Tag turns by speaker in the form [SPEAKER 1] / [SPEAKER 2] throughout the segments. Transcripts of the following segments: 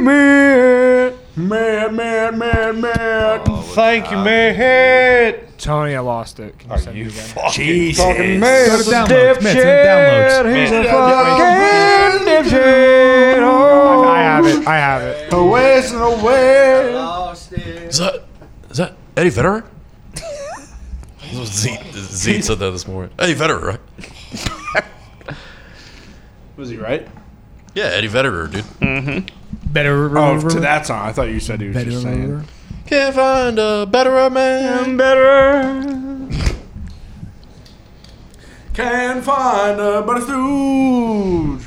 [SPEAKER 1] Matt, Matt, Matt, Matt, Matt.
[SPEAKER 2] Thank you, man.
[SPEAKER 1] Tony, I lost it. Can you send me again?
[SPEAKER 3] Jesus.
[SPEAKER 2] Go to downloads, man, downloads.
[SPEAKER 1] He's a fucking dipshit. Oh. I have it. I have it.
[SPEAKER 3] West and the West.
[SPEAKER 4] Is that is that Eddie Vedder? Z, Z said that this morning. Eddie Vedder, right?
[SPEAKER 3] Was he right?
[SPEAKER 4] Yeah, Eddie Vedder, dude.
[SPEAKER 5] Mm-hmm.
[SPEAKER 1] Better.
[SPEAKER 3] Oh, to that song. I thought you said he was just saying.
[SPEAKER 4] Can't find a better man.
[SPEAKER 1] Better.
[SPEAKER 3] Can't find a better stooge.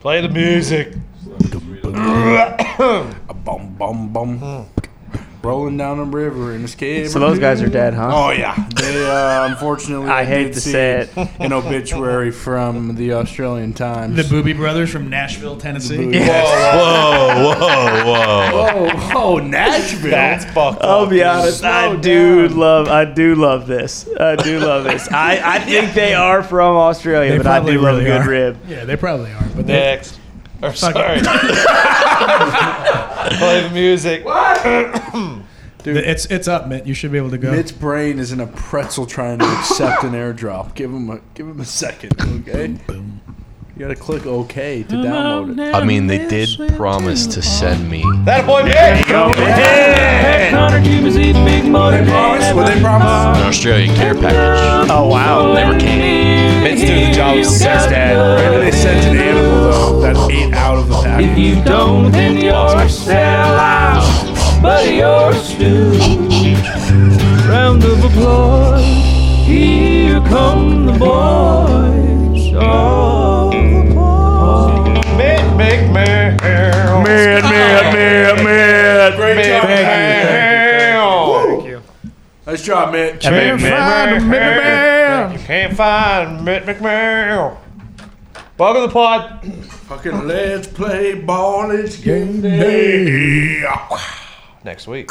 [SPEAKER 2] Play the music.
[SPEAKER 3] A bum bum bum. Rolling down a river in a skid.
[SPEAKER 5] Hmm. So those guys are dead, huh?
[SPEAKER 3] Oh yeah, they uh, unfortunately.
[SPEAKER 5] I hate
[SPEAKER 3] did
[SPEAKER 5] to
[SPEAKER 3] see
[SPEAKER 5] say it.
[SPEAKER 3] An obituary from the Australian Times.
[SPEAKER 6] The Booby Brothers from Nashville, Tennessee.
[SPEAKER 4] Whoa, whoa, whoa.
[SPEAKER 3] oh, oh, Nashville.
[SPEAKER 2] That's fucked
[SPEAKER 5] I'll
[SPEAKER 2] up.
[SPEAKER 5] be honest. I do love. I do love this. I do love this. I, I think they are from Australia,
[SPEAKER 6] They
[SPEAKER 5] but I do
[SPEAKER 6] probably
[SPEAKER 5] love a
[SPEAKER 6] really
[SPEAKER 5] good
[SPEAKER 6] are.
[SPEAKER 5] rib.
[SPEAKER 6] Yeah, they probably are. But they,
[SPEAKER 2] Next. Or, sorry. Play the music.
[SPEAKER 6] it's it's up, Mitt. You should be able to go.
[SPEAKER 3] Its brain is in a pretzel trying to accept an airdrop. Give him a give him a second, okay? You gotta click OK to download it.
[SPEAKER 4] I mean, they did promise to send me.
[SPEAKER 2] That boy, Mick.
[SPEAKER 3] What they promise?
[SPEAKER 4] An Australian care package.
[SPEAKER 5] Oh wow.
[SPEAKER 4] Never came.
[SPEAKER 2] Mitt's doing the job of
[SPEAKER 5] That's
[SPEAKER 2] sales
[SPEAKER 5] dead.
[SPEAKER 3] Maybe they sent an animal though that ate out of the package.
[SPEAKER 7] You don't, then you're sell out, but you're stooge. Round of applause, here come the boys. Oh, the boys.
[SPEAKER 2] Mitt, Mick, Mitt.
[SPEAKER 5] Man, man, man, man.
[SPEAKER 3] Great job, Matt.
[SPEAKER 2] Thank you.
[SPEAKER 3] Nice job, Mitch.
[SPEAKER 2] Can't find Mitt McMahon. You can't find Mitt McMahon. Welcome to the pod.
[SPEAKER 3] Fucking let's play ball. It's game day.
[SPEAKER 2] Next week.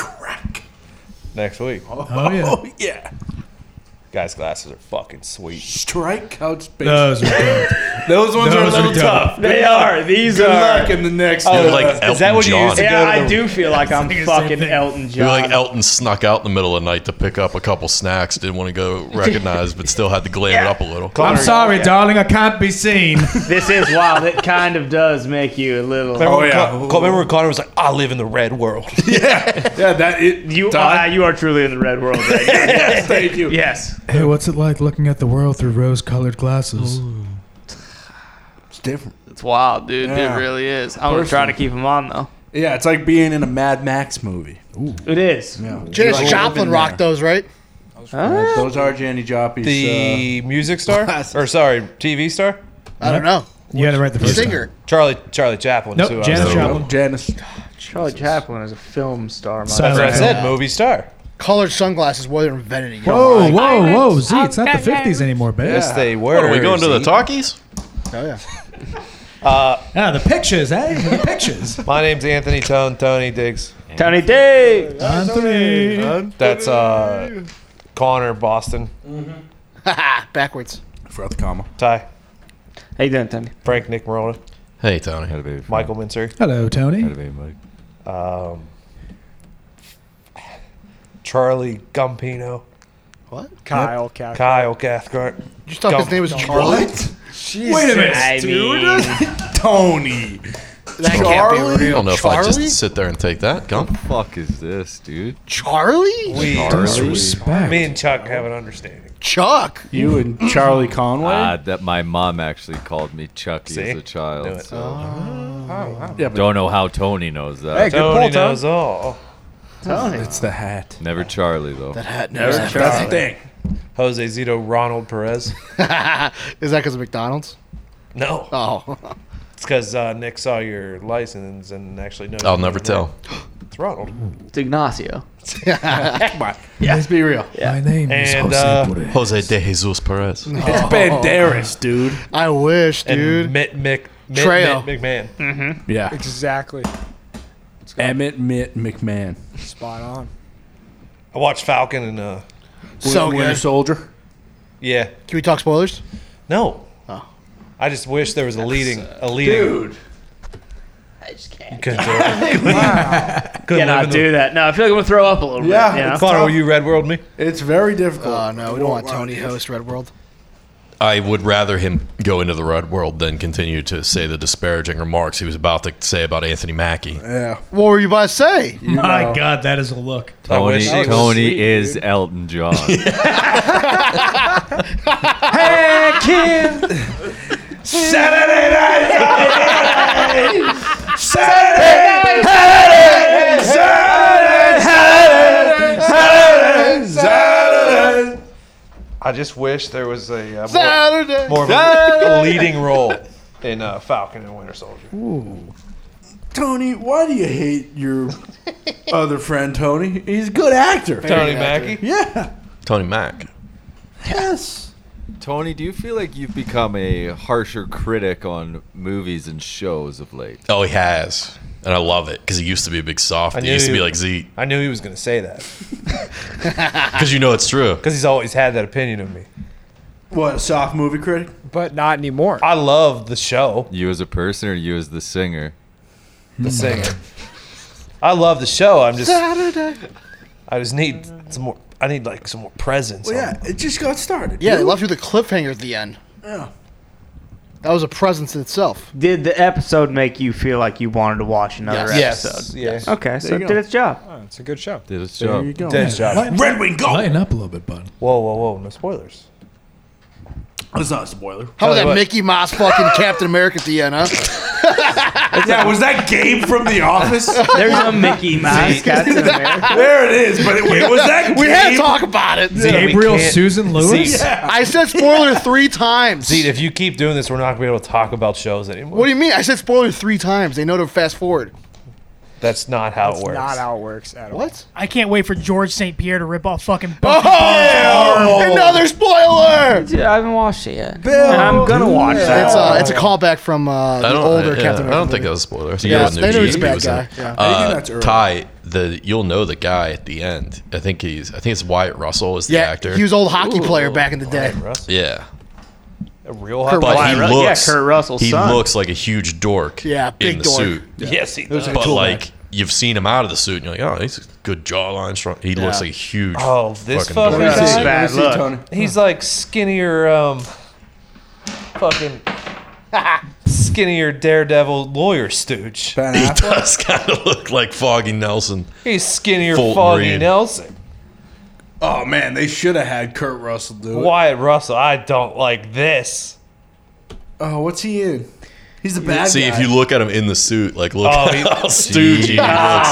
[SPEAKER 2] Next week.
[SPEAKER 6] oh yeah,
[SPEAKER 3] Oh yeah.
[SPEAKER 2] Guys' glasses are fucking sweet.
[SPEAKER 3] Strikeout space.
[SPEAKER 6] those are good.
[SPEAKER 3] Those ones
[SPEAKER 6] those are dope.
[SPEAKER 5] They are. These
[SPEAKER 3] Good
[SPEAKER 5] are.
[SPEAKER 3] luck in the next.
[SPEAKER 4] You're
[SPEAKER 3] Oh,
[SPEAKER 4] like
[SPEAKER 3] like
[SPEAKER 4] Elton
[SPEAKER 2] that what you
[SPEAKER 4] John.
[SPEAKER 2] used to
[SPEAKER 5] Yeah,
[SPEAKER 2] go to
[SPEAKER 5] I
[SPEAKER 2] the-
[SPEAKER 5] do feel like I'm
[SPEAKER 6] the same
[SPEAKER 5] fucking
[SPEAKER 6] thing.
[SPEAKER 5] Elton
[SPEAKER 4] You're
[SPEAKER 5] John.
[SPEAKER 4] like Elton snuck out in the middle of the night to pick up a couple snacks, didn't want to go recognized, but still had to glam it up a little.
[SPEAKER 6] I'm sorry, darling. I can't be seen.
[SPEAKER 5] Oh, this is wild. It kind of does make you a little.
[SPEAKER 2] Remember
[SPEAKER 3] Oh,
[SPEAKER 2] when
[SPEAKER 3] yeah.
[SPEAKER 2] Con- Con- remember when Connor was like, "I live in the red world."
[SPEAKER 3] yeah, that it.
[SPEAKER 5] You are, you are truly in the red world. Right?
[SPEAKER 3] Thank you.
[SPEAKER 5] yes.
[SPEAKER 6] hey, what's it like looking at the world through rose-colored glasses?
[SPEAKER 3] It's different.
[SPEAKER 5] It's wild, dude.
[SPEAKER 3] Yeah.
[SPEAKER 5] It really is. I'm going to try to keep him on, though.
[SPEAKER 3] Yeah, it's like being in a Mad Max movie.
[SPEAKER 5] It is.
[SPEAKER 3] Yeah.
[SPEAKER 8] Janis
[SPEAKER 3] Like
[SPEAKER 8] Joplin
[SPEAKER 3] living
[SPEAKER 8] rocked those, right?
[SPEAKER 3] there. Those are Janny Joppies. uh,
[SPEAKER 2] The music star,
[SPEAKER 8] Glasses.
[SPEAKER 2] or sorry, TV star,
[SPEAKER 8] I don't know.
[SPEAKER 6] You had it right the first time.
[SPEAKER 8] Singer.
[SPEAKER 2] Charlie Charlie Chaplin. is
[SPEAKER 6] Nope,
[SPEAKER 2] who I was-
[SPEAKER 6] Janis
[SPEAKER 3] oh,
[SPEAKER 6] Joplin.
[SPEAKER 3] Janice.
[SPEAKER 5] Charlie Chaplin is a film star. My
[SPEAKER 6] Silent
[SPEAKER 2] That's what I
[SPEAKER 6] Hill.
[SPEAKER 2] said. Movie star.
[SPEAKER 8] Colored sunglasses were invented yet.
[SPEAKER 6] Whoa, whoa, whoa, Z! It's not the '50s anymore, babe.
[SPEAKER 2] Yes, they were.
[SPEAKER 4] What, are we going to the
[SPEAKER 2] See?
[SPEAKER 4] talkies?
[SPEAKER 8] Oh, yeah.
[SPEAKER 6] Ah, the pictures, eh? The pictures.
[SPEAKER 2] Uh, My name's Anthony Tone Tony Diggs.
[SPEAKER 5] Tony Diggs.
[SPEAKER 6] Anthony.
[SPEAKER 2] That's uh, Connor Boston
[SPEAKER 8] Backwards.
[SPEAKER 3] Forgot the comma.
[SPEAKER 2] Ty
[SPEAKER 5] How you doing, Tony?
[SPEAKER 2] Frank Nick Morona
[SPEAKER 4] Hey, Tony.
[SPEAKER 2] Michael Mincer.
[SPEAKER 6] Hello, Tony.
[SPEAKER 2] Um, Charlie Gumpino,
[SPEAKER 8] What?
[SPEAKER 5] Kyle Cal-
[SPEAKER 2] Kyle Cathcart.
[SPEAKER 8] You thought his
[SPEAKER 2] Don't-
[SPEAKER 8] name was Charlie?
[SPEAKER 6] Wait a minute.
[SPEAKER 5] I mean,
[SPEAKER 3] Tony.
[SPEAKER 8] That
[SPEAKER 3] Charlie?
[SPEAKER 8] can't be
[SPEAKER 4] I
[SPEAKER 8] real.
[SPEAKER 4] don't know if I
[SPEAKER 8] Charlie?
[SPEAKER 4] just sit there and take that. Gump.
[SPEAKER 9] fuck is this, dude?
[SPEAKER 8] Charlie?
[SPEAKER 2] We,
[SPEAKER 6] Disrespect.
[SPEAKER 2] me and Chuck have an understanding.
[SPEAKER 8] Chuck.
[SPEAKER 3] You and Charlie Conway.
[SPEAKER 9] Uh, that my mom actually called me Chucky
[SPEAKER 2] See?
[SPEAKER 9] as a
[SPEAKER 2] Knew
[SPEAKER 9] child.
[SPEAKER 2] it. Oh,
[SPEAKER 9] So
[SPEAKER 3] Oh, yeah, but
[SPEAKER 9] don't know how Tony knows that.
[SPEAKER 2] Tony knows all.
[SPEAKER 5] Tony.
[SPEAKER 3] it's the hat.
[SPEAKER 9] Never Charlie though.
[SPEAKER 3] That's the thing.
[SPEAKER 2] Jose Zito, Ronald Perez.
[SPEAKER 8] Is that because of McDonald's?
[SPEAKER 2] No,
[SPEAKER 8] Oh.
[SPEAKER 2] it's because uh, Nick saw your license and actually knows.
[SPEAKER 4] I'll
[SPEAKER 2] your
[SPEAKER 4] never
[SPEAKER 2] name.
[SPEAKER 4] tell.
[SPEAKER 2] It's Ronald.
[SPEAKER 5] It's Ignacio.
[SPEAKER 3] Let's be real.
[SPEAKER 6] My name is
[SPEAKER 2] And,
[SPEAKER 6] Jose
[SPEAKER 2] uh,
[SPEAKER 6] Torres.
[SPEAKER 4] Jose de Jesus Perez.
[SPEAKER 3] It's Banderas, dude.
[SPEAKER 8] I wish,
[SPEAKER 2] And
[SPEAKER 8] dude.
[SPEAKER 2] Mitt Mick. Mitt,
[SPEAKER 8] Trail.
[SPEAKER 2] Mitt McMahon.
[SPEAKER 5] Mm-hmm.
[SPEAKER 3] Yeah.
[SPEAKER 1] Exactly.
[SPEAKER 3] Emmett Mitt McMahon.
[SPEAKER 1] Spot on.
[SPEAKER 2] I watched Falcon and uh,
[SPEAKER 8] so
[SPEAKER 3] Winter
[SPEAKER 8] good.
[SPEAKER 3] Soldier.
[SPEAKER 2] yeah,
[SPEAKER 8] Can we talk spoilers?
[SPEAKER 2] no.
[SPEAKER 8] Oh.
[SPEAKER 2] uh, I just wish there was a leading, a leading.
[SPEAKER 10] I just can't.
[SPEAKER 2] Good Wow. Good
[SPEAKER 5] Cannot
[SPEAKER 2] living
[SPEAKER 5] do
[SPEAKER 2] the-
[SPEAKER 5] that. No, I feel like I'm gonna throw up a little
[SPEAKER 3] Yeah,
[SPEAKER 5] bit.
[SPEAKER 3] it's
[SPEAKER 2] Connor,
[SPEAKER 3] tough.
[SPEAKER 2] will you Red World me?
[SPEAKER 3] It's very difficult.
[SPEAKER 8] Uh, no, we don't want Tony host Red World.
[SPEAKER 4] I would rather him go into the red world than continue to say the disparaging remarks he was about to say about Anthony Mackie.
[SPEAKER 3] Yeah.
[SPEAKER 8] What were you about to say?
[SPEAKER 6] My God, that is a look.
[SPEAKER 9] Tony,
[SPEAKER 2] wish it was
[SPEAKER 9] Tony
[SPEAKER 2] sweet,
[SPEAKER 9] is Elton John.
[SPEAKER 1] Hey, kid.
[SPEAKER 3] Saturday night. Saturday night. Saturday. Saturday. Saturday.
[SPEAKER 2] I just wish there was a uh, more,
[SPEAKER 8] Saturday.
[SPEAKER 2] more of a leading role in uh, Falcon and Winter Soldier.
[SPEAKER 3] Tony, why do you hate your other friend Tony? He's a good actor.
[SPEAKER 2] Tony Mackie.
[SPEAKER 3] Yeah.
[SPEAKER 4] Tony Mack.
[SPEAKER 3] Yes.
[SPEAKER 9] Tony, do you feel like you've become a harsher critic on movies and shows of late?
[SPEAKER 4] Oh, he has. And I love it because he used to be a big soft.
[SPEAKER 2] I
[SPEAKER 4] He used to
[SPEAKER 2] knew-
[SPEAKER 4] be like Z
[SPEAKER 2] I knew he was going to say that
[SPEAKER 4] because you know it's true.
[SPEAKER 2] because he's always had that opinion of me.
[SPEAKER 3] What a soft movie critic?
[SPEAKER 1] But not anymore.
[SPEAKER 2] I love the show,
[SPEAKER 9] You as a person or you as the singer?
[SPEAKER 2] the singer. I love the show. I'm just,
[SPEAKER 8] Saturday.
[SPEAKER 2] I just need some more. I need like some more presence.
[SPEAKER 3] Well,
[SPEAKER 2] on-
[SPEAKER 3] yeah, it just got started.
[SPEAKER 8] Yeah, they
[SPEAKER 3] dude.
[SPEAKER 8] left you with a cliffhanger at the end.
[SPEAKER 3] Yeah.
[SPEAKER 8] That was a presence in itself.
[SPEAKER 5] Did the episode make you feel like you wanted to watch another
[SPEAKER 2] Yes.
[SPEAKER 5] episode?
[SPEAKER 2] Yes.
[SPEAKER 5] Okay, so
[SPEAKER 3] you
[SPEAKER 5] it
[SPEAKER 3] go.
[SPEAKER 5] did its job.
[SPEAKER 1] Oh, it's a good show.
[SPEAKER 9] Did his
[SPEAKER 3] There
[SPEAKER 9] job.
[SPEAKER 3] you go.
[SPEAKER 2] Dead shot.
[SPEAKER 3] Red Wing, go.
[SPEAKER 6] Lighten up a little bit, bud.
[SPEAKER 2] Whoa, whoa, whoa! No spoilers.
[SPEAKER 3] That's not a spoiler.
[SPEAKER 8] How about that
[SPEAKER 2] what.
[SPEAKER 8] Mickey Mouse fucking Captain America at the end, huh?
[SPEAKER 3] Yeah, was that Gabe from The Office?
[SPEAKER 5] There's a Mickey Mouse Captain America.
[SPEAKER 3] there it is. But it, wait, was that
[SPEAKER 8] We had to
[SPEAKER 3] Gabe?
[SPEAKER 8] talk about it.
[SPEAKER 6] Gabriel
[SPEAKER 2] can't-
[SPEAKER 6] Susan Lewis.
[SPEAKER 8] I said spoiler three times.
[SPEAKER 2] Dude, if you keep doing this, we're not gonna be able to talk about shows anymore.
[SPEAKER 8] What do you mean? I said spoiler three times. They know to fast forward.
[SPEAKER 2] That's not how it
[SPEAKER 1] It's
[SPEAKER 2] works.
[SPEAKER 1] not how it works at all.
[SPEAKER 8] What?
[SPEAKER 11] I can't wait for George St. Pierre to rip off fucking Buffy.
[SPEAKER 8] Oh, another spoiler!
[SPEAKER 5] Dude, I haven't watched it yet. and I'm gonna watch that.
[SPEAKER 8] It's a it's a callback from uh,
[SPEAKER 4] I
[SPEAKER 8] the
[SPEAKER 4] don't,
[SPEAKER 8] older
[SPEAKER 4] I, yeah,
[SPEAKER 8] Captain America.
[SPEAKER 4] I don't think
[SPEAKER 8] movie.
[SPEAKER 4] that was a spoiler. So
[SPEAKER 8] Yeah,
[SPEAKER 4] you
[SPEAKER 8] they knew he's a
[SPEAKER 4] G-
[SPEAKER 8] bad
[SPEAKER 4] was
[SPEAKER 8] guy,
[SPEAKER 4] in.
[SPEAKER 8] yeah.
[SPEAKER 3] I think
[SPEAKER 4] Uh,
[SPEAKER 3] that's early.
[SPEAKER 4] Ty, the you'll know the guy at the end. I think he's. I think it's Wyatt Russell is the
[SPEAKER 8] Yeah,
[SPEAKER 4] actor.
[SPEAKER 8] he was old hockey player back in the day.
[SPEAKER 2] Russ,
[SPEAKER 4] yeah,
[SPEAKER 2] a real hot
[SPEAKER 4] but he
[SPEAKER 5] Wyatt Russell- yeah,
[SPEAKER 4] looks.
[SPEAKER 5] Kurt Russell's
[SPEAKER 4] He
[SPEAKER 5] son.
[SPEAKER 4] looks like a huge dork.
[SPEAKER 8] Yeah,
[SPEAKER 4] in
[SPEAKER 8] big
[SPEAKER 4] the
[SPEAKER 8] dork.
[SPEAKER 4] suit.
[SPEAKER 2] Yes, he does.
[SPEAKER 4] But like you've seen him out of the suit, and you're like, oh, he's a good jawline, strong. He looks like a huge.
[SPEAKER 2] Oh, this
[SPEAKER 4] fucking
[SPEAKER 2] fucking
[SPEAKER 4] dork.
[SPEAKER 5] This is
[SPEAKER 2] guy.
[SPEAKER 5] a bad
[SPEAKER 3] See,
[SPEAKER 5] look.
[SPEAKER 3] Tony.
[SPEAKER 2] He's like skinnier, um, fucking skinnier daredevil lawyer stooge.
[SPEAKER 3] Ben
[SPEAKER 4] He
[SPEAKER 3] Affleck.
[SPEAKER 4] does kind of look like Foggy Nelson.
[SPEAKER 2] He's skinnier,
[SPEAKER 4] Fulton
[SPEAKER 2] Foggy
[SPEAKER 4] Reed.
[SPEAKER 2] Nelson.
[SPEAKER 3] Oh man, they should have had Kurt Russell do it.
[SPEAKER 2] Wyatt Russell, I don't like this.
[SPEAKER 3] Oh, what's he in? He's the bad
[SPEAKER 4] See,
[SPEAKER 3] guy.
[SPEAKER 4] if you look at him in the suit, like look
[SPEAKER 2] Oh, he-
[SPEAKER 4] how stoogy he looks.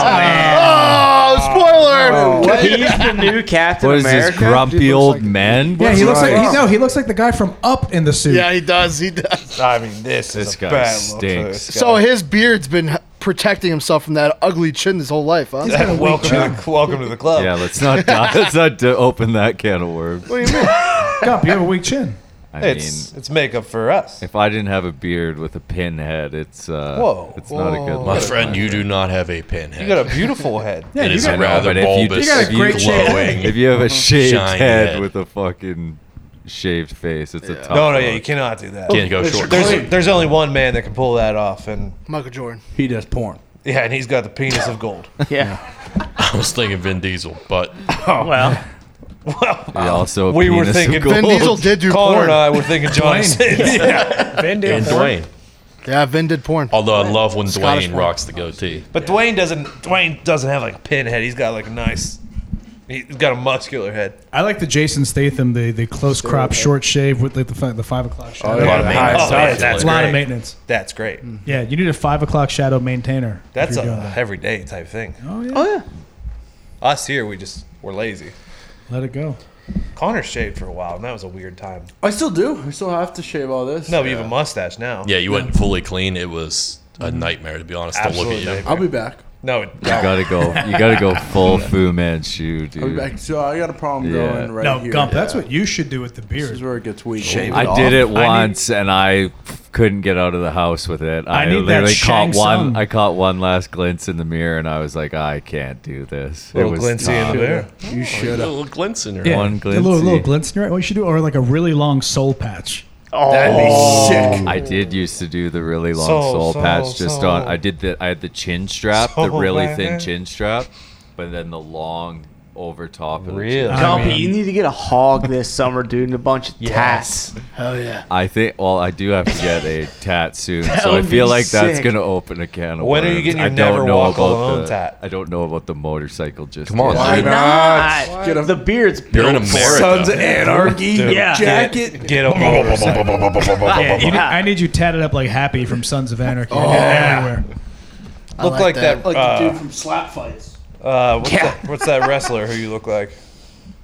[SPEAKER 8] Oh, spoiler!
[SPEAKER 5] He's the new Captain
[SPEAKER 9] What is
[SPEAKER 5] America.
[SPEAKER 9] this grumpy old man?
[SPEAKER 6] Yeah, he looks
[SPEAKER 3] Right.
[SPEAKER 6] like he, no, he looks like the guy from Up in the suit.
[SPEAKER 8] Yeah, he does. He does.
[SPEAKER 2] I mean, this,
[SPEAKER 9] This
[SPEAKER 2] is a
[SPEAKER 9] guy
[SPEAKER 2] bad look.
[SPEAKER 9] stinks.
[SPEAKER 2] for this
[SPEAKER 8] So
[SPEAKER 2] guy.
[SPEAKER 8] his beard's been h- protecting himself from that ugly chin his whole life, huh?
[SPEAKER 6] got a weak
[SPEAKER 2] welcome, to the, welcome to the
[SPEAKER 3] uh,
[SPEAKER 2] club.
[SPEAKER 9] Yeah, let's not let's not do- open that can of worms.
[SPEAKER 8] What do you mean?
[SPEAKER 6] Gump, you have a weak chin.
[SPEAKER 9] I
[SPEAKER 2] it's
[SPEAKER 9] mean,
[SPEAKER 2] it's makeup for us.
[SPEAKER 9] if I didn't have a beard with a pinhead, it's uh,
[SPEAKER 2] Whoa.
[SPEAKER 9] it's not a good.
[SPEAKER 4] My
[SPEAKER 9] look.
[SPEAKER 4] friend, you do not have a pinhead.
[SPEAKER 2] You got a beautiful head.
[SPEAKER 4] it is
[SPEAKER 9] got-
[SPEAKER 4] a rather
[SPEAKER 9] No, but if you-
[SPEAKER 4] bulbous,
[SPEAKER 9] you got a
[SPEAKER 6] great chin.
[SPEAKER 4] glowing.
[SPEAKER 9] If you have a shaved
[SPEAKER 4] Shiny
[SPEAKER 9] head,
[SPEAKER 4] head.
[SPEAKER 9] with a fucking shaved face, it's a tough.
[SPEAKER 2] No, no, yeah,
[SPEAKER 9] look.
[SPEAKER 2] you cannot do that.
[SPEAKER 4] Oh, can't go short.
[SPEAKER 2] There's, there's only one man that can pull that off, and
[SPEAKER 8] Michael Jordan.
[SPEAKER 3] he does porn.
[SPEAKER 2] yeah, and he's got the penis of gold.
[SPEAKER 5] Yeah.
[SPEAKER 4] I was thinking Vin Diesel, but
[SPEAKER 5] Well,
[SPEAKER 9] We also
[SPEAKER 2] we were thinking-
[SPEAKER 8] Vin Diesel did do
[SPEAKER 2] Connor
[SPEAKER 8] porn.
[SPEAKER 2] and I were thinking John. yeah.
[SPEAKER 1] Vin
[SPEAKER 4] and
[SPEAKER 1] Diesel.
[SPEAKER 4] Dwayne.
[SPEAKER 8] Yeah, Vin did porn.
[SPEAKER 4] Although I love when
[SPEAKER 8] Scottish
[SPEAKER 4] Dwayne
[SPEAKER 8] one.
[SPEAKER 4] rocks the goatee.
[SPEAKER 2] But Dwayne doesn't. Dwayne doesn't have like a pinhead. He's got like a nice. He's got a muscular head.
[SPEAKER 6] I like the Jason Statham, the, the close crop, short shave with like the, fi- the five o'clock
[SPEAKER 4] A
[SPEAKER 6] shadow.
[SPEAKER 4] lot of maintenance.
[SPEAKER 2] Oh,
[SPEAKER 4] Dwayne's
[SPEAKER 2] that's
[SPEAKER 4] like-
[SPEAKER 6] a lot
[SPEAKER 2] great.
[SPEAKER 6] of maintenance.
[SPEAKER 2] That's great.
[SPEAKER 6] Yeah, you need a five o'clock shadow maintainer. if
[SPEAKER 2] That's
[SPEAKER 6] you're
[SPEAKER 2] a
[SPEAKER 6] doing that.
[SPEAKER 2] everyday type thing.
[SPEAKER 6] Oh yeah.
[SPEAKER 2] Us here, we just we're lazy.
[SPEAKER 6] Let it go.
[SPEAKER 2] Connor shaved for a while, and that was a weird time.
[SPEAKER 3] I still do. I still have to shave all this.
[SPEAKER 2] No, but you have a mustache now.
[SPEAKER 4] Yeah, you went fully clean. It was a nightmare to be honest
[SPEAKER 2] absolutely.
[SPEAKER 4] to look at you.
[SPEAKER 3] I'll be back.
[SPEAKER 2] No, it-
[SPEAKER 9] You gotta go. You gotta go full Fu Manchu, dude.
[SPEAKER 3] I'll be back. So I got a problem
[SPEAKER 9] Yeah.
[SPEAKER 3] going right
[SPEAKER 6] no,
[SPEAKER 3] here.
[SPEAKER 6] Gump, that's what you should do with the
[SPEAKER 3] This is
[SPEAKER 6] beard.
[SPEAKER 3] where it gets weak.
[SPEAKER 9] I did it once, and I couldn't get out of the house with it. I,
[SPEAKER 6] need that
[SPEAKER 9] literally
[SPEAKER 6] Shang
[SPEAKER 9] caught one.
[SPEAKER 6] Tsung.
[SPEAKER 9] I caught one last glimpse in the mirror, and I was like, I can't do this.
[SPEAKER 2] little
[SPEAKER 9] it was
[SPEAKER 2] glinty in the
[SPEAKER 9] tough.
[SPEAKER 2] mirror.
[SPEAKER 3] You should
[SPEAKER 4] A
[SPEAKER 3] have.
[SPEAKER 4] Oh, little glints in your
[SPEAKER 6] Yeah,
[SPEAKER 9] One
[SPEAKER 6] a little, Oh,
[SPEAKER 9] glints,
[SPEAKER 6] little
[SPEAKER 9] yeah.
[SPEAKER 6] glints in your eye. What you should do, or like a really long soul patch.
[SPEAKER 5] Oh.
[SPEAKER 9] That'd
[SPEAKER 5] Oh.
[SPEAKER 9] be sick. I did used to do the really long
[SPEAKER 5] Soul,
[SPEAKER 9] soul,
[SPEAKER 5] soul,
[SPEAKER 9] patch just
[SPEAKER 5] soul.
[SPEAKER 9] on. I did the. I had the chin strap, the
[SPEAKER 5] Soul
[SPEAKER 9] really
[SPEAKER 5] patch.
[SPEAKER 9] thin chin strap, but then the long over top. of the chin strap.
[SPEAKER 5] Compy, you need to get a hog this summer, dude, and a bunch of
[SPEAKER 9] Yes.
[SPEAKER 5] tats.
[SPEAKER 8] Hell yeah.
[SPEAKER 9] I think. Well, I do have to get a tat soon,
[SPEAKER 5] That
[SPEAKER 9] so I
[SPEAKER 5] would
[SPEAKER 9] feel
[SPEAKER 5] be
[SPEAKER 9] like that's
[SPEAKER 5] sick.
[SPEAKER 9] gonna open a can of
[SPEAKER 2] When are you
[SPEAKER 9] worms.
[SPEAKER 2] getting
[SPEAKER 9] I
[SPEAKER 2] your
[SPEAKER 9] don't
[SPEAKER 2] Never
[SPEAKER 9] know
[SPEAKER 2] Walk
[SPEAKER 9] about
[SPEAKER 2] Alone
[SPEAKER 9] the,
[SPEAKER 2] tat?
[SPEAKER 9] I don't know about the motorcycle. Just
[SPEAKER 4] Come on,
[SPEAKER 9] yet.
[SPEAKER 4] Why dude.
[SPEAKER 5] not? What? Get a- The beard's
[SPEAKER 4] You're in built. America.
[SPEAKER 3] Sons of Anarchy
[SPEAKER 4] Dude,
[SPEAKER 3] yeah.
[SPEAKER 4] get-
[SPEAKER 3] jacket.
[SPEAKER 2] Get a
[SPEAKER 6] Yeah, you
[SPEAKER 2] motorcycle.
[SPEAKER 6] need- I need you tatted up like Happy from Sons of Anarchy.
[SPEAKER 2] Oh.
[SPEAKER 6] Everywhere.
[SPEAKER 2] I Look like like that, that, Like the dude uh, from
[SPEAKER 3] Slap Fights.
[SPEAKER 2] Uh, what's, that, what's that wrestler who you look like?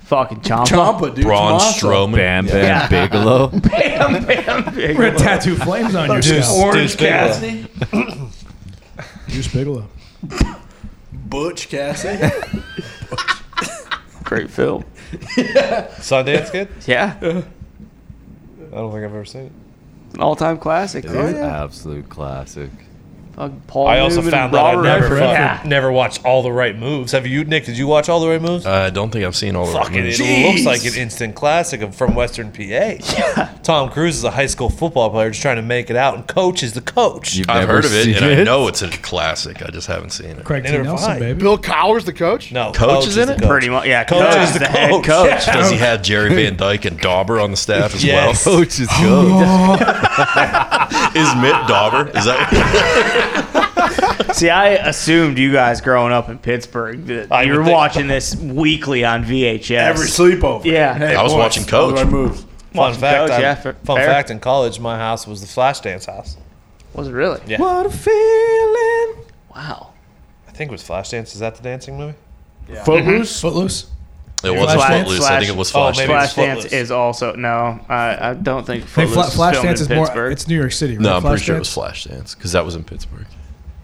[SPEAKER 5] Fucking Chompa.
[SPEAKER 3] Ciampa, dude.
[SPEAKER 4] Braun
[SPEAKER 3] Ciampa.
[SPEAKER 4] Strowman.
[SPEAKER 9] Bam Bam
[SPEAKER 5] Yeah.
[SPEAKER 9] Bigelow.
[SPEAKER 5] Bam, bam, bam.
[SPEAKER 6] We're gonna tattoo flames on your
[SPEAKER 2] Deuce-
[SPEAKER 6] scalp.
[SPEAKER 2] Deuce Bigelow.
[SPEAKER 6] Juice Bigelow.
[SPEAKER 3] Butch Cassidy.
[SPEAKER 5] Great film.
[SPEAKER 2] Sundance Kid?
[SPEAKER 5] Yeah.
[SPEAKER 2] I don't think I've ever seen it.
[SPEAKER 5] An all time classic,
[SPEAKER 9] It's
[SPEAKER 5] dude.
[SPEAKER 9] an absolute classic.
[SPEAKER 5] Fucking Paul
[SPEAKER 2] I also
[SPEAKER 5] Newman and
[SPEAKER 2] found that I
[SPEAKER 5] Robert
[SPEAKER 2] never
[SPEAKER 5] Redford.
[SPEAKER 2] fucking-
[SPEAKER 5] Yeah.
[SPEAKER 2] never watched all the right moves. Have you, Nick? Did you watch all the right moves?
[SPEAKER 4] Uh, I don't think I've seen all the
[SPEAKER 2] Fucking, it
[SPEAKER 4] movies.
[SPEAKER 2] looks like an instant classic of, from Western PA. Tom Cruise is a high school football player just trying to make it out, and coach is the coach.
[SPEAKER 9] You've
[SPEAKER 4] I've
[SPEAKER 9] never
[SPEAKER 4] heard of it,
[SPEAKER 9] seen
[SPEAKER 4] and I know it's a classic. I just haven't seen it.
[SPEAKER 6] Craig T.
[SPEAKER 2] Neither
[SPEAKER 6] Nelson,
[SPEAKER 2] mind.
[SPEAKER 6] baby.
[SPEAKER 8] Bill Cowers, the coach?
[SPEAKER 2] No,
[SPEAKER 4] Coach is in
[SPEAKER 2] the
[SPEAKER 4] it?
[SPEAKER 2] coach.
[SPEAKER 5] Pretty much. Yeah.
[SPEAKER 2] Coach
[SPEAKER 5] Coach
[SPEAKER 2] is
[SPEAKER 5] is
[SPEAKER 2] the
[SPEAKER 5] the head
[SPEAKER 2] coach.
[SPEAKER 5] coach.
[SPEAKER 4] Does he have Jerry Van Dyke and Dauber on the staff as
[SPEAKER 2] Yes.
[SPEAKER 4] well?
[SPEAKER 9] Coach is good.
[SPEAKER 5] Oh,
[SPEAKER 4] Is Mitt Dauber? Is that?
[SPEAKER 5] See, I assumed you guys growing up in Pittsburgh that
[SPEAKER 2] I
[SPEAKER 5] you
[SPEAKER 2] would
[SPEAKER 5] were
[SPEAKER 2] think-
[SPEAKER 5] watching this weekly on VHS.
[SPEAKER 3] Every sleepover.
[SPEAKER 5] Yeah.
[SPEAKER 4] I was watching Coach.
[SPEAKER 3] I moved.
[SPEAKER 2] Fun
[SPEAKER 5] Fucking
[SPEAKER 2] fact.
[SPEAKER 5] coach,
[SPEAKER 2] I-
[SPEAKER 5] yeah, fa-
[SPEAKER 2] fun
[SPEAKER 5] fair.
[SPEAKER 2] fact. In college, my house was the Flashdance house.
[SPEAKER 5] Was it really?
[SPEAKER 2] Yeah.
[SPEAKER 5] What a feeling. Wow.
[SPEAKER 2] I think it was Flashdance. Is that the dancing movie?
[SPEAKER 3] Footloose.
[SPEAKER 5] Mm-hmm.
[SPEAKER 6] Footloose.
[SPEAKER 4] It wasn't
[SPEAKER 5] Flash-
[SPEAKER 4] Footloose. I think it was
[SPEAKER 2] Oh,
[SPEAKER 4] Flash.
[SPEAKER 2] maybe-
[SPEAKER 5] Flash
[SPEAKER 2] Footloose.
[SPEAKER 5] Dance is also no. I, I don't think
[SPEAKER 6] They
[SPEAKER 5] Footloose
[SPEAKER 6] fla- Flash
[SPEAKER 5] filmed
[SPEAKER 6] Dance
[SPEAKER 5] in
[SPEAKER 6] is more.
[SPEAKER 5] Pittsburgh.
[SPEAKER 6] It's New York City, right?
[SPEAKER 4] no, I'm pretty
[SPEAKER 6] Flashdance?
[SPEAKER 4] sure it was Flashdance because that was in Pittsburgh.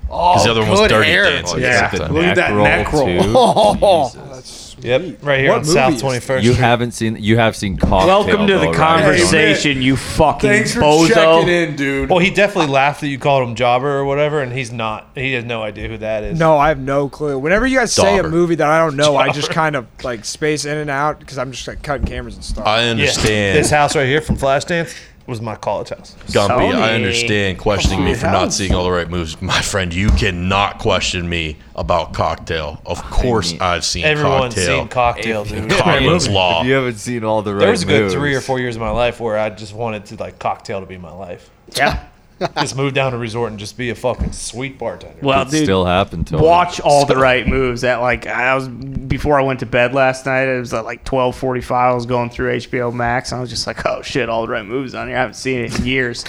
[SPEAKER 8] Oh,
[SPEAKER 4] Because the other one was
[SPEAKER 8] good
[SPEAKER 4] Dirty
[SPEAKER 8] hair.
[SPEAKER 9] Oh,
[SPEAKER 4] Dancing.
[SPEAKER 3] Yeah.
[SPEAKER 4] Something.
[SPEAKER 3] Look at that neck roll.
[SPEAKER 9] too.
[SPEAKER 8] Oh.
[SPEAKER 9] Jesus.
[SPEAKER 2] Yep, right here
[SPEAKER 3] What
[SPEAKER 2] on
[SPEAKER 3] movie
[SPEAKER 2] South
[SPEAKER 3] is-
[SPEAKER 2] Twenty First.
[SPEAKER 9] You haven't seen. You have seen Cocktail.
[SPEAKER 5] Welcome to
[SPEAKER 9] though,
[SPEAKER 5] the
[SPEAKER 9] right?
[SPEAKER 5] conversation, you fucking
[SPEAKER 3] Thanks for
[SPEAKER 5] bozo.
[SPEAKER 3] checking in, dude.
[SPEAKER 2] Well, he definitely laughed that you called him Jobber or whatever, and he's not. He has no idea who that is.
[SPEAKER 1] No, I have no clue. Whenever you guys say a
[SPEAKER 4] Dauber.
[SPEAKER 1] movie that I don't know, I just kind of like space in and out because I'm just like cutting cameras and stuff.
[SPEAKER 4] I
[SPEAKER 2] Yeah.
[SPEAKER 4] understand,
[SPEAKER 2] This house right here from Flashdance was my college house.
[SPEAKER 4] Gumpy.
[SPEAKER 5] Sony.
[SPEAKER 4] I understand questioning me for not seeing all the right moves, my friend. You cannot question me about Cocktail. Of course,
[SPEAKER 9] mean,
[SPEAKER 4] I've seen
[SPEAKER 2] Everyone's
[SPEAKER 4] Cocktail.
[SPEAKER 2] seen Cocktail, dude.
[SPEAKER 4] Carmen's
[SPEAKER 9] If
[SPEAKER 4] Law.
[SPEAKER 9] you haven't seen all the right
[SPEAKER 2] There was a good
[SPEAKER 9] moves,
[SPEAKER 2] three or four years of my life where I just wanted to like Cocktail to be my life.
[SPEAKER 5] Yeah.
[SPEAKER 2] just move down to resort and just be a fucking sweet bartender.
[SPEAKER 5] Well,
[SPEAKER 9] It
[SPEAKER 5] dude,
[SPEAKER 9] still happened to
[SPEAKER 5] watch all the right moves. At like I was before I went to bed last night. It was at like twelve forty five. I was going through HBO Max. And I was just like, oh shit, all the right moves on here. I haven't seen it in years.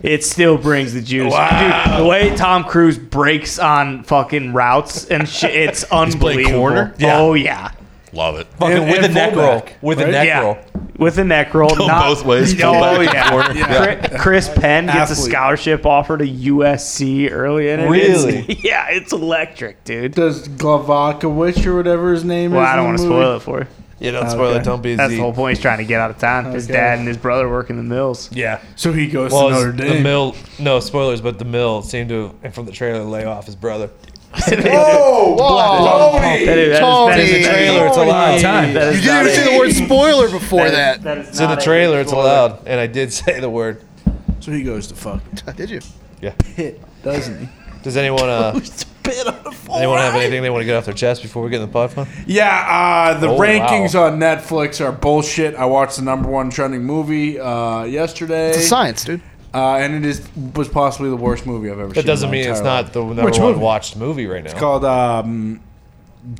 [SPEAKER 5] it still brings the juice. Dude, the way Tom Cruise breaks on fucking routes and shit, it's
[SPEAKER 4] playing
[SPEAKER 5] unbelievable.
[SPEAKER 4] corner?
[SPEAKER 2] Yeah.
[SPEAKER 5] Oh yeah.
[SPEAKER 4] Love it.
[SPEAKER 2] fucking
[SPEAKER 3] and-
[SPEAKER 2] with
[SPEAKER 3] and
[SPEAKER 2] a neck roll,
[SPEAKER 3] fullback,
[SPEAKER 2] with a
[SPEAKER 3] right?
[SPEAKER 2] neck
[SPEAKER 5] yeah.
[SPEAKER 2] roll.
[SPEAKER 5] With a neck roll,
[SPEAKER 4] Go
[SPEAKER 5] not
[SPEAKER 4] both ways, full
[SPEAKER 5] Oh
[SPEAKER 4] back and
[SPEAKER 5] yeah.
[SPEAKER 4] corner.
[SPEAKER 5] Chri- Chris Penn gets a
[SPEAKER 3] Athlete.
[SPEAKER 5] scholarship offer to USC early in it. It's-
[SPEAKER 2] Really?
[SPEAKER 5] yeah, it's electric, dude.
[SPEAKER 3] Does Glavakowicz or whatever his name
[SPEAKER 5] Well,
[SPEAKER 3] is?
[SPEAKER 5] I don't
[SPEAKER 3] in
[SPEAKER 5] want
[SPEAKER 3] the
[SPEAKER 5] to
[SPEAKER 3] movie?
[SPEAKER 5] spoil it for you.
[SPEAKER 2] Yeah, don't spoil
[SPEAKER 3] Okay.
[SPEAKER 2] it. Don't be a
[SPEAKER 5] That's the
[SPEAKER 2] Z.
[SPEAKER 5] whole point. He's trying to get out of town. His
[SPEAKER 3] Okay.
[SPEAKER 5] dad and his brother work in the mills.
[SPEAKER 2] Yeah.
[SPEAKER 3] So he goes
[SPEAKER 2] Well,
[SPEAKER 3] to Notre
[SPEAKER 2] it's- the
[SPEAKER 3] Dame.
[SPEAKER 2] mill. No spoilers, but the mill seemed to, and from the trailer, lay off his brother.
[SPEAKER 3] Whoa!
[SPEAKER 8] Whoa.
[SPEAKER 3] Tony!
[SPEAKER 5] That is, that is, that is
[SPEAKER 8] Tony.
[SPEAKER 2] Trailer, it's allowed.
[SPEAKER 6] Time.
[SPEAKER 5] That
[SPEAKER 8] You
[SPEAKER 5] is
[SPEAKER 8] didn't
[SPEAKER 5] not
[SPEAKER 8] even
[SPEAKER 5] a-
[SPEAKER 8] say the word spoiler before
[SPEAKER 5] that
[SPEAKER 8] that.
[SPEAKER 5] is- that is
[SPEAKER 2] It's in the
[SPEAKER 5] not a
[SPEAKER 2] trailer. It's
[SPEAKER 5] spoiler.
[SPEAKER 2] allowed, and I did say the word.
[SPEAKER 3] So he goes to fuck
[SPEAKER 8] Did you?
[SPEAKER 3] pit, doesn't he?
[SPEAKER 2] Does anyone uh,
[SPEAKER 3] Pit on the full
[SPEAKER 2] anyone have
[SPEAKER 3] ride.
[SPEAKER 2] anything they want to get off their chest before we get in the pod fun?
[SPEAKER 3] Yeah, uh, the
[SPEAKER 2] Oh,
[SPEAKER 3] rankings
[SPEAKER 2] wow.
[SPEAKER 3] on Netflix are bullshit. I watched the number one trending movie uh, yesterday,
[SPEAKER 8] It's science, dude.
[SPEAKER 3] uh, and it is was possibly the worst movie I've ever seen.
[SPEAKER 2] That
[SPEAKER 3] in
[SPEAKER 2] doesn't
[SPEAKER 3] my
[SPEAKER 2] mean it's
[SPEAKER 3] entire life.
[SPEAKER 2] not the number
[SPEAKER 6] Which
[SPEAKER 2] one
[SPEAKER 6] movie?
[SPEAKER 2] watched movie right now.
[SPEAKER 3] It's called um,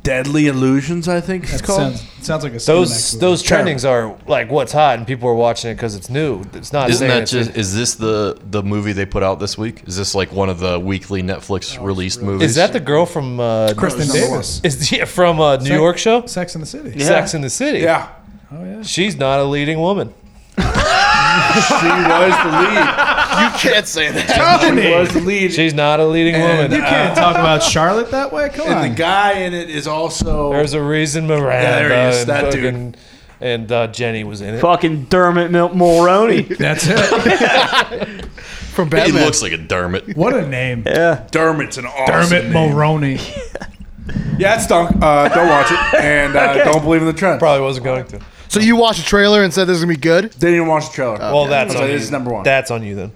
[SPEAKER 3] Deadly Illusions, I think it's
[SPEAKER 6] That
[SPEAKER 3] called.
[SPEAKER 6] sounds, sounds like a Cinemax
[SPEAKER 2] those
[SPEAKER 6] movie.
[SPEAKER 2] those trendings are like what's hot, and people are watching it because it's new. It's not.
[SPEAKER 4] Isn't
[SPEAKER 2] saying
[SPEAKER 4] that
[SPEAKER 2] it's-
[SPEAKER 4] just? Is this the the movie they put out this week? Is this like one of the weekly Netflix released movies?
[SPEAKER 2] Is that the girl from uh,
[SPEAKER 6] Kristen
[SPEAKER 3] number
[SPEAKER 6] Davis.
[SPEAKER 2] Is yeah, from uh, New York show?
[SPEAKER 6] Sex in the City.
[SPEAKER 2] Sex in the City.
[SPEAKER 3] Yeah,
[SPEAKER 6] Oh yeah.
[SPEAKER 2] She's not a leading woman.
[SPEAKER 3] she was the lead.
[SPEAKER 8] You can't say that.
[SPEAKER 3] She was the lead.
[SPEAKER 2] She's not a leading
[SPEAKER 3] And-
[SPEAKER 2] woman.
[SPEAKER 3] You can't-
[SPEAKER 6] Can't talk about Charlotte that way. Come
[SPEAKER 3] and
[SPEAKER 6] on.
[SPEAKER 3] the guy in it is also
[SPEAKER 2] There's a reason Miranda
[SPEAKER 3] Yeah, there he is,
[SPEAKER 2] and,
[SPEAKER 3] that dude.
[SPEAKER 2] fucking- and uh, Jenny was in it.
[SPEAKER 5] Fucking Dermot Mil- Mulroney.
[SPEAKER 6] That's it.
[SPEAKER 8] From
[SPEAKER 4] He
[SPEAKER 8] Batman.
[SPEAKER 4] looks like a Dermot.
[SPEAKER 6] What a name.
[SPEAKER 3] Dermot's an awesome
[SPEAKER 6] Dermot
[SPEAKER 3] name.
[SPEAKER 6] Mulroney.
[SPEAKER 3] Yeah, it's stunk. Uh, don't watch it, and uh, don't believe in the Uh, trend.
[SPEAKER 2] Probably wasn't going to.
[SPEAKER 8] So you watched a trailer and said this is gonna be good?
[SPEAKER 3] They didn't watch the trailer.
[SPEAKER 2] Well, that's
[SPEAKER 3] So
[SPEAKER 2] on
[SPEAKER 3] this
[SPEAKER 2] you.
[SPEAKER 3] is number one.
[SPEAKER 2] That's on you then.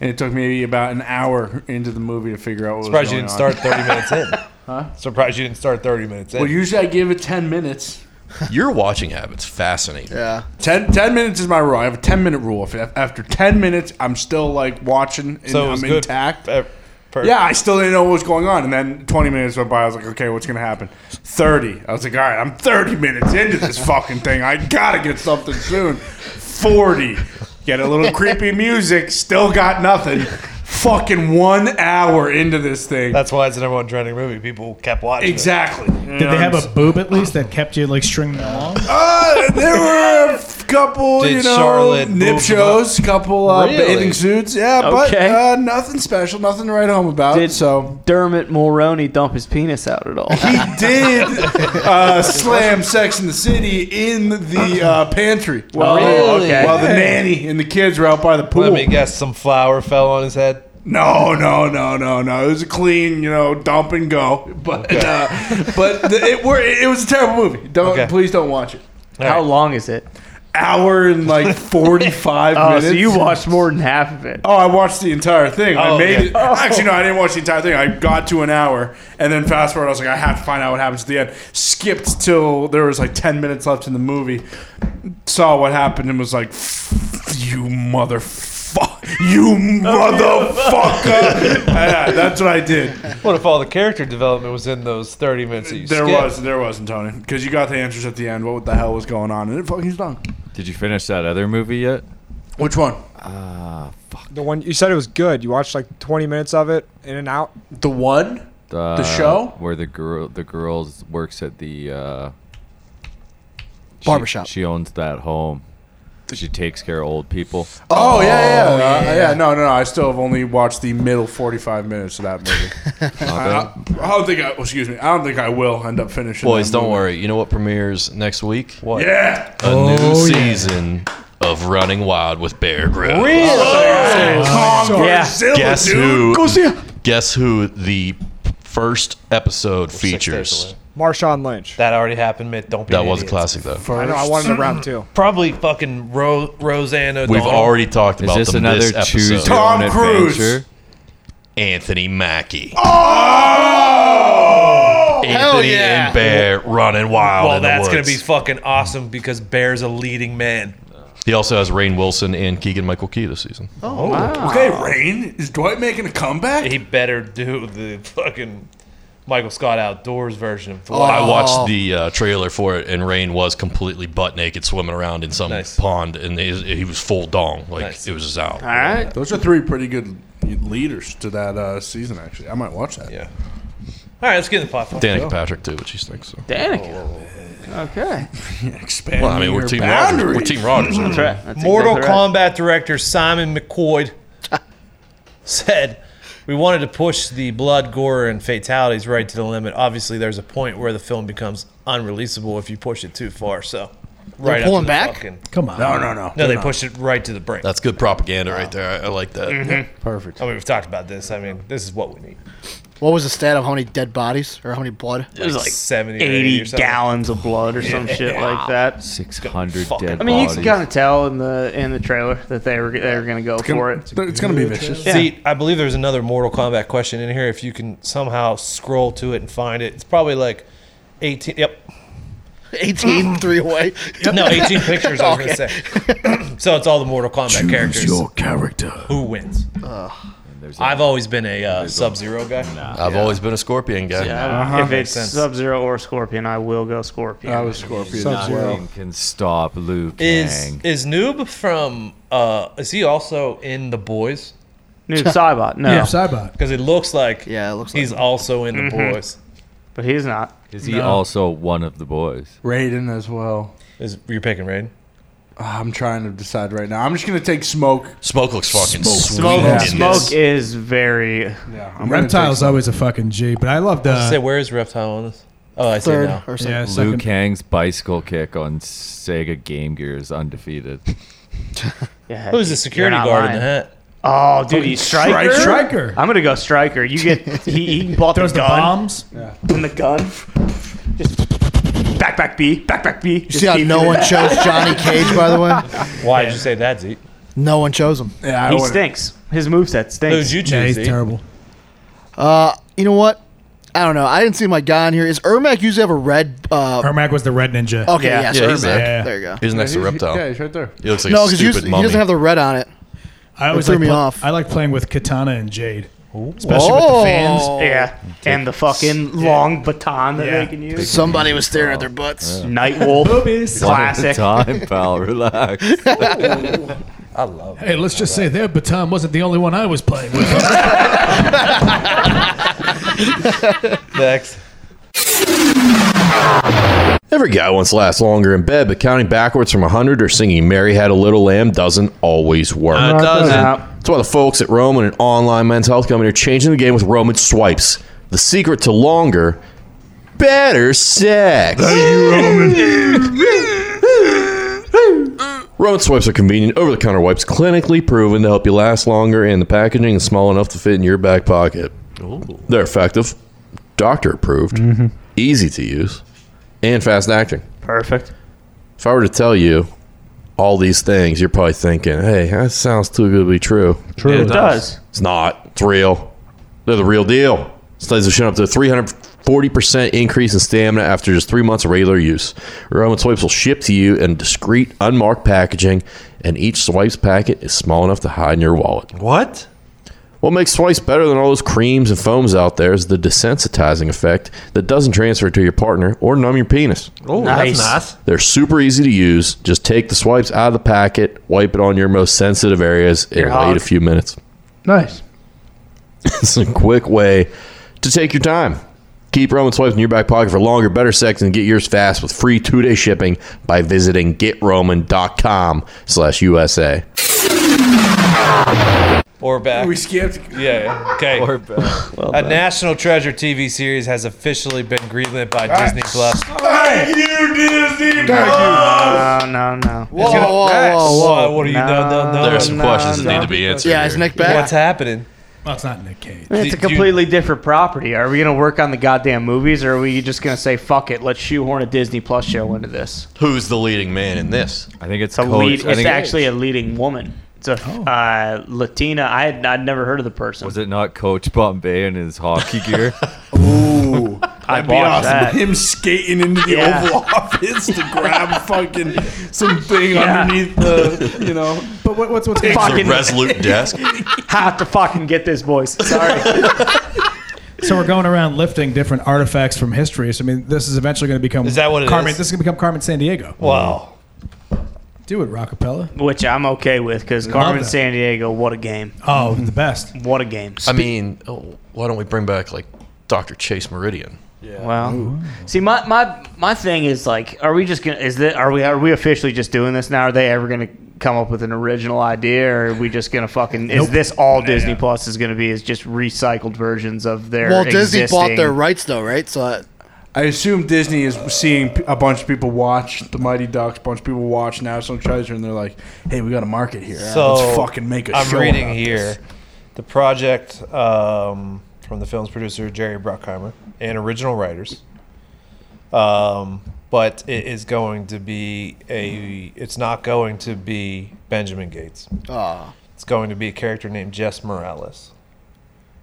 [SPEAKER 3] And it took maybe about an hour into the movie to figure out what was
[SPEAKER 2] Surprised you
[SPEAKER 3] going
[SPEAKER 2] didn't
[SPEAKER 3] on.
[SPEAKER 2] start 30 minutes in. huh? Surprised you didn't start 30 minutes in.
[SPEAKER 3] Well, usually I give it 10 minutes.
[SPEAKER 4] Your watching habits fascinating.
[SPEAKER 8] Yeah.
[SPEAKER 3] 10, 10 minutes is my rule. I have a 10 minute rule. If after 10 minutes, I'm still like watching and
[SPEAKER 2] So it
[SPEAKER 3] I'm
[SPEAKER 2] was good.
[SPEAKER 3] intact.
[SPEAKER 2] per-
[SPEAKER 3] yeah, I still didn't know what was going on. And then 20 minutes went by. I was like, okay, what's going to happen? 30. I was like, all right, I'm 30 minutes into this fucking thing. I got to get something soon. 40. Get a little creepy music. Still got nothing. Fucking one hour into this thing.
[SPEAKER 2] That's why it's the number one trending movie. People kept watching. it.
[SPEAKER 3] Exactly.
[SPEAKER 6] Did they have a boob at least that kept you like stringing along?
[SPEAKER 3] Uh, there were a f- couple,
[SPEAKER 6] Did
[SPEAKER 3] you know,
[SPEAKER 6] Charlotte
[SPEAKER 3] nip
[SPEAKER 6] move
[SPEAKER 3] shows, couple uh,
[SPEAKER 5] Really?
[SPEAKER 3] bathing suits. Yeah,
[SPEAKER 5] Okay.
[SPEAKER 3] but uh, nothing special, nothing to write home about.
[SPEAKER 5] Did
[SPEAKER 3] so
[SPEAKER 5] Dermot Mulroney dump his penis out at all?
[SPEAKER 3] He did uh, slam Sex in the City in the uh, pantry. While,
[SPEAKER 2] Oh, Really?
[SPEAKER 3] okay. while the
[SPEAKER 2] Hey.
[SPEAKER 3] nanny and the kids were out by the pool.
[SPEAKER 2] Let me guess. Some flour fell on his head.
[SPEAKER 3] No, no, no, no, no. It was a clean, you know, dump and go. But uh, but the, it were it was a terrible movie. Don't please don't watch it.
[SPEAKER 5] How long is it?
[SPEAKER 3] Hour and like forty five
[SPEAKER 5] Oh,
[SPEAKER 3] minutes.
[SPEAKER 5] so you watched more than half of it.
[SPEAKER 3] Oh, I watched the entire thing. I
[SPEAKER 5] Oh,
[SPEAKER 3] made
[SPEAKER 5] okay.
[SPEAKER 3] it. Actually, no, I didn't watch the entire thing. I got to an hour, and then fast forward. I was like, I have to find out what happens at the end. Skipped till there was like ten minutes left in the movie. Saw what happened and was like, "You motherfucker! You motherfucker!" yeah, that's what I did.
[SPEAKER 2] What if all the character development was in those 30 minutes that you
[SPEAKER 3] There
[SPEAKER 2] skipped?
[SPEAKER 3] was, there wasn't Tony, because you got the answers at the end. What the hell was going on? And it fucking stunk.
[SPEAKER 9] Did you finish that other movie yet?
[SPEAKER 3] Which one?
[SPEAKER 9] Uh,
[SPEAKER 1] The one you said it was good. You watched like 20 minutes of it, in and out.
[SPEAKER 3] The one?
[SPEAKER 9] the,
[SPEAKER 1] The show?
[SPEAKER 9] uh, where the girl the girls works at the uh, she-
[SPEAKER 8] Barbershop.
[SPEAKER 9] She, owns that home. She takes care of old people.
[SPEAKER 3] Oh, yeah, yeah, yeah. Uh,
[SPEAKER 9] yeah.
[SPEAKER 3] yeah. No, no, no. I still have only watched the middle forty-five minutes of that movie. I, I- I don't think. I, well, excuse me. I don't think I will end up finishing.
[SPEAKER 4] Boys,
[SPEAKER 3] that
[SPEAKER 4] don't
[SPEAKER 3] movie.
[SPEAKER 4] worry. You know what premieres next week? What?
[SPEAKER 3] Yeah.
[SPEAKER 4] A new
[SPEAKER 3] Oh, yeah.
[SPEAKER 4] season of Running Wild with Bear Grylls.
[SPEAKER 3] Really? Oh, Kong
[SPEAKER 4] Yeah.
[SPEAKER 3] Godzilla,
[SPEAKER 4] Guess
[SPEAKER 3] dude.
[SPEAKER 4] who?
[SPEAKER 1] Go see it.
[SPEAKER 4] Guess who? The first episode features.
[SPEAKER 1] Marshawn Lynch.
[SPEAKER 2] That already happened, Mitt. Don't be
[SPEAKER 4] That
[SPEAKER 2] an
[SPEAKER 4] was a
[SPEAKER 2] idiot.
[SPEAKER 4] classic though.
[SPEAKER 1] I know. I wanted to round two.
[SPEAKER 2] Probably fucking Ro- Roseanne O'Donnell.
[SPEAKER 4] We've already talked
[SPEAKER 9] Is
[SPEAKER 4] about
[SPEAKER 9] this
[SPEAKER 4] them this
[SPEAKER 9] another choose
[SPEAKER 4] episode.
[SPEAKER 9] your own Tom Cruise. adventure?
[SPEAKER 4] Anthony Mackie.
[SPEAKER 2] Oh!
[SPEAKER 4] Anthony and Bear running wild.
[SPEAKER 2] Well,
[SPEAKER 4] in the
[SPEAKER 2] that's going to
[SPEAKER 4] woods.
[SPEAKER 2] be fucking awesome because Bear's a leading man.
[SPEAKER 4] He also has Rain Wilson and Keegan Michael Key this season.
[SPEAKER 2] Oh,
[SPEAKER 3] Okay, Rain. Is Dwight making a comeback?
[SPEAKER 2] He better do the fucking Michael Scott Outdoors version of
[SPEAKER 3] Oh.
[SPEAKER 4] I watched the uh, trailer for it, and Rain was completely butt naked swimming around in some pond, and he, he was full dong, like it was just out.
[SPEAKER 3] All right. Those are three pretty good leaders to that uh, season. Actually, I might watch that.
[SPEAKER 2] Yeah. All right, let's get in the platform.
[SPEAKER 4] Danica Patrick too, what she thinks. So.
[SPEAKER 5] Okay.
[SPEAKER 3] Expand.
[SPEAKER 4] Well, I mean, we're Team Rogers. We're Team Rogers.
[SPEAKER 2] That's
[SPEAKER 4] right.
[SPEAKER 8] Mm-hmm.
[SPEAKER 5] That's
[SPEAKER 2] Mortal
[SPEAKER 5] exactly right.
[SPEAKER 2] Kombat director Simon McCoy said, "We wanted to push the blood, gore, and fatalities right to the limit. Obviously, there's a point where the film becomes unreleasable if you push it too far. So,
[SPEAKER 8] They're
[SPEAKER 2] right up
[SPEAKER 8] pulling
[SPEAKER 2] to the
[SPEAKER 8] back?
[SPEAKER 2] fucking-
[SPEAKER 6] Come on.
[SPEAKER 4] No, no, no.
[SPEAKER 2] No,
[SPEAKER 4] They're
[SPEAKER 2] they
[SPEAKER 4] not.
[SPEAKER 2] pushed it right to the brink.
[SPEAKER 4] That's good propaganda right there. I, I like that.
[SPEAKER 2] Mhm.
[SPEAKER 8] Mm-hmm. Perfect.
[SPEAKER 2] I mean, we've talked about this. I mean, this is what we need.
[SPEAKER 8] What was the stat of how many dead bodies or how many blood?
[SPEAKER 2] It was Like like 70 or
[SPEAKER 5] 80
[SPEAKER 2] 80 or something.
[SPEAKER 5] gallons of blood or some shit like that.
[SPEAKER 9] Six hundred dead.
[SPEAKER 5] I mean, you
[SPEAKER 9] bodies.
[SPEAKER 5] can kind of tell in the in the trailer that they were they were gonna go for it. Yeah.
[SPEAKER 2] See, I believe there's another Mortal Kombat question in here. If you can somehow scroll to it and find it, it's probably like 18. Yep.
[SPEAKER 8] 18 three away.
[SPEAKER 2] No, 18 pictures, I was going to
[SPEAKER 8] Okay.
[SPEAKER 2] say. so it's all the Mortal Kombat
[SPEAKER 8] Choose
[SPEAKER 2] characters.
[SPEAKER 8] your
[SPEAKER 4] character.
[SPEAKER 2] Who wins? I've always been a uh, Sub Zero guy.
[SPEAKER 4] I've always been a Scorpion guy.
[SPEAKER 5] Yeah,
[SPEAKER 2] Uh-huh.
[SPEAKER 5] If
[SPEAKER 2] Makes
[SPEAKER 5] it's
[SPEAKER 2] sense.
[SPEAKER 5] Sub Zero or Scorpion, I will go Scorpion.
[SPEAKER 3] I was Scorpion
[SPEAKER 9] Nothing can stop Liu
[SPEAKER 2] Is
[SPEAKER 9] Kang.
[SPEAKER 2] is Noob from? uh Is he also in the Boys?
[SPEAKER 5] Noob Saibot, no. Noob Saibot.
[SPEAKER 2] Because it looks like yeah, it looks he's also in the
[SPEAKER 5] Mhm.
[SPEAKER 2] Boys.
[SPEAKER 5] But he's not.
[SPEAKER 9] Is he also one of the boys?
[SPEAKER 3] Raiden as well. Uh,
[SPEAKER 2] Is you're picking Raiden?
[SPEAKER 3] I'm trying to decide right now. I'm just gonna take Smoke.
[SPEAKER 4] Smoke looks fucking sweet
[SPEAKER 5] Smoke,
[SPEAKER 4] in
[SPEAKER 5] smoke
[SPEAKER 4] this.
[SPEAKER 5] is very.
[SPEAKER 3] I'm gonna
[SPEAKER 6] Reptile's always a fucking G, but I loved.
[SPEAKER 2] I
[SPEAKER 6] Uh,
[SPEAKER 2] say, where is Reptile on this? Oh, I see it
[SPEAKER 6] Third
[SPEAKER 2] now.
[SPEAKER 6] or something. Yeah,
[SPEAKER 9] Liu
[SPEAKER 6] second.
[SPEAKER 9] Kang's bicycle kick on Sega Game Gear is undefeated.
[SPEAKER 5] Yeah,
[SPEAKER 2] Who's the
[SPEAKER 5] you're
[SPEAKER 2] security
[SPEAKER 5] not
[SPEAKER 2] guard in
[SPEAKER 5] lying.
[SPEAKER 2] the hat?
[SPEAKER 5] Oh, dude,
[SPEAKER 2] Fucking
[SPEAKER 5] he's striker.
[SPEAKER 2] Striker.
[SPEAKER 5] I'm gonna go striker. You get he, he bought the
[SPEAKER 6] Throws
[SPEAKER 5] gun.
[SPEAKER 6] the bombs.
[SPEAKER 5] And the gun. Just Back, back B. Back, back B.
[SPEAKER 8] You see how no one chose Johnny Cage, by the way?
[SPEAKER 2] Why did you say that, Zeke?
[SPEAKER 8] No one chose him.
[SPEAKER 5] he stinks. His moveset stinks.
[SPEAKER 2] Who'd you choose, Z?
[SPEAKER 8] Uh, you know what? I don't know. I didn't see my guy in here. Is Ermac usually have a red? Uh,
[SPEAKER 6] Ermac was the red ninja.
[SPEAKER 8] Okay,
[SPEAKER 4] Yeah.
[SPEAKER 8] yes,
[SPEAKER 4] Yeah,
[SPEAKER 8] Ermac.
[SPEAKER 4] he's there.
[SPEAKER 8] There you go.
[SPEAKER 4] He's next to
[SPEAKER 3] Yeah, he's-
[SPEAKER 4] Reptile.
[SPEAKER 3] yeah, he's right there.
[SPEAKER 4] He looks like
[SPEAKER 8] no,
[SPEAKER 4] a
[SPEAKER 8] because he
[SPEAKER 4] stupid mummy.
[SPEAKER 8] doesn't have the red on it.
[SPEAKER 6] I
[SPEAKER 8] It
[SPEAKER 6] always
[SPEAKER 8] threw
[SPEAKER 6] like
[SPEAKER 8] me
[SPEAKER 6] pl-
[SPEAKER 8] off.
[SPEAKER 6] I like playing with katana and jade, especially with the fans.
[SPEAKER 2] Oh.
[SPEAKER 5] Yeah. And the fucking long baton that
[SPEAKER 6] Yeah.
[SPEAKER 5] they can use.
[SPEAKER 8] Somebody was staring at their butts.
[SPEAKER 5] Night Wolf.
[SPEAKER 6] Boobies.
[SPEAKER 5] Classic.
[SPEAKER 9] One at a time, pal. Relax.
[SPEAKER 2] I love
[SPEAKER 6] Hey, let's just say their baton wasn't the only one I was playing with.
[SPEAKER 2] Next.
[SPEAKER 4] Every guy wants to last longer in bed, but counting backwards from 100 or singing Mary Had a Little Lamb doesn't always work.
[SPEAKER 2] Uh, it doesn't.
[SPEAKER 4] That's why the folks at Roman, an online men's health company, are changing the game with Roman swipes. The secret to longer, better sex. Roman swipes are convenient, over the counter wipes, clinically proven to help you last longer, and the packaging is small enough to fit in your back pocket. They're effective, doctor approved, easy to use, and fast acting.
[SPEAKER 5] Perfect.
[SPEAKER 4] If I were to tell you all these things, you're probably thinking, hey, that sounds too good to be true.
[SPEAKER 5] It does.
[SPEAKER 4] It's not. It's real. They're the real deal. Studies have shown up to 340% increase in stamina after just three months of regular use. Roman swipes will ship to you in discreet, unmarked packaging, and each swipes packet is small enough to hide in your wallet.
[SPEAKER 2] What?
[SPEAKER 4] What makes swipes better than all those creams and foams out there is the desensitizing effect that doesn't transfer to your partner or numb your penis.
[SPEAKER 2] Oh,
[SPEAKER 5] Nice.
[SPEAKER 2] that's nice.
[SPEAKER 4] They're super easy to use. Just take the swipes out of the packet, wipe it on your most sensitive areas, and
[SPEAKER 5] Your
[SPEAKER 4] wait
[SPEAKER 5] hog.
[SPEAKER 4] a few minutes.
[SPEAKER 5] Nice.
[SPEAKER 4] It's a quick way to take your time. Keep Roman swipes in your back pocket for longer, better sex, and get yours fast with free two-day shipping by visiting GetRoman.com slash USA.
[SPEAKER 2] Or back.
[SPEAKER 3] We skipped.
[SPEAKER 2] Yeah, yeah. Okay.
[SPEAKER 9] Or better.
[SPEAKER 2] a National Treasure TV series has officially been greenlit by Disney Plus.
[SPEAKER 3] Oh. Thank you, Disney.
[SPEAKER 5] No, no, no.
[SPEAKER 8] Whoa, whoa, whoa, whoa, whoa.
[SPEAKER 2] Whoa, what are you? No, no, no.
[SPEAKER 4] There are some
[SPEAKER 5] no,
[SPEAKER 4] questions that
[SPEAKER 5] no.
[SPEAKER 4] need to be answered.
[SPEAKER 8] Yeah, his
[SPEAKER 4] here.
[SPEAKER 8] neck back.
[SPEAKER 2] What's happening?
[SPEAKER 6] Well, it's not Nick Cage.
[SPEAKER 5] It's a
[SPEAKER 2] Did you-
[SPEAKER 5] completely different property. Are we going to work on the goddamn movies, or are we just going to say fuck it? Let's shoehorn a Disney Plus show into this.
[SPEAKER 4] Who's the leading man in this?
[SPEAKER 9] I think it's
[SPEAKER 5] It's a
[SPEAKER 9] Cody-
[SPEAKER 5] lead.
[SPEAKER 9] I
[SPEAKER 5] It's
[SPEAKER 9] think-
[SPEAKER 5] actually a leading woman. It's a
[SPEAKER 2] Oh.
[SPEAKER 5] uh, Latina. I had I'd never heard of the person.
[SPEAKER 9] Was it not Coach Bombay in his hockey gear?
[SPEAKER 5] I
[SPEAKER 3] Ooh, that'd be
[SPEAKER 5] bought
[SPEAKER 3] awesome.
[SPEAKER 5] that.
[SPEAKER 3] Him skating into the
[SPEAKER 5] Yeah.
[SPEAKER 3] Oval Office to grab fucking something underneath the, you know.
[SPEAKER 6] But what, what's what's
[SPEAKER 4] The
[SPEAKER 5] Fucking
[SPEAKER 4] resolute desk.
[SPEAKER 5] have to fucking get this, boys. Sorry.
[SPEAKER 6] So we're going around lifting different artifacts from history. So I mean, this is eventually going to become
[SPEAKER 2] Is that what it
[SPEAKER 6] Carmen,
[SPEAKER 2] is?
[SPEAKER 6] This is going to become Carmen San Diego.
[SPEAKER 2] Wow.
[SPEAKER 6] Do it, Rockapella.
[SPEAKER 5] Which I'm okay with because Carmen
[SPEAKER 6] that.
[SPEAKER 5] San Diego. What a game.
[SPEAKER 6] Oh, the best.
[SPEAKER 5] What a game.
[SPEAKER 4] I mean, oh, why don't we bring back like Dr. Chase Meridian?
[SPEAKER 5] Well, see, my, my my thing is like, are we just gonna? Is that are we are we officially just doing this now? Are they ever gonna come up with an original idea, or are we just gonna fucking? Is this all Disney Plus is gonna be? Is just recycled versions of their?
[SPEAKER 8] Well, Disney bought their
[SPEAKER 5] existing-
[SPEAKER 8] rights though, right? So uh,
[SPEAKER 3] I assume Disney is seeing p- a bunch of people watch The Mighty Ducks, a bunch of people watch National Treasure, and they're like, hey, we got a market here.
[SPEAKER 2] So
[SPEAKER 3] Let's fucking make a
[SPEAKER 2] I'm
[SPEAKER 3] show.
[SPEAKER 2] reading
[SPEAKER 3] about
[SPEAKER 2] here
[SPEAKER 3] this."
[SPEAKER 2] the project um, from the film's producer Jerry Bruckheimer and original writers. Um, but it is going to be a. It's not going to be Benjamin Gates.
[SPEAKER 8] aw.
[SPEAKER 2] It's going to be a character named Jess Morales.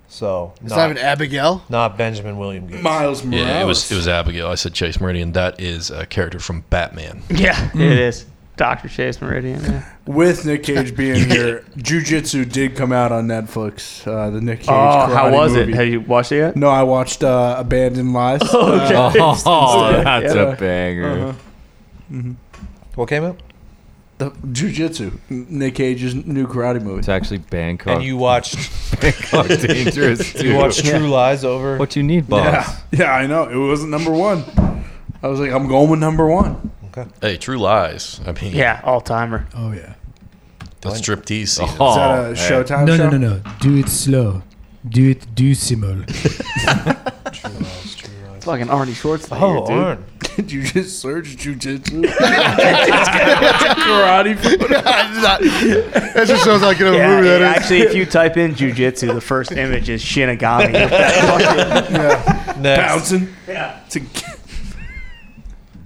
[SPEAKER 2] So
[SPEAKER 8] is that an Abigail?
[SPEAKER 2] not Benjamin William Gates.
[SPEAKER 3] Miles Morales.
[SPEAKER 4] Yeah, it was it was Abigail. I said Chase Meridian. That is a character from Batman.
[SPEAKER 5] Yeah, it is. Doctor Chase Meridian. Yeah.
[SPEAKER 3] Mm. With Nick Cage being here, Jujitsu did come out on Netflix. Uh, the Nick Cage.
[SPEAKER 5] Oh, how
[SPEAKER 3] karate
[SPEAKER 5] was
[SPEAKER 3] movie.
[SPEAKER 5] it? Have you watched it yet?
[SPEAKER 3] No, I watched uh, Abandoned Lies. Uh, Uh-huh.
[SPEAKER 5] Okay.
[SPEAKER 2] Uh,
[SPEAKER 9] oh, that's
[SPEAKER 3] Oh, Yeah.
[SPEAKER 9] a
[SPEAKER 8] Uh-huh.
[SPEAKER 9] banger.
[SPEAKER 2] What came out?
[SPEAKER 3] The Jujitsu, Nick Cage's new karate movie.
[SPEAKER 9] It's actually Bangkok.
[SPEAKER 2] And you watched
[SPEAKER 9] Bangkok Dangerous too.
[SPEAKER 2] you watched True Lies over.
[SPEAKER 9] what you need, boss.
[SPEAKER 3] Yeah, yeah, I know. It wasn't number one. I was like, I'm going with number one.
[SPEAKER 4] Hey, True Lies. I mean,
[SPEAKER 5] Yeah, all timer.
[SPEAKER 6] Oh yeah.
[SPEAKER 4] that's striptease season.
[SPEAKER 9] Oh,
[SPEAKER 3] Is that a
[SPEAKER 9] man.
[SPEAKER 3] Showtime
[SPEAKER 6] No,
[SPEAKER 3] show?
[SPEAKER 6] no, no, no. Do it slow. Do it decimal.
[SPEAKER 5] Fucking Arnie Schwarzenegger,
[SPEAKER 2] Oh,
[SPEAKER 5] dude.
[SPEAKER 2] Arn.
[SPEAKER 3] Did you just search jujitsu? karate food.
[SPEAKER 8] That just sounds like a
[SPEAKER 5] Yeah,
[SPEAKER 8] movie
[SPEAKER 5] yeah,
[SPEAKER 8] that is.
[SPEAKER 5] actually, if you type in jujitsu, the first image is Shinigami.
[SPEAKER 2] Next.
[SPEAKER 3] Bouncing.
[SPEAKER 5] Yeah.
[SPEAKER 3] It's a-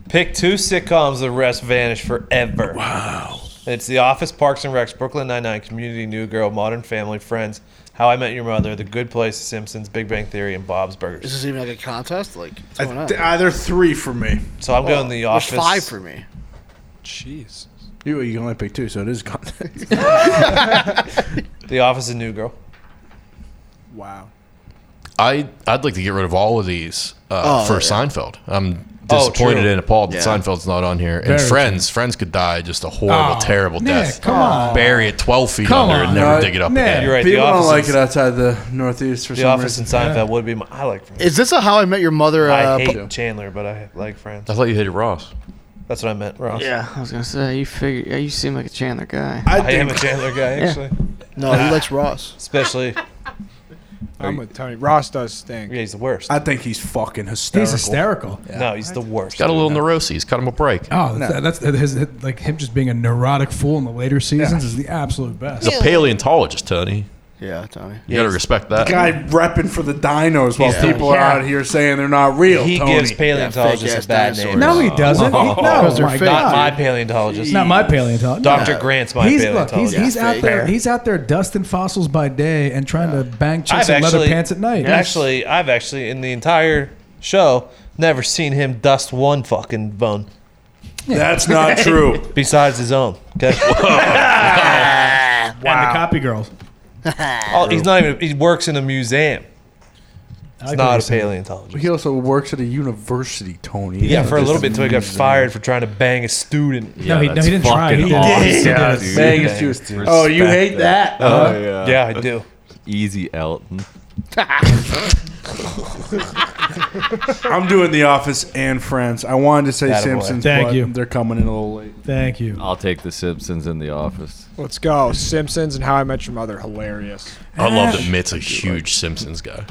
[SPEAKER 2] Pick two sitcoms, the rest vanish forever. Wow. It's The Office, Parks and Recs, Brooklyn Nine-Nine, Community, New Girl, Modern Family, Friends, How I Met Your Mother, The Good Place, The Simpsons, Big Bang Theory, and Bob's Burgers.
[SPEAKER 8] Is this even like a contest? Like, what's
[SPEAKER 3] I
[SPEAKER 8] going on?
[SPEAKER 3] th- uh, they're three for me.
[SPEAKER 2] So I'm going The
[SPEAKER 8] There's
[SPEAKER 2] Office.
[SPEAKER 8] five for me.
[SPEAKER 3] Jeez. You, you can only pick two, so it is contest.
[SPEAKER 2] The Office and New Girl.
[SPEAKER 3] wow.
[SPEAKER 4] I I'd like to get rid of all of these uh,
[SPEAKER 2] Oh,
[SPEAKER 4] for
[SPEAKER 2] yeah.
[SPEAKER 4] Seinfeld. I'm
[SPEAKER 2] Oh,
[SPEAKER 4] disappointed
[SPEAKER 2] true.
[SPEAKER 4] and appalled that
[SPEAKER 2] Yeah.
[SPEAKER 4] Seinfeld's not on here. And
[SPEAKER 2] Very
[SPEAKER 4] Friends, Friends could die just a horrible,
[SPEAKER 2] Oh,
[SPEAKER 4] terrible
[SPEAKER 2] Nick,
[SPEAKER 4] death.
[SPEAKER 2] come on.
[SPEAKER 4] bury it twelve feet
[SPEAKER 2] Come
[SPEAKER 4] under and
[SPEAKER 2] on.
[SPEAKER 4] never
[SPEAKER 2] No,
[SPEAKER 4] dig it up
[SPEAKER 2] Nick,
[SPEAKER 4] again.
[SPEAKER 2] You're right, The
[SPEAKER 3] People don't
[SPEAKER 2] Office
[SPEAKER 3] like
[SPEAKER 2] is-
[SPEAKER 3] it outside the Northeast for
[SPEAKER 2] the
[SPEAKER 3] some
[SPEAKER 2] Office
[SPEAKER 3] reason.
[SPEAKER 2] and Seinfeld would be my. I like Friends.
[SPEAKER 8] Is this a How I Met Your Mother?
[SPEAKER 2] I
[SPEAKER 8] uh,
[SPEAKER 2] hate
[SPEAKER 8] po-
[SPEAKER 2] Chandler, but I like Friends.
[SPEAKER 4] I thought you hated Ross.
[SPEAKER 2] That's what I meant, Ross.
[SPEAKER 5] Yeah, I was gonna say you figure you seem like a Chandler guy.
[SPEAKER 2] I, am a Chandler guy,
[SPEAKER 5] Yeah.
[SPEAKER 2] actually.
[SPEAKER 8] No, he likes Ross.
[SPEAKER 2] Especially.
[SPEAKER 10] I'm with Tony. Ross does stink.
[SPEAKER 2] Yeah, he's the worst.
[SPEAKER 3] I think he's fucking hysterical.
[SPEAKER 2] No, he's the worst.
[SPEAKER 4] Got a little neuroses. Cut him a break.
[SPEAKER 6] Oh, that's, that's his, like him just being a neurotic fool in the later seasons is the absolute best.
[SPEAKER 4] He's a paleontologist, Tony.
[SPEAKER 8] Yeah, Tony.
[SPEAKER 4] You gotta respect that.
[SPEAKER 3] The guy repping for the dinos while
[SPEAKER 4] Yeah.
[SPEAKER 3] people are
[SPEAKER 4] Yeah.
[SPEAKER 3] out here saying they're not real.
[SPEAKER 2] He
[SPEAKER 3] Tony.
[SPEAKER 2] gives paleontologists a bad name. Oh.
[SPEAKER 6] No, he doesn't. He- no,
[SPEAKER 2] Those are
[SPEAKER 6] my
[SPEAKER 2] fake.
[SPEAKER 6] God.
[SPEAKER 2] not my paleontologist.
[SPEAKER 6] Not my paleontologist.
[SPEAKER 2] Dr. Grant's my
[SPEAKER 6] he's, look, he's,
[SPEAKER 2] paleontologist.
[SPEAKER 6] he's out there. He's out there dusting fossils by day and trying to bang chicks in leather pants at night.
[SPEAKER 2] Actually, I've actually in the entire show never seen him dust one fucking bone.
[SPEAKER 3] That's not true.
[SPEAKER 2] Besides his own. Okay.
[SPEAKER 6] and the copy girls.
[SPEAKER 2] Oh, he's not even. He works in a museum. He's not a paleontologist.
[SPEAKER 3] He also works at a university, Tony.
[SPEAKER 2] Yeah, for a little bit until he got fired for trying to bang a student.
[SPEAKER 3] Yeah, No, he- no, that's he didn't try. fucking He did. awesome. He Yeah, did. dude. Bang his student. Oh, you
[SPEAKER 1] Uh,
[SPEAKER 3] hate that?
[SPEAKER 9] Oh,
[SPEAKER 3] Huh?
[SPEAKER 9] yeah.
[SPEAKER 2] Yeah, I do.
[SPEAKER 9] Easy Elton.
[SPEAKER 3] Uh-huh. I'm doing The Office and Friends. I wanted to say
[SPEAKER 9] Attaboy.
[SPEAKER 3] Simpsons,
[SPEAKER 9] Thank
[SPEAKER 3] but
[SPEAKER 9] you.
[SPEAKER 3] they're coming in a little late.
[SPEAKER 6] Thank you.
[SPEAKER 9] I'll take The Simpsons in The Office.
[SPEAKER 10] Let's go. Simpsons and How I Met Your Mother. Hilarious.
[SPEAKER 4] I love that Mitt's a huge Simpsons guy.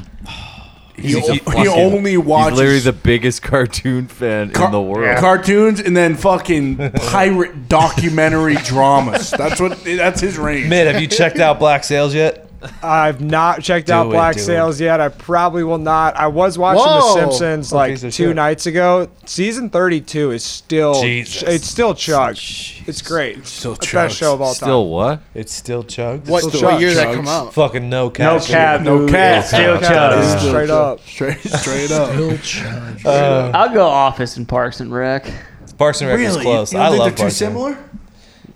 [SPEAKER 3] He,
[SPEAKER 9] He's a
[SPEAKER 3] he
[SPEAKER 9] fucking-
[SPEAKER 3] only
[SPEAKER 9] He's
[SPEAKER 3] watches
[SPEAKER 9] literally the biggest cartoon fan
[SPEAKER 3] car-
[SPEAKER 9] in the world.
[SPEAKER 3] cartoons and then fucking pirate documentary dramas. That's what. That's his range.
[SPEAKER 2] Mid, have you checked out Black Sales yet?
[SPEAKER 10] I've not checked
[SPEAKER 2] Do
[SPEAKER 10] out
[SPEAKER 2] it,
[SPEAKER 10] Black
[SPEAKER 2] do it.
[SPEAKER 10] Sails yet. I probably will not. I was watching
[SPEAKER 2] Whoa!
[SPEAKER 10] The Simpsons
[SPEAKER 2] Oh,
[SPEAKER 10] like
[SPEAKER 2] piece
[SPEAKER 10] two
[SPEAKER 2] of shit.
[SPEAKER 10] nights ago. Season 32 is still
[SPEAKER 2] Jesus.
[SPEAKER 10] it's still chugged. It's great. Still Best show of all time.
[SPEAKER 9] Still what?
[SPEAKER 2] It's still chugged.
[SPEAKER 10] What-
[SPEAKER 2] It's
[SPEAKER 10] what year did that come
[SPEAKER 2] chugged.
[SPEAKER 10] out?
[SPEAKER 2] Fucking no cap.
[SPEAKER 10] No cap, No dude. cap. Still chugged.
[SPEAKER 2] Still chugged.
[SPEAKER 10] Straight
[SPEAKER 2] Still
[SPEAKER 10] up.
[SPEAKER 3] Straight, straight up.
[SPEAKER 2] Uh,
[SPEAKER 5] I'll go Office and Parks and Rec.
[SPEAKER 2] Parks and Rec is close. I love Parks and Rec.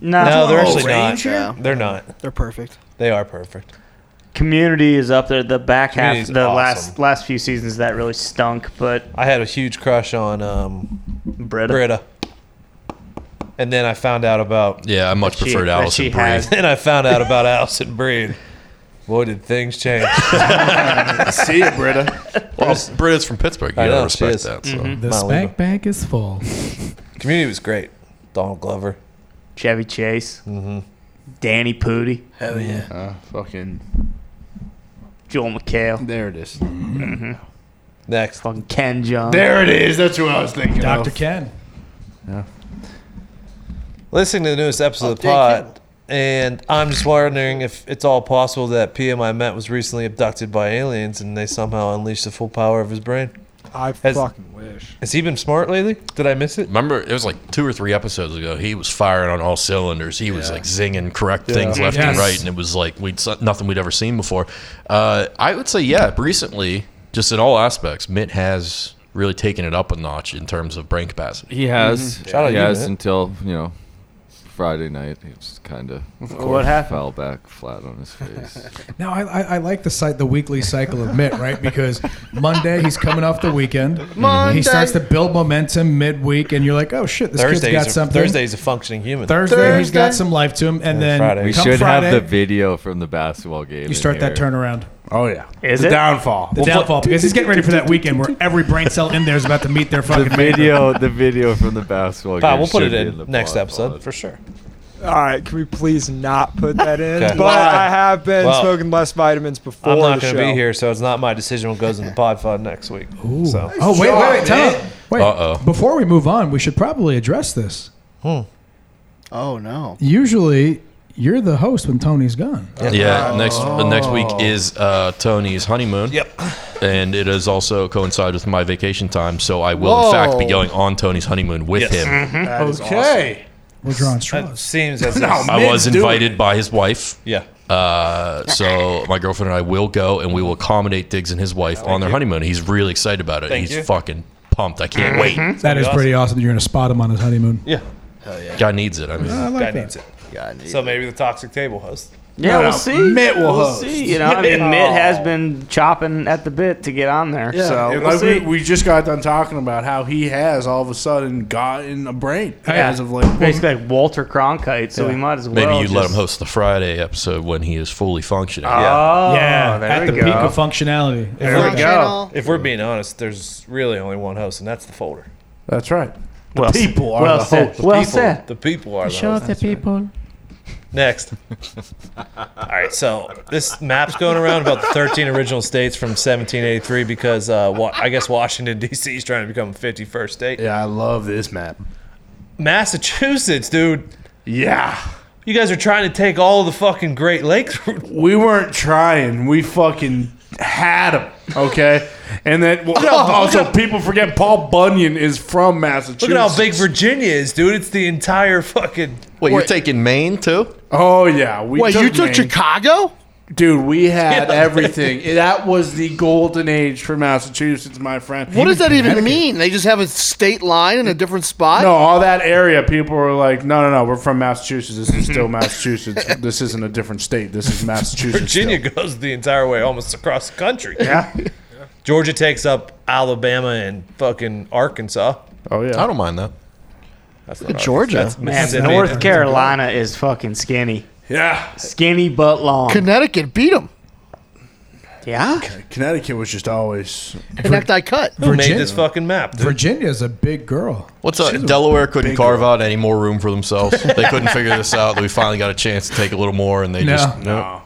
[SPEAKER 5] No,
[SPEAKER 2] no, they're actually not. They're not.
[SPEAKER 8] They're perfect.
[SPEAKER 2] They are perfect.
[SPEAKER 5] Community is up there. The back half,
[SPEAKER 2] Community's
[SPEAKER 5] the
[SPEAKER 2] awesome.
[SPEAKER 5] last last few seasons that really stunk. But
[SPEAKER 2] I had a huge crush on um,
[SPEAKER 5] Britta.
[SPEAKER 2] And then I found out about
[SPEAKER 4] Yeah, I much
[SPEAKER 2] That she-
[SPEAKER 4] preferred
[SPEAKER 2] that
[SPEAKER 4] Allison
[SPEAKER 2] she
[SPEAKER 4] Brie.
[SPEAKER 2] has- Then I found out about Allison Breed. Boy, did things change.
[SPEAKER 3] See you, Britta.
[SPEAKER 4] Well, Britta's from Pittsburgh. You
[SPEAKER 2] I
[SPEAKER 4] gotta
[SPEAKER 2] know, she
[SPEAKER 4] respect
[SPEAKER 2] is.
[SPEAKER 4] that. So.
[SPEAKER 2] Mhm.
[SPEAKER 6] The
[SPEAKER 2] My
[SPEAKER 6] spank bank is full.
[SPEAKER 2] Community was great. Donald Glover,
[SPEAKER 5] Chevy Chase, mm-hmm. Danny Pudi,
[SPEAKER 8] Hell yeah.
[SPEAKER 3] Uh, fucking
[SPEAKER 5] Joel McHale.
[SPEAKER 3] There it is.
[SPEAKER 5] Mm-hmm.
[SPEAKER 2] Next,
[SPEAKER 5] fucking Ken John.
[SPEAKER 3] There it is. That's what I was thinking.
[SPEAKER 6] Dr.
[SPEAKER 3] of.
[SPEAKER 6] Ken.
[SPEAKER 2] listening to the newest episode
[SPEAKER 10] Oh,
[SPEAKER 2] of the
[SPEAKER 6] Update
[SPEAKER 2] pod, and I'm just wondering if it's all possible that PM I met was recently abducted by aliens and they somehow unleashed the full power of his brain.
[SPEAKER 10] I
[SPEAKER 2] Has-
[SPEAKER 10] fucking wish.
[SPEAKER 2] Has he been smart lately? Did I miss it?
[SPEAKER 4] Remember, it was like two or three episodes ago. He was firing on all cylinders. He was like zinging correct
[SPEAKER 2] Yeah.
[SPEAKER 4] things left and
[SPEAKER 2] Yes.
[SPEAKER 4] right, and it was like we'd nothing we'd ever seen before. Uh, I would say, yeah, recently, just in all aspects, Mitt has really taken it up a notch in terms of brain capacity.
[SPEAKER 9] He has.
[SPEAKER 2] Mm-hmm.
[SPEAKER 4] Mhm. Shout out
[SPEAKER 9] he
[SPEAKER 4] you,
[SPEAKER 9] has
[SPEAKER 4] man.
[SPEAKER 9] until you know Friday night. He was kind of
[SPEAKER 6] course. happened?
[SPEAKER 9] Fell back flat on his face.
[SPEAKER 6] Now I, I, I like the site the weekly cycle of Mitt right because Monday he's coming off the weekend.
[SPEAKER 2] Monday.
[SPEAKER 6] he starts to build momentum midweek, and you're like, oh shit, this
[SPEAKER 2] Thursday's
[SPEAKER 6] kid's got
[SPEAKER 2] a,
[SPEAKER 6] something.
[SPEAKER 2] Thursday's a functioning human.
[SPEAKER 6] Thursday, he's got some life to him, and then
[SPEAKER 9] we
[SPEAKER 6] come
[SPEAKER 9] should
[SPEAKER 6] Friday,
[SPEAKER 9] have the video from the basketball game.
[SPEAKER 6] you start that turnaround.
[SPEAKER 3] Oh yeah,
[SPEAKER 5] Is
[SPEAKER 6] The
[SPEAKER 5] it
[SPEAKER 3] downfall?
[SPEAKER 6] The downfall because he's getting ready for that weekend where every brain cell in there is about to meet their
[SPEAKER 9] The
[SPEAKER 6] fucking
[SPEAKER 9] video, the video from the basketball
[SPEAKER 2] Bob,
[SPEAKER 9] game.
[SPEAKER 2] we'll put
[SPEAKER 9] should
[SPEAKER 2] it
[SPEAKER 9] be
[SPEAKER 2] in
[SPEAKER 9] the
[SPEAKER 2] next
[SPEAKER 9] blog
[SPEAKER 2] episode
[SPEAKER 9] pod.
[SPEAKER 2] for sure.
[SPEAKER 10] All right, can we please not put that in?
[SPEAKER 2] Okay.
[SPEAKER 10] But
[SPEAKER 2] Why?
[SPEAKER 10] I have been
[SPEAKER 2] Well,
[SPEAKER 10] smoking less vitamins before
[SPEAKER 2] I'm not
[SPEAKER 10] the
[SPEAKER 2] going
[SPEAKER 10] show.
[SPEAKER 2] to be here, so it's not my decision what goes in the pod fund next week. So.
[SPEAKER 6] Oh wait, wait, wait, tell him. Wait,
[SPEAKER 2] Uh-oh.
[SPEAKER 6] before we move on, we should probably address this.
[SPEAKER 8] Oh no.
[SPEAKER 6] Usually, you're the host when Tony's gone.
[SPEAKER 4] Yeah, next uh, next week is uh, Tony's honeymoon. Yep, and it is also coincide with my vacation time, so I will in fact be
[SPEAKER 2] Whoa.
[SPEAKER 4] going on Tony's honeymoon with
[SPEAKER 2] Yes.
[SPEAKER 4] him.
[SPEAKER 10] Mm-hmm.
[SPEAKER 3] That is okay.
[SPEAKER 6] We're drawing
[SPEAKER 2] That seems as
[SPEAKER 3] No,
[SPEAKER 2] if-
[SPEAKER 4] I was invited by his wife.
[SPEAKER 2] Oh, Yeah.
[SPEAKER 4] Uh, so my girlfriend and I will go, and we will accommodate Diggs and his wife on their honeymoon. He's really excited about it.
[SPEAKER 2] Thank
[SPEAKER 4] He's
[SPEAKER 2] you.
[SPEAKER 4] fuckt pumped. I can't wait.
[SPEAKER 6] That is pretty awesome. that You're going to spot him on his honeymoon.
[SPEAKER 2] Yeah.
[SPEAKER 4] Guy needs it. I mean,
[SPEAKER 6] I like
[SPEAKER 2] Guy
[SPEAKER 6] that.
[SPEAKER 2] needs it. so maybe the toxic table host.
[SPEAKER 5] Yeah, we'll see.
[SPEAKER 3] Mitt will
[SPEAKER 5] we'll
[SPEAKER 3] host.
[SPEAKER 5] see. You know, I mean, Mitt has been chopping at the bit to get on there.
[SPEAKER 3] Yeah,
[SPEAKER 5] so
[SPEAKER 3] and
[SPEAKER 5] we'll
[SPEAKER 3] like
[SPEAKER 5] see.
[SPEAKER 3] we, we just got done talking about how he has all of a sudden gotten a brain
[SPEAKER 5] Yeah.
[SPEAKER 3] as of like
[SPEAKER 5] basically like Walter Cronkite, so
[SPEAKER 3] Yeah.
[SPEAKER 5] we might as well.
[SPEAKER 4] maybe you'd let him
[SPEAKER 5] just-
[SPEAKER 4] host the Friday episode when he is fully functioning.
[SPEAKER 5] Oh,
[SPEAKER 6] yeah,
[SPEAKER 5] there
[SPEAKER 6] at
[SPEAKER 5] we
[SPEAKER 6] the
[SPEAKER 5] go.
[SPEAKER 6] peak of functionality.
[SPEAKER 2] There we
[SPEAKER 6] Functional.
[SPEAKER 2] go. If we're being honest, there's really only one host, and that's the folder.
[SPEAKER 3] That's right. The
[SPEAKER 2] Well said.
[SPEAKER 3] people are
[SPEAKER 2] Well
[SPEAKER 3] the
[SPEAKER 2] said.
[SPEAKER 3] host.
[SPEAKER 2] Well said. The people are the
[SPEAKER 11] Show
[SPEAKER 2] host.
[SPEAKER 11] the people.
[SPEAKER 2] Next. All right, so this map's going around about the 13 original states from 1783 because uh, wa- I guess Washington, D.C. is trying to become a 51st state.
[SPEAKER 3] Yeah, I love this map.
[SPEAKER 2] Massachusetts, dude.
[SPEAKER 3] Yeah.
[SPEAKER 2] You guys are trying to take all the fucking Great Lakes.
[SPEAKER 3] We weren't trying. We fucking had them. Okay. And then well,
[SPEAKER 2] Oh,
[SPEAKER 3] also
[SPEAKER 2] look at-
[SPEAKER 3] people forget Paul Bunyan is from Massachusetts.
[SPEAKER 2] Look at how big Virginia is, dude. It's the entire fucking.
[SPEAKER 4] Well, you're taking Maine too?
[SPEAKER 3] Oh yeah. We
[SPEAKER 2] Wait, you took
[SPEAKER 3] Chicago? Dude, we had
[SPEAKER 2] Yeah.
[SPEAKER 3] everything. that was the golden age for Massachusetts, my friend.
[SPEAKER 8] What does that even
[SPEAKER 3] Connecticut.
[SPEAKER 8] mean? They just have a state line in a different spot?
[SPEAKER 3] No, all that area, people were like, no, no, no, we're from Massachusetts. This is still Massachusetts. This isn't a different state. This is Massachusetts.
[SPEAKER 2] Virginia goes the entire way, almost across the country.
[SPEAKER 3] Yeah.
[SPEAKER 2] Georgia takes up Alabama and fucking Arkansas.
[SPEAKER 3] Oh yeah,
[SPEAKER 4] I don't mind that.
[SPEAKER 2] That's not
[SPEAKER 8] Georgia.
[SPEAKER 2] Arkansas. That's
[SPEAKER 5] Man,
[SPEAKER 2] Mississippi.
[SPEAKER 5] North Carolina is fucking skinny.
[SPEAKER 3] Yeah.
[SPEAKER 5] Skinny but long.
[SPEAKER 8] Connecticut beat them.
[SPEAKER 5] Yeah.
[SPEAKER 3] Connecticut was just always.
[SPEAKER 8] Connect, I cut.
[SPEAKER 2] Who made this fucking map? Dude?
[SPEAKER 6] Virginia's a big girl.
[SPEAKER 4] What's up?
[SPEAKER 6] She's a
[SPEAKER 4] Delaware couldn't
[SPEAKER 6] big
[SPEAKER 4] carve out any more room for themselves. they couldn't figure this out. We finally got a chance to take a little more, and they
[SPEAKER 8] No.
[SPEAKER 4] just no.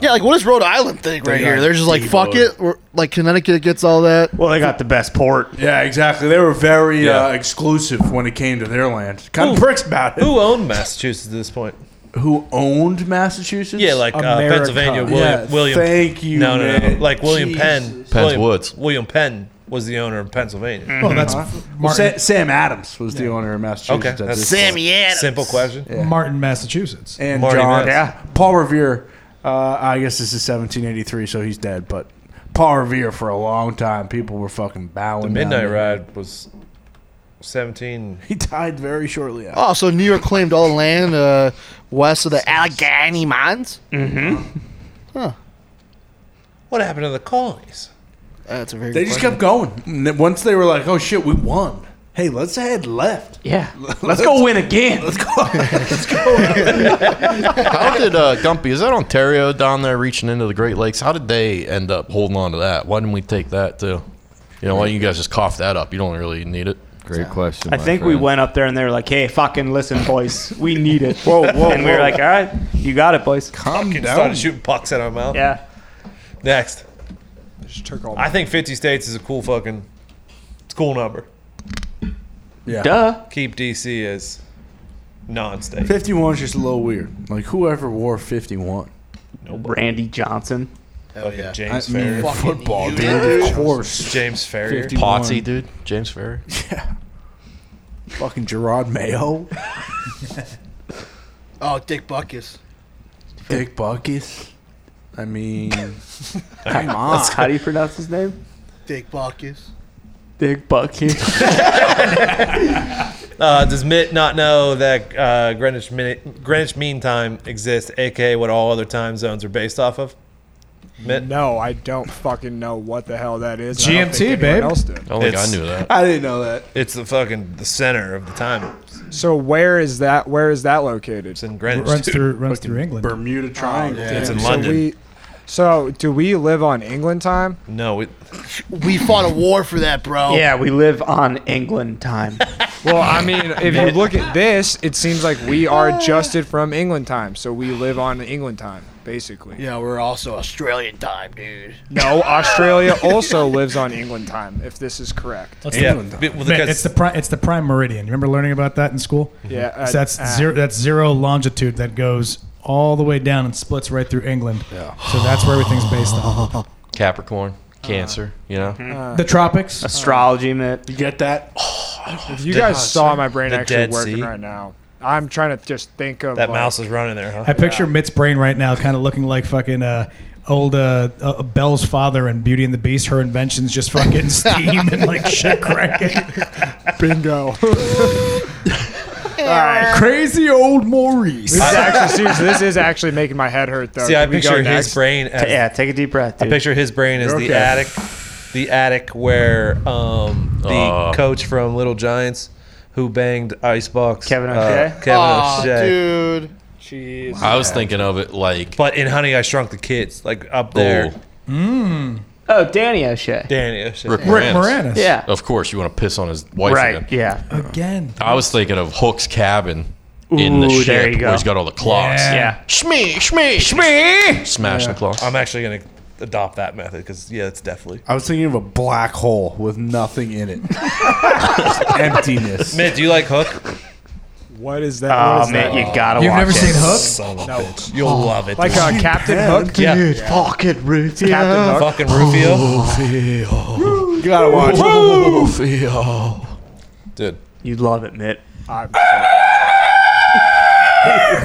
[SPEAKER 8] Yeah, like what does Rhode Island think
[SPEAKER 3] They
[SPEAKER 8] right
[SPEAKER 3] got
[SPEAKER 8] here? They're just like, fuck
[SPEAKER 3] D-load.
[SPEAKER 8] it. We're, like Connecticut gets all that.
[SPEAKER 5] Well, they got the best port.
[SPEAKER 3] Yeah, exactly. They were very uh, exclusive when it came to their land. Kind of pricks about it.
[SPEAKER 2] Who owned Massachusetts at this point?
[SPEAKER 3] Who owned Massachusetts?
[SPEAKER 2] Yeah, like uh, Pennsylvania. William.
[SPEAKER 3] Yeah,
[SPEAKER 2] William.
[SPEAKER 3] Thank you.
[SPEAKER 2] No, no, no.
[SPEAKER 3] man.
[SPEAKER 2] Like William Penn.
[SPEAKER 3] Jesus.
[SPEAKER 4] Penn's
[SPEAKER 2] William,
[SPEAKER 4] Woods.
[SPEAKER 2] William Penn was the owner of Pennsylvania.
[SPEAKER 6] Well, that's
[SPEAKER 3] Huh? Well,
[SPEAKER 6] Martin,
[SPEAKER 3] Sa- Sam Adams was the owner of Massachusetts.
[SPEAKER 2] Okay,
[SPEAKER 3] at
[SPEAKER 2] that's
[SPEAKER 3] this point.
[SPEAKER 2] Adams. Simple question.
[SPEAKER 6] Martin, Massachusetts.
[SPEAKER 3] and
[SPEAKER 2] Marty
[SPEAKER 3] John.
[SPEAKER 2] Vance.
[SPEAKER 3] Yeah, Paul Revere. Uh, I guess this is 1783, so he's dead. But Paul Revere, for a long time, people were fucking bowing.
[SPEAKER 2] The
[SPEAKER 3] down to
[SPEAKER 2] Midnight
[SPEAKER 3] him.
[SPEAKER 2] Ride was seventeen.
[SPEAKER 3] He died very shortly after.
[SPEAKER 8] Oh, so New York claimed all the land uh, west of the Allegheny Mountains.
[SPEAKER 5] Mm-hmm.
[SPEAKER 2] What happened to the colonies?
[SPEAKER 8] That's a very.
[SPEAKER 3] They
[SPEAKER 8] good
[SPEAKER 3] just
[SPEAKER 8] question.
[SPEAKER 3] kept going. And then once they were like, "Oh shit, we won." Hey, let's head left.
[SPEAKER 5] Yeah. Let's go win again.
[SPEAKER 3] Let's go. Let's go.
[SPEAKER 4] How did uh, Gumpy? Is that Ontario down there reaching into the Great Lakes? How did they end up holding on to that? Why didn't we take that too? You know, why don't you guys just cough that up? You don't really need it.
[SPEAKER 9] Great question.
[SPEAKER 5] I
[SPEAKER 9] my
[SPEAKER 5] think we
[SPEAKER 9] friend.
[SPEAKER 5] went up there and they were like, "Hey, fucking listen, boys, we need it."
[SPEAKER 3] Whoa, whoa,
[SPEAKER 5] and we were
[SPEAKER 3] whoa.
[SPEAKER 5] like, "All right, you got it, boys."
[SPEAKER 3] Calm
[SPEAKER 2] Fucking
[SPEAKER 3] down.
[SPEAKER 2] started shooting pucks at our mouth.
[SPEAKER 5] Yeah.
[SPEAKER 2] Next,
[SPEAKER 10] Just took all
[SPEAKER 2] I think fifty states is a cool fucking, it's a cool number.
[SPEAKER 3] Yeah.
[SPEAKER 5] Duh.
[SPEAKER 2] Keep DC as non-state.
[SPEAKER 3] 51 is just a little weird. Like whoever wore 51.
[SPEAKER 5] Randy Johnson.
[SPEAKER 2] Fucking
[SPEAKER 3] I
[SPEAKER 2] James
[SPEAKER 3] mean,
[SPEAKER 2] Ferrier.
[SPEAKER 3] football, dude. Of course.
[SPEAKER 2] James Ferrier.
[SPEAKER 3] 51.
[SPEAKER 4] Potsy, dude, James Ferry.
[SPEAKER 3] Fucking Gerard Uh, Mayo.
[SPEAKER 8] Oh, Dick Buckus.
[SPEAKER 3] Dick Buckus. I mean, come on.
[SPEAKER 5] That's how do you pronounce his name?
[SPEAKER 8] Dick Buckus.
[SPEAKER 5] Dick Bucky.
[SPEAKER 2] Uh, does Mitt not know that uh, Greenwich Minute, Greenwich Mean Time exists, aka what all other time zones are based off of? Mitt,
[SPEAKER 10] No, I don't fucking know what the hell that is. I don't
[SPEAKER 6] GMT,
[SPEAKER 10] think anyone
[SPEAKER 6] babe.
[SPEAKER 10] else did.
[SPEAKER 4] I don't think I
[SPEAKER 2] It's-
[SPEAKER 4] knew that.
[SPEAKER 3] I didn't know that.
[SPEAKER 2] it's the fucking the center of the time.
[SPEAKER 10] So where is that? Where is that located? Oh,
[SPEAKER 2] It's in Greenwich.
[SPEAKER 6] runs
[SPEAKER 2] dude.
[SPEAKER 6] through runs through England.
[SPEAKER 3] Bermuda Triangle.
[SPEAKER 2] It's in
[SPEAKER 10] so
[SPEAKER 2] London.
[SPEAKER 10] We, so do we live on England time?
[SPEAKER 2] no, it,
[SPEAKER 8] We fought a war for that, bro.
[SPEAKER 5] Yeah, we live on England time.
[SPEAKER 10] Well, I mean, if you look at this, it seems like we are adjusted from England time. So we live on England time, basically.
[SPEAKER 8] Yeah, we're also Australian time, dude.
[SPEAKER 10] No, Australia also lives on England time, if this is correct.
[SPEAKER 6] Let's
[SPEAKER 2] yeah,
[SPEAKER 6] look.
[SPEAKER 2] be- well,
[SPEAKER 6] Man,
[SPEAKER 2] because
[SPEAKER 6] it's the prime. It's the prime meridian. You remember learning about that in school?
[SPEAKER 10] Yeah.
[SPEAKER 6] So that's
[SPEAKER 10] uh,
[SPEAKER 6] zero. That's zero longitude that goes all the way down and splits right through England. Yeah. So that's where everything's based on.
[SPEAKER 4] Capricorn,
[SPEAKER 6] Uh,
[SPEAKER 4] Cancer, you know?
[SPEAKER 6] The tropics.
[SPEAKER 5] Hmm. Astrology, man.
[SPEAKER 3] You get that?
[SPEAKER 10] If you
[SPEAKER 4] Dead
[SPEAKER 10] guys
[SPEAKER 4] Sea.
[SPEAKER 10] saw my brain
[SPEAKER 4] Oh, The
[SPEAKER 10] actually
[SPEAKER 4] Dead
[SPEAKER 10] working
[SPEAKER 4] Sea.
[SPEAKER 10] right now, I'm trying to just think of
[SPEAKER 2] That
[SPEAKER 10] like-
[SPEAKER 2] mouse is running there, huh?
[SPEAKER 6] I picture Mitt's brain right now, kind of looking like fucking uh, old uh, uh, Belle's father in Beauty and the Beast. Her inventions just fucking getting steam and like shit cracking.
[SPEAKER 10] Bingo.
[SPEAKER 6] All right, crazy old Maurice.
[SPEAKER 10] This is actually seriously, this is actually making my head hurt though.
[SPEAKER 2] See, I
[SPEAKER 10] Can we go
[SPEAKER 2] picture his
[SPEAKER 10] next?
[SPEAKER 2] brain. As,
[SPEAKER 10] yeah,
[SPEAKER 5] take a deep breath.
[SPEAKER 2] I picture his brain as
[SPEAKER 10] You're
[SPEAKER 2] the
[SPEAKER 10] okay.
[SPEAKER 2] attic, the attic where um, the
[SPEAKER 4] Oh.
[SPEAKER 2] coach from Little Giants who banged Icebox Kevin
[SPEAKER 4] O'Shea?
[SPEAKER 2] Kevin
[SPEAKER 4] Aw,
[SPEAKER 2] O'Shea.
[SPEAKER 8] dude.
[SPEAKER 5] Jeez.
[SPEAKER 4] I was thinking of it like. Oh,
[SPEAKER 2] But in Honey, I Shrunk the Kids, like up there.
[SPEAKER 5] Mm. Oh, Danny O'Shea.
[SPEAKER 2] Danny O'Shea.
[SPEAKER 4] Rick, Moranis.
[SPEAKER 5] Yeah.
[SPEAKER 4] Of course, you want to piss on his wife
[SPEAKER 5] Right,
[SPEAKER 4] again.
[SPEAKER 5] yeah.
[SPEAKER 6] Again.
[SPEAKER 4] I was thinking of Hook's cabin in the
[SPEAKER 5] Ooh,
[SPEAKER 4] ship
[SPEAKER 5] there you go.
[SPEAKER 4] where he's got all the clocks.
[SPEAKER 1] Shmee, shmee,
[SPEAKER 10] shmee.
[SPEAKER 4] Smash the clocks.
[SPEAKER 2] I'm actually gonna adopt that method because yeah, it's definitely
[SPEAKER 3] I was thinking of a black hole with nothing in it. Emptiness.
[SPEAKER 2] Mitt, do you like Hook?
[SPEAKER 10] What is that?
[SPEAKER 2] Oh,
[SPEAKER 10] What is that?
[SPEAKER 2] man, you gotta You've watch never it. seen Hook? Son of a
[SPEAKER 10] No.
[SPEAKER 2] bitch. You'll
[SPEAKER 3] Oh,
[SPEAKER 2] love it,
[SPEAKER 10] Like
[SPEAKER 2] dude.
[SPEAKER 10] uh, Captain Hook.
[SPEAKER 2] Yeah.
[SPEAKER 8] Dude, fucking Rufio.
[SPEAKER 10] Captain Hook.
[SPEAKER 2] Fucking Rufio.
[SPEAKER 8] Rufio.
[SPEAKER 3] You gotta watch it.
[SPEAKER 8] Rufio.
[SPEAKER 2] Dude.
[SPEAKER 5] You'd love it, Mitt.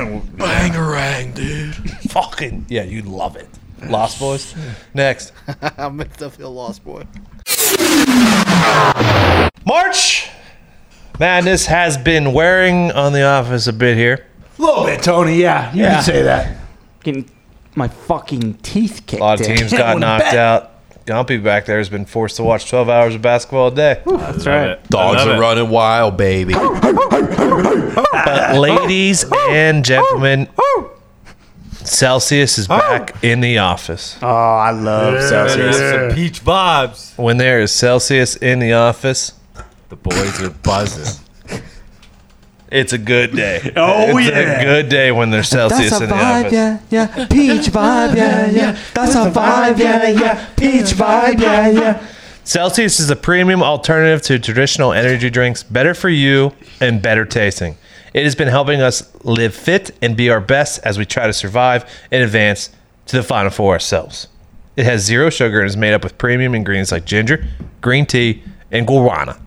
[SPEAKER 4] Bangarang, dude.
[SPEAKER 2] Fucking yeah, you'd love it. Lost Boys. Next,
[SPEAKER 8] I mixed up feel lost boy.
[SPEAKER 2] March Madness has been wearing on the office a bit here.
[SPEAKER 3] A little bit, Tony. Yeah, you
[SPEAKER 2] Yeah.
[SPEAKER 3] can say that.
[SPEAKER 5] Getting my fucking teeth kicked.
[SPEAKER 2] A lot of teams got knocked out. Gumpy back there has been forced to watch 12 hours of basketball a day. That's
[SPEAKER 5] right.
[SPEAKER 4] Dogs are running wild, baby.
[SPEAKER 2] But ladies
[SPEAKER 5] Oh,
[SPEAKER 2] and gentlemen, Celsius is back in the office.
[SPEAKER 5] Oh, I love Celsius.
[SPEAKER 2] peach bobs. When there is Celsius in the office,
[SPEAKER 4] the boys are buzzing.
[SPEAKER 2] It's a good day.
[SPEAKER 1] Oh,
[SPEAKER 2] it's
[SPEAKER 1] yeah.
[SPEAKER 2] a good day when there's Celsius in the office.
[SPEAKER 1] yeah. Peach vibe, yeah, yeah. That's a vibe, yeah, yeah. Peach vibe, yeah, yeah.
[SPEAKER 2] Celsius is a premium alternative to traditional energy drinks, better for you and better tasting. It has been helping us live fit and be our best as we try to survive and advance to the final four ourselves. It has zero sugar and is made up with premium ingredients like ginger, green tea, and guarana.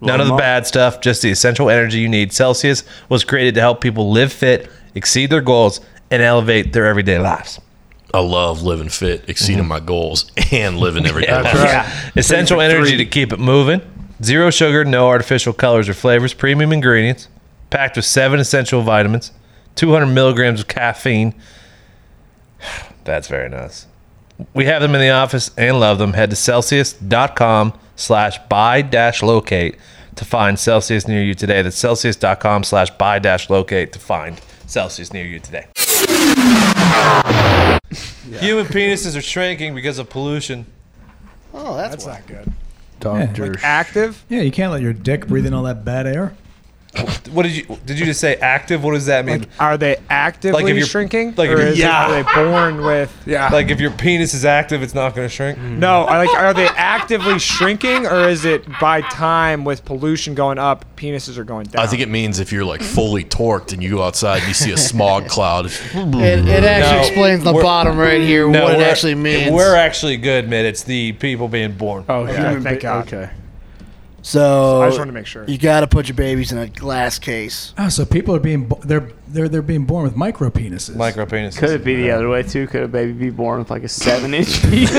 [SPEAKER 2] None of the bad stuff, just the essential energy you need. Celsius was created to help people live fit, exceed their goals, and elevate their everyday lives. Mm-hmm.
[SPEAKER 4] I love living fit, exceeding my goals, and living every day.
[SPEAKER 2] Yeah. Yeah. Essential energy to keep it moving. Zero sugar, no artificial colors or flavors. Premium ingredients, packed with seven essential vitamins, 200 milligrams of caffeine. That's very nice. We have them in the office and love them. Head to celsius.com slash buy dash locate to find Celsius near you today. That's celsius.com slash buy dash locate to find Celsius near you today. Human penises are shrinking because of pollution.
[SPEAKER 8] Oh,
[SPEAKER 10] That's
[SPEAKER 8] that's, why.
[SPEAKER 10] not good.
[SPEAKER 6] Doctor.
[SPEAKER 10] Like active?
[SPEAKER 6] Yeah, you can't let your dick breathe in all that bad air.
[SPEAKER 2] What did you did you just say active? What does that mean? Like,
[SPEAKER 10] are they actively shrinking?
[SPEAKER 2] Like
[SPEAKER 10] Or
[SPEAKER 2] if
[SPEAKER 10] is it-
[SPEAKER 2] yeah.
[SPEAKER 10] are they born with? Mm.
[SPEAKER 3] Yeah.
[SPEAKER 2] Like if your penis is active, it's not going to shrink.
[SPEAKER 10] No, I like are they actively shrinking or is it by time with pollution going up, penises are going down?
[SPEAKER 4] I think it means if you're like fully torqued and you go outside and you see a smog cloud.
[SPEAKER 8] It, it actually
[SPEAKER 2] No,
[SPEAKER 8] explains the
[SPEAKER 2] we're-
[SPEAKER 8] bottom right here
[SPEAKER 2] No,
[SPEAKER 8] what it
[SPEAKER 2] we're-
[SPEAKER 8] actually means.
[SPEAKER 2] We're actually good, man. It's the people being born.
[SPEAKER 3] Oh,
[SPEAKER 10] Okay, thank God.
[SPEAKER 3] Okay.
[SPEAKER 8] so
[SPEAKER 10] I just wanted to make sure.
[SPEAKER 8] you got to put your babies in a glass case.
[SPEAKER 6] Oh, so people are being bo- they're they're they're being born with micro penises.
[SPEAKER 2] Micro penises.
[SPEAKER 5] Could it be the other way too? Could a baby be born with like a seven inch penis?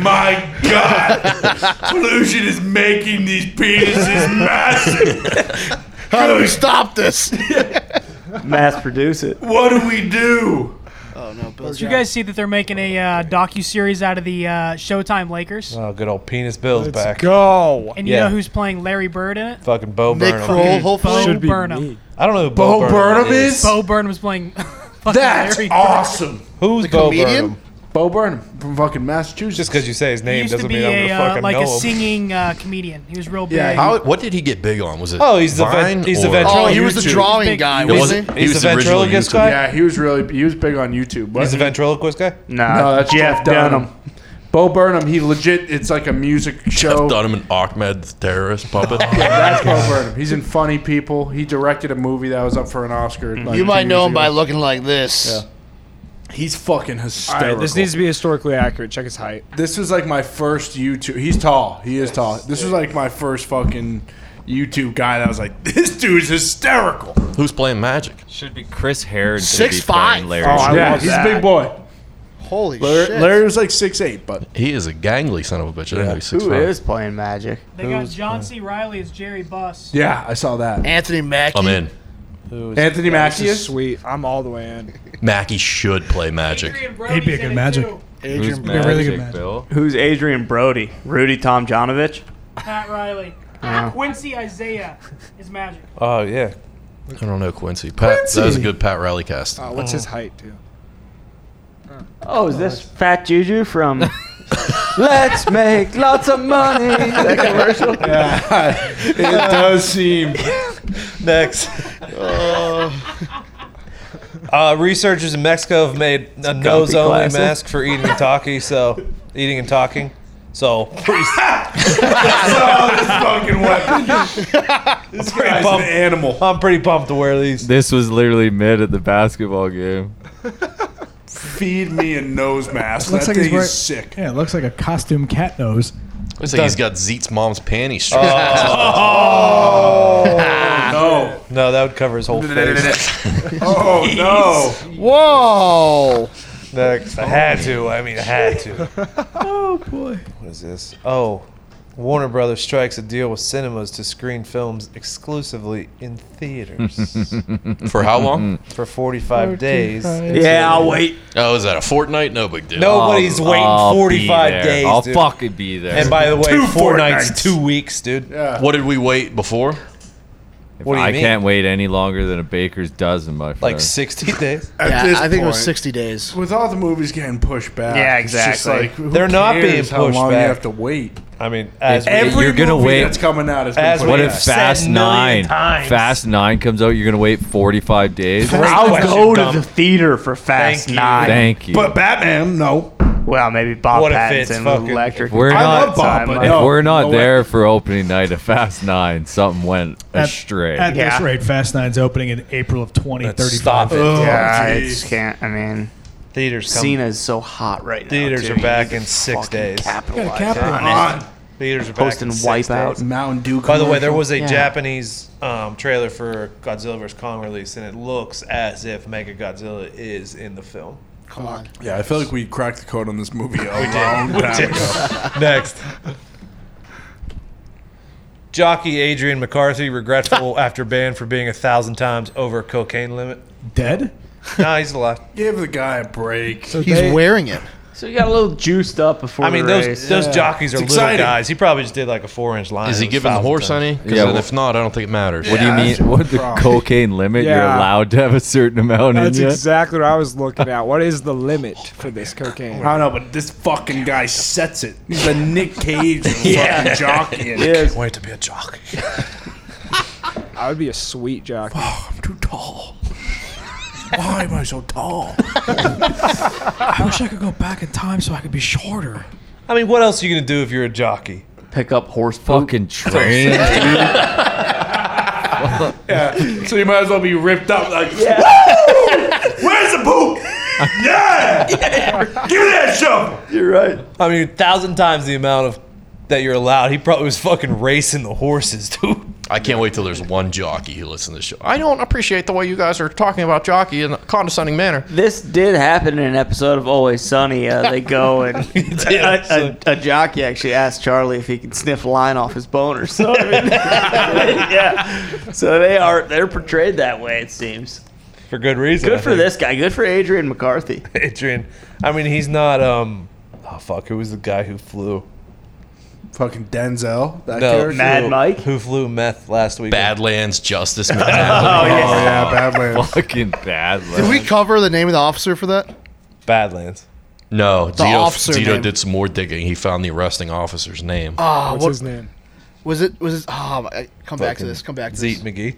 [SPEAKER 3] My God! Pollution is making these penises massive.
[SPEAKER 8] How do we stop this?
[SPEAKER 5] Mass produce it.
[SPEAKER 3] What do we do?
[SPEAKER 8] Oh no, Bill.
[SPEAKER 11] Did you guys see that they're making a uh, docu series out of the uh, Showtime Lakers?
[SPEAKER 2] Oh, good old penis Bill's
[SPEAKER 10] Let's
[SPEAKER 2] back.
[SPEAKER 10] go.
[SPEAKER 11] And you
[SPEAKER 2] yeah.
[SPEAKER 11] know who's playing Larry Bird in it?
[SPEAKER 2] Fucking Bo
[SPEAKER 8] Nick
[SPEAKER 2] Burnham.
[SPEAKER 8] Kroll, hopefully.
[SPEAKER 11] Bo
[SPEAKER 10] Should be
[SPEAKER 11] Burnham.
[SPEAKER 10] me.
[SPEAKER 2] I don't know who Bo, Burnham, is.
[SPEAKER 11] Bo Burnham was playing. fucking
[SPEAKER 3] That's
[SPEAKER 11] Larry Bird.
[SPEAKER 3] awesome.
[SPEAKER 2] Who's Bo
[SPEAKER 8] comedian?
[SPEAKER 2] Burnham?
[SPEAKER 3] Bo Burnham from fucking Massachusetts.
[SPEAKER 2] Just because you say his
[SPEAKER 11] He
[SPEAKER 2] name
[SPEAKER 11] used to
[SPEAKER 2] doesn't
[SPEAKER 11] be
[SPEAKER 2] mean I'm going
[SPEAKER 11] a
[SPEAKER 2] to
[SPEAKER 11] uh,
[SPEAKER 2] fucking
[SPEAKER 11] like
[SPEAKER 2] know
[SPEAKER 11] a
[SPEAKER 2] him.
[SPEAKER 11] singing uh, comedian. He was real big.
[SPEAKER 3] Yeah,
[SPEAKER 4] How, what did he get big on? Was it?
[SPEAKER 2] Oh, he's the ven-
[SPEAKER 4] Vine
[SPEAKER 2] he's the
[SPEAKER 4] or-
[SPEAKER 8] Oh,
[SPEAKER 2] ventri-
[SPEAKER 8] he was the
[SPEAKER 2] YouTube.
[SPEAKER 8] drawing
[SPEAKER 11] Big-
[SPEAKER 8] guy,
[SPEAKER 4] It
[SPEAKER 8] wasn't
[SPEAKER 4] wasn't.
[SPEAKER 8] he?
[SPEAKER 4] He
[SPEAKER 2] He's
[SPEAKER 4] was
[SPEAKER 2] the
[SPEAKER 4] originally
[SPEAKER 2] ventriloquist
[SPEAKER 4] YouTube.
[SPEAKER 2] guy?
[SPEAKER 3] Yeah, he was really he was big on YouTube.
[SPEAKER 2] He's
[SPEAKER 3] wasn't
[SPEAKER 2] the
[SPEAKER 3] he?
[SPEAKER 2] ventriloquist guy?
[SPEAKER 5] Nah,
[SPEAKER 3] No, that's Jeff Dunham. Bo Burnham, he legit. It's like a music show.
[SPEAKER 4] Jeff Dunham and Ahmed, the terrorist puppet.
[SPEAKER 3] That's Bo Burnham. He's in Funny People. He directed a movie that was up for an Oscar. like,
[SPEAKER 8] you might
[SPEAKER 3] two
[SPEAKER 8] know
[SPEAKER 3] years
[SPEAKER 8] him by
[SPEAKER 3] ago.
[SPEAKER 8] looking like this.
[SPEAKER 3] He's fucking
[SPEAKER 10] All
[SPEAKER 3] hysterical.
[SPEAKER 10] right, this needs to be historically accurate. Check his height.
[SPEAKER 3] This was like my first YouTube. He's tall. He is tall. This was like my first fucking YouTube guy that was like, this dude's hysterical.
[SPEAKER 4] Who's playing Magic?
[SPEAKER 9] Should be Chris Harrington.
[SPEAKER 3] Six
[SPEAKER 9] be playing
[SPEAKER 3] five.
[SPEAKER 9] Larry.
[SPEAKER 3] Oh, I
[SPEAKER 4] Yeah,
[SPEAKER 3] love
[SPEAKER 4] he's a
[SPEAKER 3] that.
[SPEAKER 4] big
[SPEAKER 3] boy.
[SPEAKER 8] Holy
[SPEAKER 3] Larry,
[SPEAKER 8] shit!
[SPEAKER 3] Larry was like six eight, but
[SPEAKER 4] He is a gangly son of a bitch. I didn't know he's
[SPEAKER 5] Who
[SPEAKER 4] six
[SPEAKER 5] is
[SPEAKER 4] five.
[SPEAKER 5] playing Magic?
[SPEAKER 11] They got John C. Riley as Jerry Buss.
[SPEAKER 3] yeah, I saw that.
[SPEAKER 8] Anthony Mackie.
[SPEAKER 4] I'm in.
[SPEAKER 3] Anthony
[SPEAKER 10] Yeah,
[SPEAKER 3] Mackie
[SPEAKER 10] he's
[SPEAKER 3] is-
[SPEAKER 10] sweet. I'm all the way in.
[SPEAKER 4] Mackey should play Magic.
[SPEAKER 6] He'd be a good magic.
[SPEAKER 9] Who's
[SPEAKER 6] He'd be a really good
[SPEAKER 9] Magic,
[SPEAKER 6] magic.
[SPEAKER 9] Bill?
[SPEAKER 5] Who's Adrian Brody? Rudy Tomjanovich?
[SPEAKER 11] Pat Riley.
[SPEAKER 5] Yeah.
[SPEAKER 11] Quincy Isaiah is magic.
[SPEAKER 2] Oh yeah.
[SPEAKER 4] I don't know Quincy. Pat, that was a good Pat Riley cast.
[SPEAKER 10] Uh, what's his height, too?
[SPEAKER 5] Oh, is this Fat Juju from?
[SPEAKER 1] Let's make lots of money.
[SPEAKER 5] that commercial?
[SPEAKER 3] Yeah, it does seem.
[SPEAKER 2] Next. Uh, researchers in Mexico have made a nose only
[SPEAKER 5] classic.
[SPEAKER 2] mask for eating and talking. So, eating and talking. So, pretty,
[SPEAKER 3] oh, this fucking weapon. this guy's an
[SPEAKER 2] pumped.
[SPEAKER 3] animal.
[SPEAKER 2] I'm pretty pumped to wear these.
[SPEAKER 9] This was literally mid at the basketball game.
[SPEAKER 3] Feed me a nose mask.
[SPEAKER 6] Looks
[SPEAKER 3] that
[SPEAKER 6] like he's
[SPEAKER 3] thing
[SPEAKER 6] wearing-
[SPEAKER 3] is sick.
[SPEAKER 6] Yeah, it looks like a costume cat nose.
[SPEAKER 4] Looks like he's got Zeet's mom's panties. strapped.
[SPEAKER 9] Oh.
[SPEAKER 3] No.
[SPEAKER 2] No, that would cover his whole face.
[SPEAKER 3] Oh no.
[SPEAKER 8] Whoa!
[SPEAKER 2] Next. I had to. I mean, I had to. oh, boy. What is this? Oh, Warner Brothers strikes a deal with cinemas to screen films exclusively in theaters
[SPEAKER 4] For how long?
[SPEAKER 2] for 45 days.
[SPEAKER 5] yeah, I'll wait.
[SPEAKER 4] Oh, is that a fortnight? No big deal.
[SPEAKER 2] Nobody's
[SPEAKER 9] I'll-
[SPEAKER 2] waiting
[SPEAKER 9] I'll be
[SPEAKER 2] 45
[SPEAKER 9] there.
[SPEAKER 2] days.
[SPEAKER 9] I'll
[SPEAKER 2] dude.
[SPEAKER 9] fucking be there.
[SPEAKER 2] And by the way,
[SPEAKER 3] Two
[SPEAKER 2] four
[SPEAKER 3] fortnights.
[SPEAKER 2] nights, two weeks, dude.
[SPEAKER 3] Yeah.
[SPEAKER 4] What did we wait before?
[SPEAKER 2] What do you
[SPEAKER 9] I
[SPEAKER 2] mean?
[SPEAKER 9] can't wait any longer than a baker's dozen, my friend.
[SPEAKER 2] Like 60 days.
[SPEAKER 3] At
[SPEAKER 8] Yeah,
[SPEAKER 3] this
[SPEAKER 8] I think it was
[SPEAKER 3] point,
[SPEAKER 8] sixty days.
[SPEAKER 3] With all the movies getting pushed back,
[SPEAKER 5] Yeah,
[SPEAKER 3] It's just
[SPEAKER 5] exactly.
[SPEAKER 3] like, who
[SPEAKER 2] They're not
[SPEAKER 3] cares
[SPEAKER 2] being
[SPEAKER 3] how
[SPEAKER 2] pushed
[SPEAKER 3] long You
[SPEAKER 2] back.
[SPEAKER 3] have to wait.
[SPEAKER 2] I mean, as we-
[SPEAKER 9] Every- You're gonna
[SPEAKER 3] movie
[SPEAKER 9] wait.
[SPEAKER 3] That's coming out. Has
[SPEAKER 2] As
[SPEAKER 3] been
[SPEAKER 2] we
[SPEAKER 9] what
[SPEAKER 3] pushed
[SPEAKER 9] if
[SPEAKER 3] back.
[SPEAKER 2] have said
[SPEAKER 9] Fast
[SPEAKER 2] million
[SPEAKER 9] Nine,
[SPEAKER 2] times.
[SPEAKER 9] Fast Nine comes out? You're gonna wait 45 days?
[SPEAKER 5] I'll
[SPEAKER 2] question,
[SPEAKER 5] go
[SPEAKER 2] dumb.
[SPEAKER 5] to the theater for Fast
[SPEAKER 2] Thank you.
[SPEAKER 5] Nine.
[SPEAKER 9] Thank you.
[SPEAKER 3] But Batman, no.
[SPEAKER 5] Well, maybe Bob
[SPEAKER 2] What if it's
[SPEAKER 5] Pattinson
[SPEAKER 2] fucking-
[SPEAKER 5] with electric.
[SPEAKER 9] We're
[SPEAKER 3] I
[SPEAKER 9] not-
[SPEAKER 3] love Bob, but
[SPEAKER 9] if
[SPEAKER 3] no.
[SPEAKER 9] we're not
[SPEAKER 3] no way.
[SPEAKER 9] there for opening night of Fast Nine, something went astray.
[SPEAKER 6] At
[SPEAKER 5] Yeah.
[SPEAKER 6] this rate, Fast Nine's opening in April of 2035.
[SPEAKER 2] stop it.
[SPEAKER 3] Oh,
[SPEAKER 5] yeah, I
[SPEAKER 3] jeez.
[SPEAKER 5] just can't. I mean,
[SPEAKER 2] theaters come.
[SPEAKER 5] Cena's so hot right now.
[SPEAKER 2] Theaters
[SPEAKER 5] too.
[SPEAKER 2] are back
[SPEAKER 5] He's
[SPEAKER 2] in six
[SPEAKER 5] fucking
[SPEAKER 2] days.
[SPEAKER 5] capitalized
[SPEAKER 3] Come
[SPEAKER 5] on it.
[SPEAKER 3] on.
[SPEAKER 2] Theaters are back
[SPEAKER 5] Posting
[SPEAKER 2] in six
[SPEAKER 5] Wipeout.
[SPEAKER 2] days.
[SPEAKER 3] Mountain Dew.
[SPEAKER 2] By the way, there was a
[SPEAKER 5] Yeah.
[SPEAKER 2] Japanese um, trailer for Godzilla vs Kong release, and it looks as if Mega Godzilla is in the film.
[SPEAKER 8] Come on.
[SPEAKER 3] Yeah, I feel like we cracked the code on this movie a long time ago.
[SPEAKER 2] Next. Jockey Adrian McCarthy regretful after ban for being a thousand times over cocaine limit.
[SPEAKER 6] Dead?
[SPEAKER 2] Nah, he's alive.
[SPEAKER 3] Give the guy a break.
[SPEAKER 8] He's wearing it.
[SPEAKER 5] So you got a little juiced up before.
[SPEAKER 2] I mean,
[SPEAKER 5] the
[SPEAKER 2] those
[SPEAKER 5] race.
[SPEAKER 2] those jockeys are
[SPEAKER 3] It's
[SPEAKER 2] little
[SPEAKER 3] exciting.
[SPEAKER 2] guys. He probably just did like a four inch line.
[SPEAKER 4] Is he
[SPEAKER 2] It was
[SPEAKER 4] giving the
[SPEAKER 2] 1,000
[SPEAKER 4] horse
[SPEAKER 2] times.
[SPEAKER 4] any? Eh, 'Cause
[SPEAKER 9] Yeah,
[SPEAKER 4] then
[SPEAKER 9] well-
[SPEAKER 4] if not, I don't think it matters.
[SPEAKER 9] What do you
[SPEAKER 3] Yeah,
[SPEAKER 9] mean?
[SPEAKER 3] that's
[SPEAKER 9] What the
[SPEAKER 3] wrong.
[SPEAKER 9] cocaine limit? You're
[SPEAKER 10] Yeah.
[SPEAKER 9] allowed to have a certain amount
[SPEAKER 10] That's
[SPEAKER 9] in you.
[SPEAKER 10] exactly what I was looking at. What is the limit for this cocaine?
[SPEAKER 3] I don't know, but this fucking guy sets it. He's a Nick Cage of fucking jockey.
[SPEAKER 10] Yes,
[SPEAKER 2] Wait to be a jockey.
[SPEAKER 10] I would be a sweet jockey.
[SPEAKER 3] I'm too tall. Why am I so tall?
[SPEAKER 6] I wish I could go back in time so I could be shorter.
[SPEAKER 2] I mean, what else are you gonna do if you're a jockey?
[SPEAKER 5] pick up horse poop.
[SPEAKER 9] Fucking train, dude.
[SPEAKER 3] Yeah. So you might as well be ripped up. Like, "Woo! where's the poop? Yeah, give me that shovel.
[SPEAKER 2] I mean, a thousand times the amount of that you're allowed. He probably was fucking racing the horses, dude.
[SPEAKER 4] I can't wait till there's one jockey who listens to the show. I don't appreciate the way you guys are talking about jockey in a condescending manner.
[SPEAKER 5] This did happen in an episode of Always Sunny. Uh, they go and a, a, a jockey actually asked Charlie if he could sniff line off his boner. So I mean, yeah, so they are they're portrayed that way. It seems
[SPEAKER 2] For good reason. I
[SPEAKER 5] good for
[SPEAKER 2] think.
[SPEAKER 5] this guy. Good for Adrian McCarthy.
[SPEAKER 2] Adrian. I mean, he's not. um Oh fuck! Who was the guy who flew?
[SPEAKER 3] Fucking Denzel. That
[SPEAKER 2] No,
[SPEAKER 3] character.
[SPEAKER 5] Mad Mike.
[SPEAKER 2] Who flew meth last week?
[SPEAKER 4] Badlands Justice Man.
[SPEAKER 3] Oh yeah, Badlands.
[SPEAKER 9] fucking bad.
[SPEAKER 8] Did
[SPEAKER 9] luck.
[SPEAKER 8] we cover the name of the officer for that?
[SPEAKER 2] Badlands.
[SPEAKER 4] no, Zito,
[SPEAKER 8] officer
[SPEAKER 4] Zito
[SPEAKER 8] name.
[SPEAKER 4] did some more digging. He found the arresting officer's name.
[SPEAKER 8] Ah,
[SPEAKER 10] What's
[SPEAKER 8] what
[SPEAKER 10] his name?
[SPEAKER 8] was it? Was it? Oh, I- come back to
[SPEAKER 2] Fucking
[SPEAKER 8] this. Come back to
[SPEAKER 2] Zeke
[SPEAKER 8] this.
[SPEAKER 2] McGee.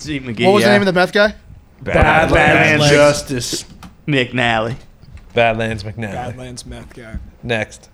[SPEAKER 5] Zeke McGee.
[SPEAKER 8] What was the
[SPEAKER 5] yeah.
[SPEAKER 8] name of the meth guy?
[SPEAKER 3] Badlands.
[SPEAKER 5] Badlands.
[SPEAKER 3] Justice.
[SPEAKER 5] McNally?
[SPEAKER 2] Badlands McNally.
[SPEAKER 10] Badlands meth guy.
[SPEAKER 2] Next.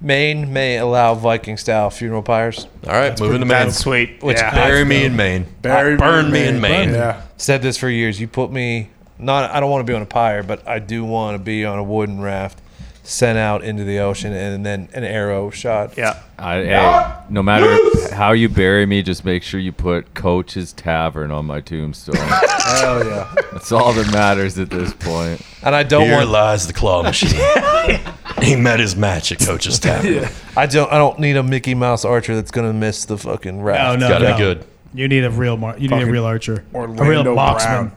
[SPEAKER 2] Maine may allow Viking style funeral pyres.
[SPEAKER 4] All right, moving to Maine. That's sweet.
[SPEAKER 2] Which
[SPEAKER 4] Yeah. Bury me in Maine. Bury me Burn in me in Maine. Maine. Yeah.
[SPEAKER 2] Said this for years. You put me not. I don't want to be on a pyre, but I do want to be on a wooden raft, sent out into the ocean, and then an arrow shot.
[SPEAKER 5] Yeah.
[SPEAKER 9] I, hey, no matter how you bury me, just make sure you put Coach's Tavern on my tombstone.
[SPEAKER 3] Hell yeah.
[SPEAKER 9] That's all that matters at this point.
[SPEAKER 2] And I don't
[SPEAKER 4] Here
[SPEAKER 2] want-
[SPEAKER 4] lies the claw machine. he met his match at Coach's Tavern.
[SPEAKER 2] I don't. I don't need a Mickey Mouse archer that's gonna miss the fucking
[SPEAKER 6] No,
[SPEAKER 2] raft.
[SPEAKER 6] Oh, no, no. You need a real mar- you need a
[SPEAKER 2] Fucking
[SPEAKER 6] real archer, a real
[SPEAKER 2] Orlando
[SPEAKER 6] boxman.
[SPEAKER 2] Brown.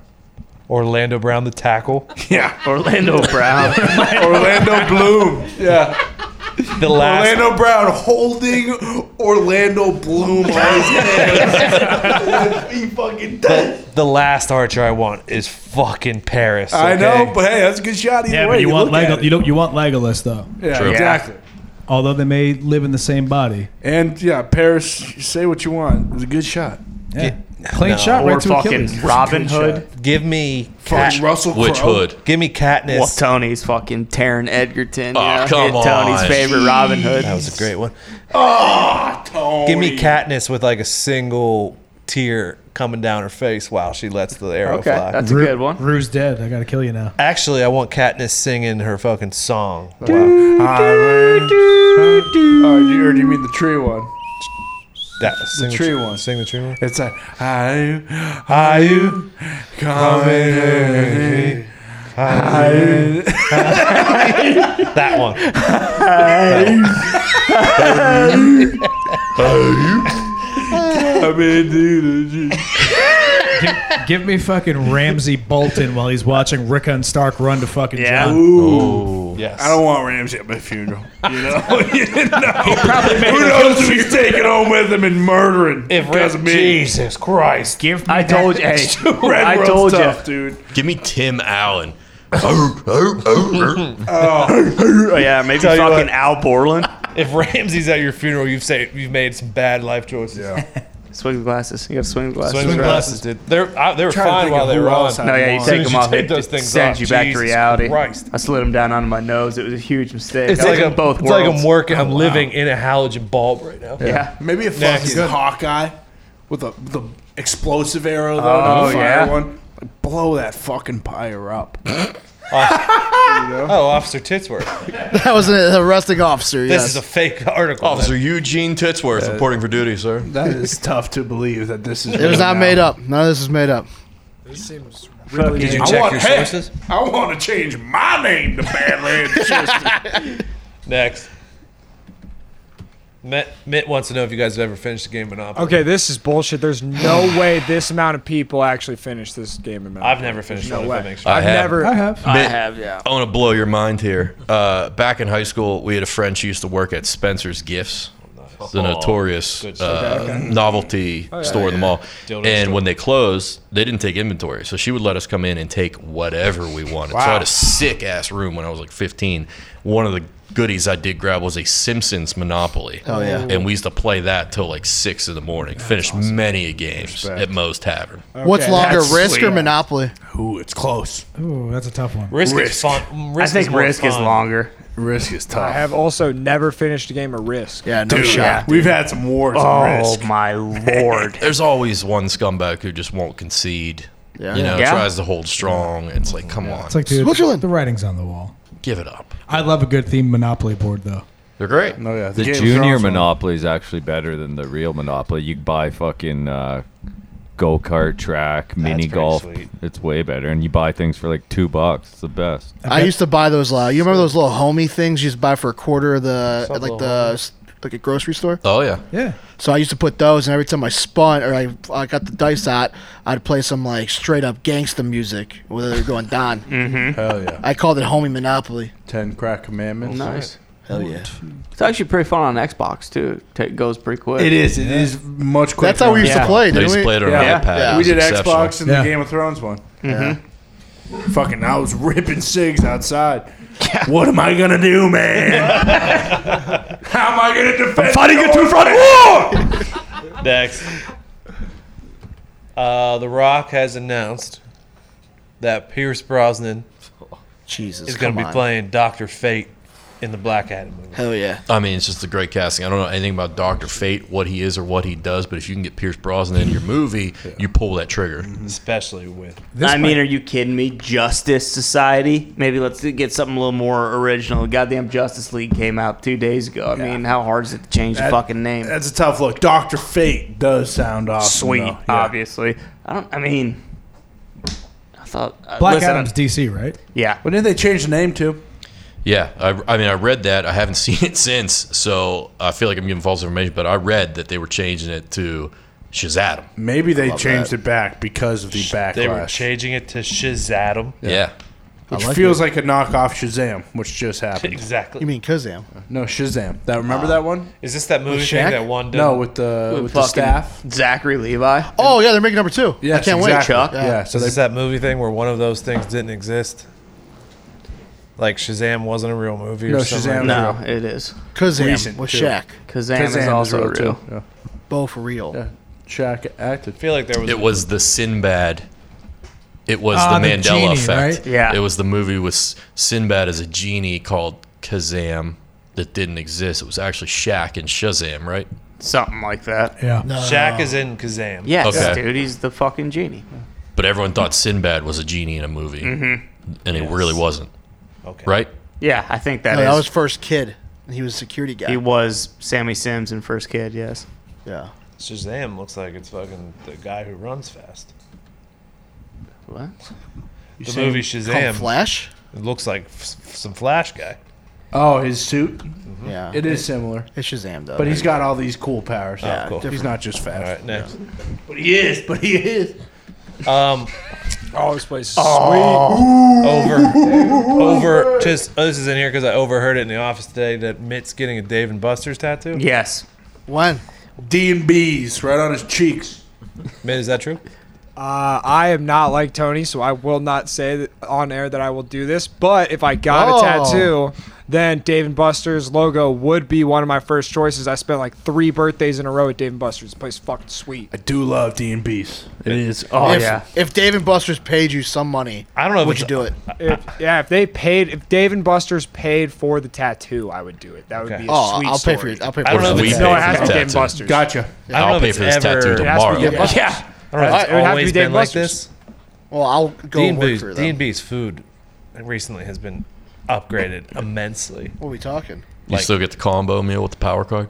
[SPEAKER 2] Orlando Brown, the tackle.
[SPEAKER 3] Yeah,
[SPEAKER 5] Orlando Brown.
[SPEAKER 3] Orlando Bloom. Yeah.
[SPEAKER 2] The last-
[SPEAKER 3] Orlando Brown holding Orlando Bloom on his hands. he fucking
[SPEAKER 2] The, the last archer I want is fucking Paris.
[SPEAKER 3] I know,
[SPEAKER 2] okay?
[SPEAKER 3] but hey, that's a good shot either
[SPEAKER 6] Yeah,
[SPEAKER 3] way.
[SPEAKER 6] but you, want
[SPEAKER 3] look at
[SPEAKER 6] Legolas.
[SPEAKER 3] it.
[SPEAKER 6] You don't. You want Legolas though.
[SPEAKER 3] Yeah, True. exactly.
[SPEAKER 6] Although they may live in the same body.
[SPEAKER 3] And yeah, Paris, say what you want. It's a good shot.
[SPEAKER 6] Yeah. Clean shot right to Achilles.
[SPEAKER 2] Give me
[SPEAKER 3] Fucking
[SPEAKER 2] Cat-
[SPEAKER 3] Russell Which Crowe. Hood?
[SPEAKER 2] Give me Katniss.
[SPEAKER 5] Well, Tony's fucking Taron Edgerton.
[SPEAKER 2] Oh,
[SPEAKER 5] you know,
[SPEAKER 2] come
[SPEAKER 5] hit uh, Tony's
[SPEAKER 2] on.
[SPEAKER 5] favorite Robin Hood.
[SPEAKER 2] That was a great one.
[SPEAKER 3] Oh, Tony.
[SPEAKER 2] Give me Katniss with like a single tear coming down her face while she lets the arrow fly.
[SPEAKER 6] Ru- Rue's dead. I gotta kill you now.
[SPEAKER 2] Actually, I want Katniss singing her fucking song.
[SPEAKER 3] Oh, you, or do you mean the tree one?
[SPEAKER 2] That,
[SPEAKER 3] The
[SPEAKER 2] sing
[SPEAKER 3] tree
[SPEAKER 2] tr-
[SPEAKER 3] one.
[SPEAKER 2] Sing the tree one.
[SPEAKER 3] It's like, are you, are you coming in? Are you-
[SPEAKER 2] that one.
[SPEAKER 3] I mean, dude,
[SPEAKER 6] give, give me fucking Ramsey Bolton while he's watching Ricka and Stark run to fucking
[SPEAKER 3] Yeah.
[SPEAKER 6] John.
[SPEAKER 3] Ooh.
[SPEAKER 2] Yes.
[SPEAKER 3] I don't want Ramsey at my funeral. You know, you know. who knows who he's taking home with him and murdering
[SPEAKER 2] If
[SPEAKER 3] because of
[SPEAKER 2] Ram-
[SPEAKER 3] me.
[SPEAKER 2] Jesus Christ,
[SPEAKER 6] give
[SPEAKER 5] I told you. Hey,
[SPEAKER 3] Red
[SPEAKER 5] I
[SPEAKER 3] World's
[SPEAKER 5] told you.
[SPEAKER 3] tough, dude.
[SPEAKER 4] Give me Tim Allen.
[SPEAKER 5] Oh, yeah, maybe
[SPEAKER 2] Tell you
[SPEAKER 5] fucking
[SPEAKER 2] what.
[SPEAKER 5] Al Borland.
[SPEAKER 2] If Ramsey's at your funeral, you've say, you've made some bad life choices. Yeah.
[SPEAKER 5] Swing the glasses. You got swing the glasses.
[SPEAKER 2] Swing the
[SPEAKER 5] right?
[SPEAKER 2] glasses, dude. They're I, they were
[SPEAKER 5] Trying to
[SPEAKER 2] fine
[SPEAKER 5] think
[SPEAKER 2] while
[SPEAKER 5] of
[SPEAKER 2] they
[SPEAKER 5] who
[SPEAKER 2] were on.
[SPEAKER 5] else I No, yeah, you
[SPEAKER 2] As
[SPEAKER 5] want.
[SPEAKER 2] soon
[SPEAKER 5] take
[SPEAKER 2] as
[SPEAKER 5] them
[SPEAKER 2] you
[SPEAKER 5] off,
[SPEAKER 2] Take
[SPEAKER 5] it
[SPEAKER 2] those things
[SPEAKER 5] sends
[SPEAKER 2] off,
[SPEAKER 5] you back to
[SPEAKER 2] Jesus
[SPEAKER 5] reality.
[SPEAKER 2] Christ.
[SPEAKER 5] I slid them down onto my nose. It was a huge mistake.
[SPEAKER 2] It's
[SPEAKER 5] I
[SPEAKER 2] like
[SPEAKER 5] was
[SPEAKER 2] a,
[SPEAKER 5] in both
[SPEAKER 2] it's like
[SPEAKER 5] worlds.
[SPEAKER 2] I'm working. I'm living in a halogen bulb right now.
[SPEAKER 5] Yeah. Yeah.
[SPEAKER 3] Oh, Maybe a
[SPEAKER 2] Next.
[SPEAKER 3] fucking Hawkeye with a the explosive arrow though,
[SPEAKER 2] Oh,
[SPEAKER 3] not the fire
[SPEAKER 2] yeah.
[SPEAKER 3] one. Like, blow that fucking pyre up.
[SPEAKER 2] Oh, Officer Titsworth.
[SPEAKER 8] That was an arresting officer.
[SPEAKER 2] This
[SPEAKER 8] yes.
[SPEAKER 2] is a fake article.
[SPEAKER 4] Officer Eugene Titsworth reporting for duty, sir.
[SPEAKER 3] That is tough to believe that this is.
[SPEAKER 8] It was not made up. None of this is made up.
[SPEAKER 10] This seems
[SPEAKER 3] Really?
[SPEAKER 2] Did you
[SPEAKER 3] I
[SPEAKER 2] check
[SPEAKER 3] want-
[SPEAKER 2] your
[SPEAKER 3] hey,
[SPEAKER 2] sources?
[SPEAKER 3] I want to change my name to Badlands Tristan.
[SPEAKER 2] Next. Mitt, Mitt wants to know if you guys have ever finished the game Monopoly.
[SPEAKER 10] Okay, this is bullshit. There's no way this amount of people actually finished this game. Of Monopoly.
[SPEAKER 2] I've never finished
[SPEAKER 10] There's
[SPEAKER 2] one,
[SPEAKER 10] no
[SPEAKER 2] if that
[SPEAKER 10] way.
[SPEAKER 2] makes
[SPEAKER 10] I've
[SPEAKER 4] have.
[SPEAKER 10] never.
[SPEAKER 4] Mitt, I want to blow your mind here. Uh, back in high school, we had a friend who used to work at Spencer's Gifts. It's a
[SPEAKER 2] Aw,
[SPEAKER 4] notorious
[SPEAKER 2] Oh, good stuff.
[SPEAKER 4] uh,
[SPEAKER 2] Okay, okay.
[SPEAKER 4] novelty
[SPEAKER 2] Oh, yeah.
[SPEAKER 4] store in the mall.
[SPEAKER 2] Dildo
[SPEAKER 4] and
[SPEAKER 2] store.
[SPEAKER 4] when they closed, they didn't take inventory. So she would let us come in and take whatever we wanted. So I
[SPEAKER 2] Wow.
[SPEAKER 4] had a sick ass room when I was like 15. One of the goodies I did grab was a Simpsons Monopoly.
[SPEAKER 8] Oh, yeah.
[SPEAKER 4] And we used to play that till like 6 in the morning. Finished many a games at Moe's Tavern.
[SPEAKER 8] What's longer, Risk or
[SPEAKER 4] sweet.
[SPEAKER 8] Monopoly?
[SPEAKER 3] Ooh, it's close.
[SPEAKER 6] Ooh, that's a tough one.
[SPEAKER 2] Risk, is
[SPEAKER 10] Risk.
[SPEAKER 2] fun. Mm, Risk
[SPEAKER 10] I think
[SPEAKER 2] is more
[SPEAKER 10] Risk is
[SPEAKER 2] fun.
[SPEAKER 10] longer.
[SPEAKER 3] Risk is
[SPEAKER 10] I have also never finished a game of Risk.
[SPEAKER 8] Yeah,
[SPEAKER 4] no Dude, shot. yeah,
[SPEAKER 3] We've had some wars.
[SPEAKER 10] Oh,
[SPEAKER 5] my lord!
[SPEAKER 4] There's always one scumbag who just won't concede.
[SPEAKER 8] Yeah.
[SPEAKER 4] You know,
[SPEAKER 6] Yeah.
[SPEAKER 4] tries to hold strong. and It's like, come on,
[SPEAKER 6] It's like, dude, the writing's on the wall.
[SPEAKER 4] give it up.
[SPEAKER 6] I love a good themed Monopoly board though.
[SPEAKER 4] They're great.
[SPEAKER 3] No, yeah,
[SPEAKER 9] The junior Monopoly is actually better than the real Monopoly. You buy fucking uh, go kart track, mini golf. It's way better, and you buy things for like two bucks. It's the best.
[SPEAKER 8] I used to buy those. Uh, you remember those little homey things you used to buy for a quarter of the
[SPEAKER 4] Some
[SPEAKER 8] at, like
[SPEAKER 4] little
[SPEAKER 8] the s- like a grocery store?
[SPEAKER 4] Oh yeah.
[SPEAKER 6] Yeah.
[SPEAKER 8] So I used to put those, and every time I spun or I, I got the dice out, I'd play some like straight up gangsta music, whether they're going Don.
[SPEAKER 5] Mhm.
[SPEAKER 3] Hell yeah.
[SPEAKER 8] I called it Homie Monopoly.
[SPEAKER 3] Ten crack commandments.
[SPEAKER 5] Nice.
[SPEAKER 8] Hell yeah.
[SPEAKER 5] It's actually pretty fun on Xbox too. It goes pretty quick.
[SPEAKER 3] It is. It is much quicker.
[SPEAKER 8] That's how we used to play, didn't we?
[SPEAKER 3] We did Xbox and
[SPEAKER 8] Yeah.
[SPEAKER 3] the Game of Thrones one.
[SPEAKER 8] Yeah.
[SPEAKER 3] Fucking, I was ripping cigs outside. What am I gonna do, man? How am I gonna defend? I'm fighting a two-front war.
[SPEAKER 2] Next. Uh, the Rock has announced that Pierce Brosnan
[SPEAKER 8] Jesus,
[SPEAKER 2] is going
[SPEAKER 8] come
[SPEAKER 2] to be
[SPEAKER 8] on.
[SPEAKER 2] playing Doctor Fate in the Black Adam movie.
[SPEAKER 8] Hell yeah.
[SPEAKER 4] I mean, it's just a great casting. I don't know anything about Doctor Fate, what he is or what he does, but if you can get Pierce Brosnan in your movie, you pull that trigger.
[SPEAKER 2] Especially with.
[SPEAKER 5] I mean, are you kidding me? Justice Society. Maybe let's get something a little more original. Goddamn, Justice League came out two days ago. I mean, how hard is it to change
[SPEAKER 3] That-
[SPEAKER 5] the fucking name?
[SPEAKER 3] That's a tough look. Doctor Fate does sound awesome.
[SPEAKER 5] Sweet,
[SPEAKER 3] though.
[SPEAKER 5] obviously. I don't. I mean, I thought uh,
[SPEAKER 6] Black
[SPEAKER 5] listen,
[SPEAKER 6] Adam's DC, right?
[SPEAKER 5] Yeah.
[SPEAKER 3] But didn't they change the name too?
[SPEAKER 4] Yeah, I, I mean, I read that. I haven't seen it since, so I feel like I'm giving false information. But I read that they were changing it to Shazam.
[SPEAKER 3] Maybe they
[SPEAKER 4] Love
[SPEAKER 3] changed
[SPEAKER 4] that.
[SPEAKER 3] it back because of the backlash.
[SPEAKER 2] They were changing it to Shazam.
[SPEAKER 4] Yeah,
[SPEAKER 3] Which
[SPEAKER 8] I like
[SPEAKER 3] feels
[SPEAKER 8] it.
[SPEAKER 3] like a knockoff Shazam, which just happened.
[SPEAKER 2] Exactly.
[SPEAKER 8] You mean Kazam?
[SPEAKER 3] No, Shazam. That remember that
[SPEAKER 5] Uh,
[SPEAKER 3] one?
[SPEAKER 2] Is this that movie
[SPEAKER 8] With
[SPEAKER 2] thing
[SPEAKER 8] Shaq?
[SPEAKER 2] that one?
[SPEAKER 3] No, with the uh, with, the
[SPEAKER 5] fucking
[SPEAKER 3] staff.
[SPEAKER 5] Zachary Levi.
[SPEAKER 8] Oh yeah, they're making number two. Yeah, I
[SPEAKER 3] Yes,
[SPEAKER 8] can't wait.
[SPEAKER 3] exactly.
[SPEAKER 8] Chuck.
[SPEAKER 3] Yeah.
[SPEAKER 2] So
[SPEAKER 3] so
[SPEAKER 2] is
[SPEAKER 3] they
[SPEAKER 2] this that movie thing where one of those things didn't exist? Like Shazam wasn't a real movie
[SPEAKER 3] No,
[SPEAKER 2] or something.
[SPEAKER 3] Shazam-
[SPEAKER 2] like
[SPEAKER 5] No, it is.
[SPEAKER 8] Kazam
[SPEAKER 3] Recent,
[SPEAKER 8] with
[SPEAKER 3] too.
[SPEAKER 8] Shaq.
[SPEAKER 5] Kazam,
[SPEAKER 3] Kazam
[SPEAKER 5] is
[SPEAKER 3] is
[SPEAKER 5] also
[SPEAKER 3] real, too.
[SPEAKER 5] real.
[SPEAKER 3] Yeah.
[SPEAKER 8] Both real.
[SPEAKER 3] Yeah. Shaq acted.
[SPEAKER 2] I feel like there was.
[SPEAKER 4] it was the Sinbad. It was
[SPEAKER 6] Ah,
[SPEAKER 4] the
[SPEAKER 6] the
[SPEAKER 4] Mandela
[SPEAKER 6] genie,
[SPEAKER 4] effect.
[SPEAKER 6] right?
[SPEAKER 5] Yeah.
[SPEAKER 4] it was the movie with S- Sinbad as a genie called Kazam that didn't exist. It was actually Shaq and Shazam, right?
[SPEAKER 5] Something like that.
[SPEAKER 6] Yeah.
[SPEAKER 2] Shaq is in Kazam.
[SPEAKER 5] Yes,
[SPEAKER 4] Okay.
[SPEAKER 5] dude. He's the fucking genie.
[SPEAKER 4] But everyone thought Sinbad was a genie in a movie,
[SPEAKER 5] Mm-hmm.
[SPEAKER 4] and it really wasn't,
[SPEAKER 2] Okay.
[SPEAKER 4] right?
[SPEAKER 5] Yeah, I think
[SPEAKER 8] No,
[SPEAKER 5] that is.
[SPEAKER 8] that was first kid. and He was a security guy.
[SPEAKER 5] He was Sammy Sims in First Kid. Yes.
[SPEAKER 8] yeah.
[SPEAKER 2] Shazam looks like it's fucking the guy who runs fast.
[SPEAKER 5] What?
[SPEAKER 2] The movie
[SPEAKER 8] Called
[SPEAKER 2] Shazam.
[SPEAKER 8] Flash.
[SPEAKER 2] It looks like f- f- some Flash guy.
[SPEAKER 3] Oh, his suit.
[SPEAKER 8] Mm-hmm. Yeah.
[SPEAKER 3] It is similar,
[SPEAKER 8] It's Shazam though.
[SPEAKER 3] but he's got all these cool powers.
[SPEAKER 8] yeah,
[SPEAKER 2] Oh, cool.
[SPEAKER 8] different.
[SPEAKER 3] He's not just fast.
[SPEAKER 2] All right, next.
[SPEAKER 3] But he is. But he is.
[SPEAKER 2] Um,
[SPEAKER 10] Oh, this place is
[SPEAKER 2] over, over. Just oh, this is in here because I overheard it in the office today that Mitt's getting a Dave and Buster's tattoo.
[SPEAKER 5] Yes.
[SPEAKER 8] When?
[SPEAKER 3] D and B's right on his cheeks.
[SPEAKER 2] Mitt, is that true?
[SPEAKER 10] Uh, I am not like Tony, so I will not say that on air that I will do this. But if I got
[SPEAKER 8] Oh.
[SPEAKER 10] a tattoo, then Dave and Buster's logo would be one of my first choices. I spent like three birthdays in a row at Dave and Buster's. The place is fucking sweet.
[SPEAKER 3] I do love D and B's. It is. Oh
[SPEAKER 8] if,
[SPEAKER 3] yeah.
[SPEAKER 8] If Dave and Buster's paid you some money,
[SPEAKER 2] I don't know if
[SPEAKER 8] would you
[SPEAKER 2] it's-
[SPEAKER 8] do it?
[SPEAKER 10] If, yeah, if they paid, if Dave and Buster's paid for the tattoo, I would do it. That would
[SPEAKER 2] Okay.
[SPEAKER 10] be a
[SPEAKER 8] Oh,
[SPEAKER 10] sweet
[SPEAKER 8] I'll pay for
[SPEAKER 10] story.
[SPEAKER 8] your. I'll pay for
[SPEAKER 2] I don't know
[SPEAKER 8] your
[SPEAKER 2] if
[SPEAKER 4] We
[SPEAKER 2] it's
[SPEAKER 4] paid
[SPEAKER 10] No,
[SPEAKER 4] for
[SPEAKER 10] it has
[SPEAKER 4] the
[SPEAKER 10] to be Dave and
[SPEAKER 4] tattoo.
[SPEAKER 10] Buster's.
[SPEAKER 3] Gotcha.
[SPEAKER 2] I don't know
[SPEAKER 4] I'll
[SPEAKER 2] if
[SPEAKER 4] pay
[SPEAKER 2] it's
[SPEAKER 4] for this
[SPEAKER 2] ever-
[SPEAKER 4] tattoo
[SPEAKER 2] It
[SPEAKER 10] has to be
[SPEAKER 4] tomorrow.
[SPEAKER 10] Dave Buster's. Yeah.
[SPEAKER 2] I don't know
[SPEAKER 10] It
[SPEAKER 2] if
[SPEAKER 10] would have
[SPEAKER 2] it's
[SPEAKER 10] to
[SPEAKER 2] always
[SPEAKER 10] be Dave
[SPEAKER 2] been like
[SPEAKER 10] Buster's.
[SPEAKER 2] this.
[SPEAKER 8] Well, I'll go
[SPEAKER 2] D and
[SPEAKER 8] work
[SPEAKER 2] B's,
[SPEAKER 8] for
[SPEAKER 2] D
[SPEAKER 8] them.
[SPEAKER 2] and B's food recently has been upgraded immensely.
[SPEAKER 8] What are we talking?
[SPEAKER 4] You still get the combo meal with the power card.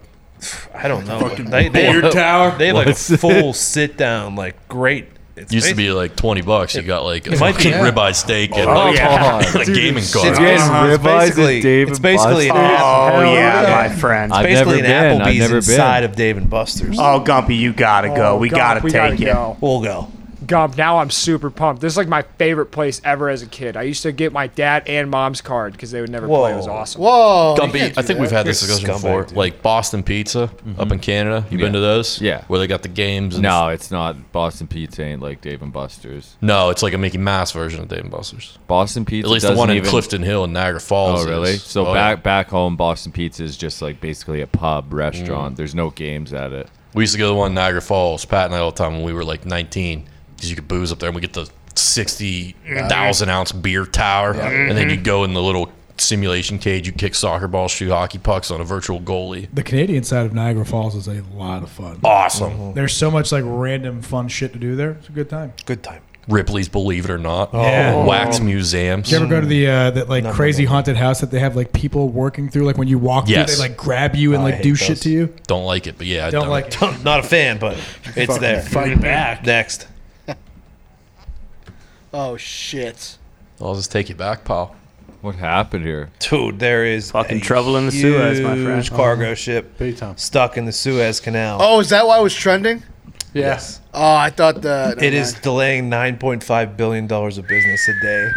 [SPEAKER 2] I don't know. They, they,
[SPEAKER 3] Beer tower.
[SPEAKER 2] they have like a
[SPEAKER 4] What's-
[SPEAKER 2] full sit down, like great. It's
[SPEAKER 4] Used to be like twenty bucks. You got like a
[SPEAKER 2] might be,
[SPEAKER 4] fucking
[SPEAKER 2] yeah.
[SPEAKER 4] ribeye steak and,
[SPEAKER 9] Oh, yeah.
[SPEAKER 4] and a gaming
[SPEAKER 2] It's
[SPEAKER 4] card.
[SPEAKER 3] Yeah. Uh-huh.
[SPEAKER 2] basically, it's basically, it's basically an apple.
[SPEAKER 5] Oh yeah,
[SPEAKER 2] yeah.
[SPEAKER 5] my friend.
[SPEAKER 9] I've
[SPEAKER 2] basically
[SPEAKER 9] never
[SPEAKER 2] an
[SPEAKER 9] been. I've
[SPEAKER 2] Applebee's
[SPEAKER 9] never
[SPEAKER 2] inside
[SPEAKER 9] been.
[SPEAKER 2] of Dave and Buster's.
[SPEAKER 5] Oh, Gumpy, you gotta go. We
[SPEAKER 10] God,
[SPEAKER 5] gotta
[SPEAKER 10] we
[SPEAKER 5] take it.
[SPEAKER 10] go.
[SPEAKER 2] We'll go.
[SPEAKER 10] Gump, now I'm super pumped. This is like my favorite place ever as a kid. I used to get my dad and mom's card because they would never play. It was
[SPEAKER 2] Whoa.
[SPEAKER 10] awesome.
[SPEAKER 6] Oh,
[SPEAKER 8] Whoa, Oh, you
[SPEAKER 4] Gumpy,
[SPEAKER 8] can't
[SPEAKER 4] I
[SPEAKER 8] do
[SPEAKER 4] think we've
[SPEAKER 8] that.
[SPEAKER 4] had this
[SPEAKER 2] You're a
[SPEAKER 4] discussion
[SPEAKER 2] scumbag,
[SPEAKER 4] before.
[SPEAKER 2] dude.
[SPEAKER 4] Like Boston Pizza up in Canada. You been
[SPEAKER 9] Mm-hmm. Yeah.
[SPEAKER 4] to those?
[SPEAKER 9] Yeah.
[SPEAKER 4] Where they got the games. And
[SPEAKER 9] No, it's not. Boston Pizza ain't like Dave and Buster's.
[SPEAKER 4] No, it's like a Mickey Mouse version of Dave and Buster's.
[SPEAKER 9] Boston Pizza.
[SPEAKER 4] At least the
[SPEAKER 9] doesn't
[SPEAKER 4] one in
[SPEAKER 9] even-
[SPEAKER 4] Clifton Hill in Niagara Falls.
[SPEAKER 9] Oh really?
[SPEAKER 4] is.
[SPEAKER 9] So
[SPEAKER 4] Oh, yeah.
[SPEAKER 9] back back home, Boston Pizza is just like basically a pub
[SPEAKER 4] Mm.
[SPEAKER 9] restaurant. There's no games at it.
[SPEAKER 4] we used to go to the one in Niagara Falls, Pat and I all the time when we were like 19, because you could booze up there and we get the 60,000 ounce beer tower, and then you
[SPEAKER 6] Mm-hmm.
[SPEAKER 4] go in the little simulation cage, you kick soccer balls, shoot hockey pucks on a virtual goalie.
[SPEAKER 6] The Canadian side of Niagara Falls is a lot of fun.
[SPEAKER 4] Awesome.
[SPEAKER 6] There's so much like random fun shit to do there. It's a good time. Oh.
[SPEAKER 2] Good time.
[SPEAKER 4] Ripley's Believe It or Not.
[SPEAKER 6] Yeah.
[SPEAKER 4] Wax museums.
[SPEAKER 6] Do you ever go to the uh, that like crazy haunted house that they have like people working through? Like when you walk
[SPEAKER 4] Yes.
[SPEAKER 6] through, they like grab you
[SPEAKER 4] Oh,
[SPEAKER 6] and
[SPEAKER 2] I
[SPEAKER 6] like
[SPEAKER 2] hate
[SPEAKER 6] do
[SPEAKER 2] those.
[SPEAKER 6] shit to you.
[SPEAKER 4] Don't like it, but yeah, I
[SPEAKER 6] Don't like it.
[SPEAKER 2] Not a fan, but it's there.
[SPEAKER 3] Fight back.
[SPEAKER 2] Next.
[SPEAKER 8] Oh shit!
[SPEAKER 4] I'll just take you back, pal.
[SPEAKER 9] What happened here?
[SPEAKER 2] Dude, there is
[SPEAKER 5] Fucking
[SPEAKER 2] a
[SPEAKER 5] trouble in the Suez, my friend.
[SPEAKER 2] huge cargo ship
[SPEAKER 3] Uh-huh. Big time.
[SPEAKER 2] stuck in the Suez Canal.
[SPEAKER 8] Oh, is that why it was trending?
[SPEAKER 3] Yes.
[SPEAKER 8] Oh, I thought the
[SPEAKER 2] It is delaying 9.5 billion dollars of business a day.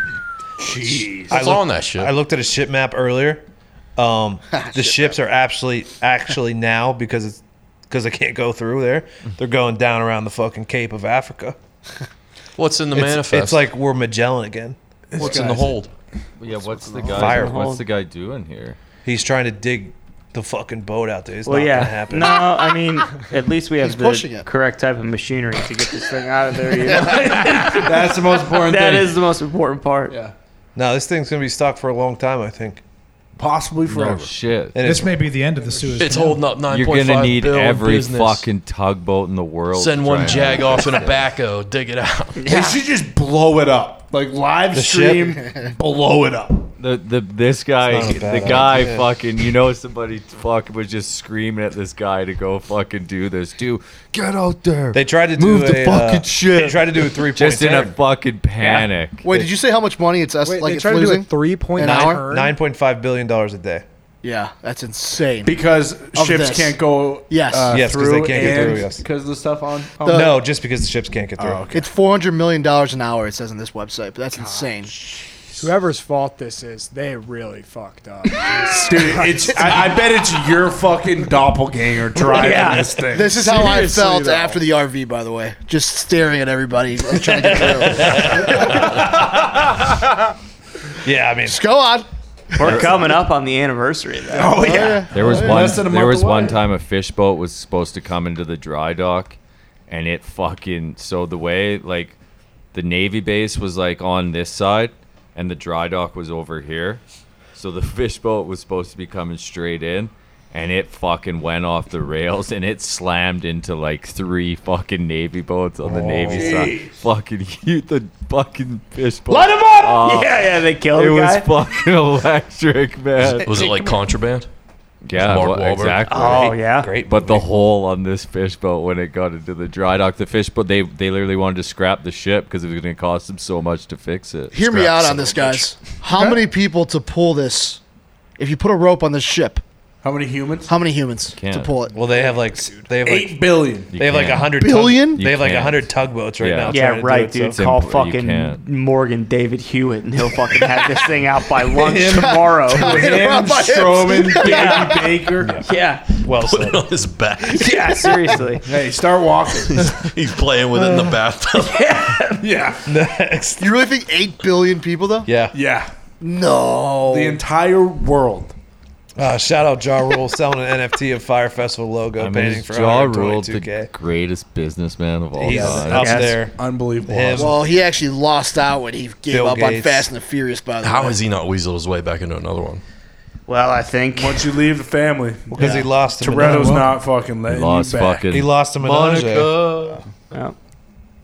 [SPEAKER 3] Jeez.
[SPEAKER 4] What's
[SPEAKER 2] I look-
[SPEAKER 4] on that shit?
[SPEAKER 2] I looked at a ship map earlier. Um, the ships are actually actually now because it's because they can't go through there. They're going down around the fucking Cape of Africa.
[SPEAKER 4] What's in the
[SPEAKER 2] It's-
[SPEAKER 4] manifest?
[SPEAKER 2] It's like we're Magellan again.
[SPEAKER 4] what's in the hold?
[SPEAKER 9] Yeah, what's the guy?
[SPEAKER 2] Fire.
[SPEAKER 9] What's the guy doing here?
[SPEAKER 2] He's trying to dig the fucking boat out there. It's
[SPEAKER 5] Well,
[SPEAKER 2] not
[SPEAKER 5] yeah.
[SPEAKER 2] gonna happen.
[SPEAKER 5] No, I mean, at least we have
[SPEAKER 8] pushing
[SPEAKER 5] the
[SPEAKER 8] it.
[SPEAKER 5] correct type of machinery to get this thing out of there. You know?
[SPEAKER 3] That's the most important
[SPEAKER 5] that
[SPEAKER 3] thing.
[SPEAKER 5] is the most important part.
[SPEAKER 3] Yeah.
[SPEAKER 2] No, this thing's gonna be stuck for a long time. I think.
[SPEAKER 3] possibly forever.
[SPEAKER 9] No shit.
[SPEAKER 6] this may be the end of the Suez.
[SPEAKER 9] It's
[SPEAKER 6] Canal.
[SPEAKER 9] holding
[SPEAKER 12] up
[SPEAKER 9] You're gonna
[SPEAKER 12] 9.5
[SPEAKER 9] need
[SPEAKER 12] bill in
[SPEAKER 9] every
[SPEAKER 12] business.
[SPEAKER 9] fucking tugboat in the world.
[SPEAKER 12] Send
[SPEAKER 9] to
[SPEAKER 12] one
[SPEAKER 9] try
[SPEAKER 12] jag
[SPEAKER 9] and-
[SPEAKER 12] off in a backhoe, dig it out.
[SPEAKER 3] They should just blow it up, like live
[SPEAKER 12] The
[SPEAKER 3] stream,
[SPEAKER 12] ship?
[SPEAKER 3] blow it up.
[SPEAKER 9] The the this guy
[SPEAKER 3] It's not a
[SPEAKER 9] the
[SPEAKER 3] bad
[SPEAKER 9] guy
[SPEAKER 3] idea.
[SPEAKER 9] fucking you know somebody fucking was just screaming at this guy to go fucking do this too. Get out there.
[SPEAKER 2] They tried to do
[SPEAKER 9] move the
[SPEAKER 2] a, uh,
[SPEAKER 9] fucking shit.
[SPEAKER 2] they tried to do a three-point
[SPEAKER 9] Just in a
[SPEAKER 2] turn.
[SPEAKER 9] fucking panic.
[SPEAKER 8] Wait, did you say how much money it's us?
[SPEAKER 2] Wait,
[SPEAKER 8] like
[SPEAKER 2] they
[SPEAKER 8] it's
[SPEAKER 2] tried to do a
[SPEAKER 8] losing an hour.
[SPEAKER 2] Nine point five billion dollars a day.
[SPEAKER 8] Yeah, that's insane.
[SPEAKER 3] Because
[SPEAKER 8] Of
[SPEAKER 3] ships
[SPEAKER 8] this.
[SPEAKER 3] can't go
[SPEAKER 8] Yes.
[SPEAKER 3] uh,
[SPEAKER 2] yes, because
[SPEAKER 3] through
[SPEAKER 2] they can't get
[SPEAKER 3] and-
[SPEAKER 2] through. Yes,
[SPEAKER 3] because of the stuff on. Oh,
[SPEAKER 8] The-
[SPEAKER 2] no, just because the ships can't get through.
[SPEAKER 8] It's four hundred million dollars an hour. It says on this website, but that's insane.
[SPEAKER 10] Whoever's fault this is, they really fucked up.
[SPEAKER 3] Dude, it's. I, I bet it's your fucking doppelganger driving this thing.
[SPEAKER 8] This is how I felt after the RV. By the way, just staring at everybody like, trying to get through.
[SPEAKER 2] Yeah, I mean,
[SPEAKER 8] just go on.
[SPEAKER 5] We're coming up on the anniversary. Of that.
[SPEAKER 3] Oh yeah.
[SPEAKER 9] There was
[SPEAKER 3] Oh, yeah.
[SPEAKER 9] one.
[SPEAKER 3] Less than a
[SPEAKER 9] There
[SPEAKER 3] month
[SPEAKER 9] was one
[SPEAKER 3] away.
[SPEAKER 9] time a fish boat was supposed to come into the dry dock, and it fucking so the way like the navy base was like on this side, and the dry dock was over here, so the fish boat was supposed to be coming straight in. And it fucking went off the rails, and it slammed into like three fucking navy boats on the navy
[SPEAKER 3] Oh, Jeez.
[SPEAKER 9] side. Fucking huge, the fucking fish boat.
[SPEAKER 3] Light 'em up!
[SPEAKER 9] Oh,
[SPEAKER 5] yeah, yeah, they killed
[SPEAKER 9] it
[SPEAKER 5] the guy.
[SPEAKER 9] was fucking electric, man.
[SPEAKER 12] Was it like contraband?
[SPEAKER 9] Yeah,
[SPEAKER 12] Mark
[SPEAKER 9] well,
[SPEAKER 12] Wahlberg.
[SPEAKER 9] exactly.
[SPEAKER 5] Oh, yeah.
[SPEAKER 2] Great.
[SPEAKER 9] But the hole on this fish boat when it got into the dry dock, the fish boat they they literally wanted to scrap the ship because it was going to cost them so much to fix it.
[SPEAKER 8] Hear me out on this, guys. How many people to pull this? If you put a rope on this ship,
[SPEAKER 3] How many humans?
[SPEAKER 8] how many humans to
[SPEAKER 9] Can't.
[SPEAKER 8] pull it?
[SPEAKER 2] Well, they have like they have like
[SPEAKER 3] Eight billion.
[SPEAKER 9] You
[SPEAKER 2] they have like
[SPEAKER 9] can't.
[SPEAKER 2] a hundred
[SPEAKER 8] Billion?
[SPEAKER 2] They have like
[SPEAKER 9] You
[SPEAKER 2] a
[SPEAKER 9] can't.
[SPEAKER 2] hundred tugboats right
[SPEAKER 9] Yeah.
[SPEAKER 2] now. trying
[SPEAKER 5] Yeah,
[SPEAKER 2] to do
[SPEAKER 5] right,
[SPEAKER 2] it,
[SPEAKER 5] dude.
[SPEAKER 2] so-
[SPEAKER 9] It's
[SPEAKER 5] Call
[SPEAKER 9] imp- you
[SPEAKER 5] fucking
[SPEAKER 9] can't.
[SPEAKER 5] Morgan David Hewitt, and he'll fucking have this thing out by lunch tomorrow.
[SPEAKER 3] Him,
[SPEAKER 8] around my hips.
[SPEAKER 3] Strowman, Davey Baker.
[SPEAKER 5] yeah,
[SPEAKER 2] Well
[SPEAKER 12] Put it
[SPEAKER 2] said.
[SPEAKER 12] on his back.
[SPEAKER 5] yeah, seriously.
[SPEAKER 3] Hey, start walking.
[SPEAKER 12] He's playing with it
[SPEAKER 6] Uh.
[SPEAKER 12] in the bathtub.
[SPEAKER 3] yeah.
[SPEAKER 2] Next.
[SPEAKER 8] You really think eight billion people though?
[SPEAKER 2] Yeah.
[SPEAKER 3] Yeah.
[SPEAKER 8] No.
[SPEAKER 3] The entire world.
[SPEAKER 2] Uh, shout out Ja Rule selling an NFT of Fire Festival logo
[SPEAKER 9] I mean,
[SPEAKER 2] painting
[SPEAKER 9] it's
[SPEAKER 2] for
[SPEAKER 9] Ja
[SPEAKER 2] ja
[SPEAKER 9] Rule,
[SPEAKER 2] 122
[SPEAKER 9] the
[SPEAKER 2] k.
[SPEAKER 9] greatest businessman of all
[SPEAKER 2] He's
[SPEAKER 9] time.
[SPEAKER 2] up
[SPEAKER 5] Yes.
[SPEAKER 2] there.
[SPEAKER 3] Unbelievable.
[SPEAKER 2] Him.
[SPEAKER 8] well, he actually lost out when he gave
[SPEAKER 2] Bill
[SPEAKER 8] up on
[SPEAKER 2] Gates.
[SPEAKER 8] Fast and the Furious. By the
[SPEAKER 12] How
[SPEAKER 8] way,
[SPEAKER 12] has he not weaseled his way back into another one?
[SPEAKER 5] Well, I think
[SPEAKER 3] Once you leave the family,
[SPEAKER 2] Because he lost him.
[SPEAKER 3] Toretto's not fucking letting
[SPEAKER 9] Lost
[SPEAKER 3] you back.
[SPEAKER 9] fucking
[SPEAKER 2] He lost him. Monica.
[SPEAKER 12] Monica.
[SPEAKER 5] Well,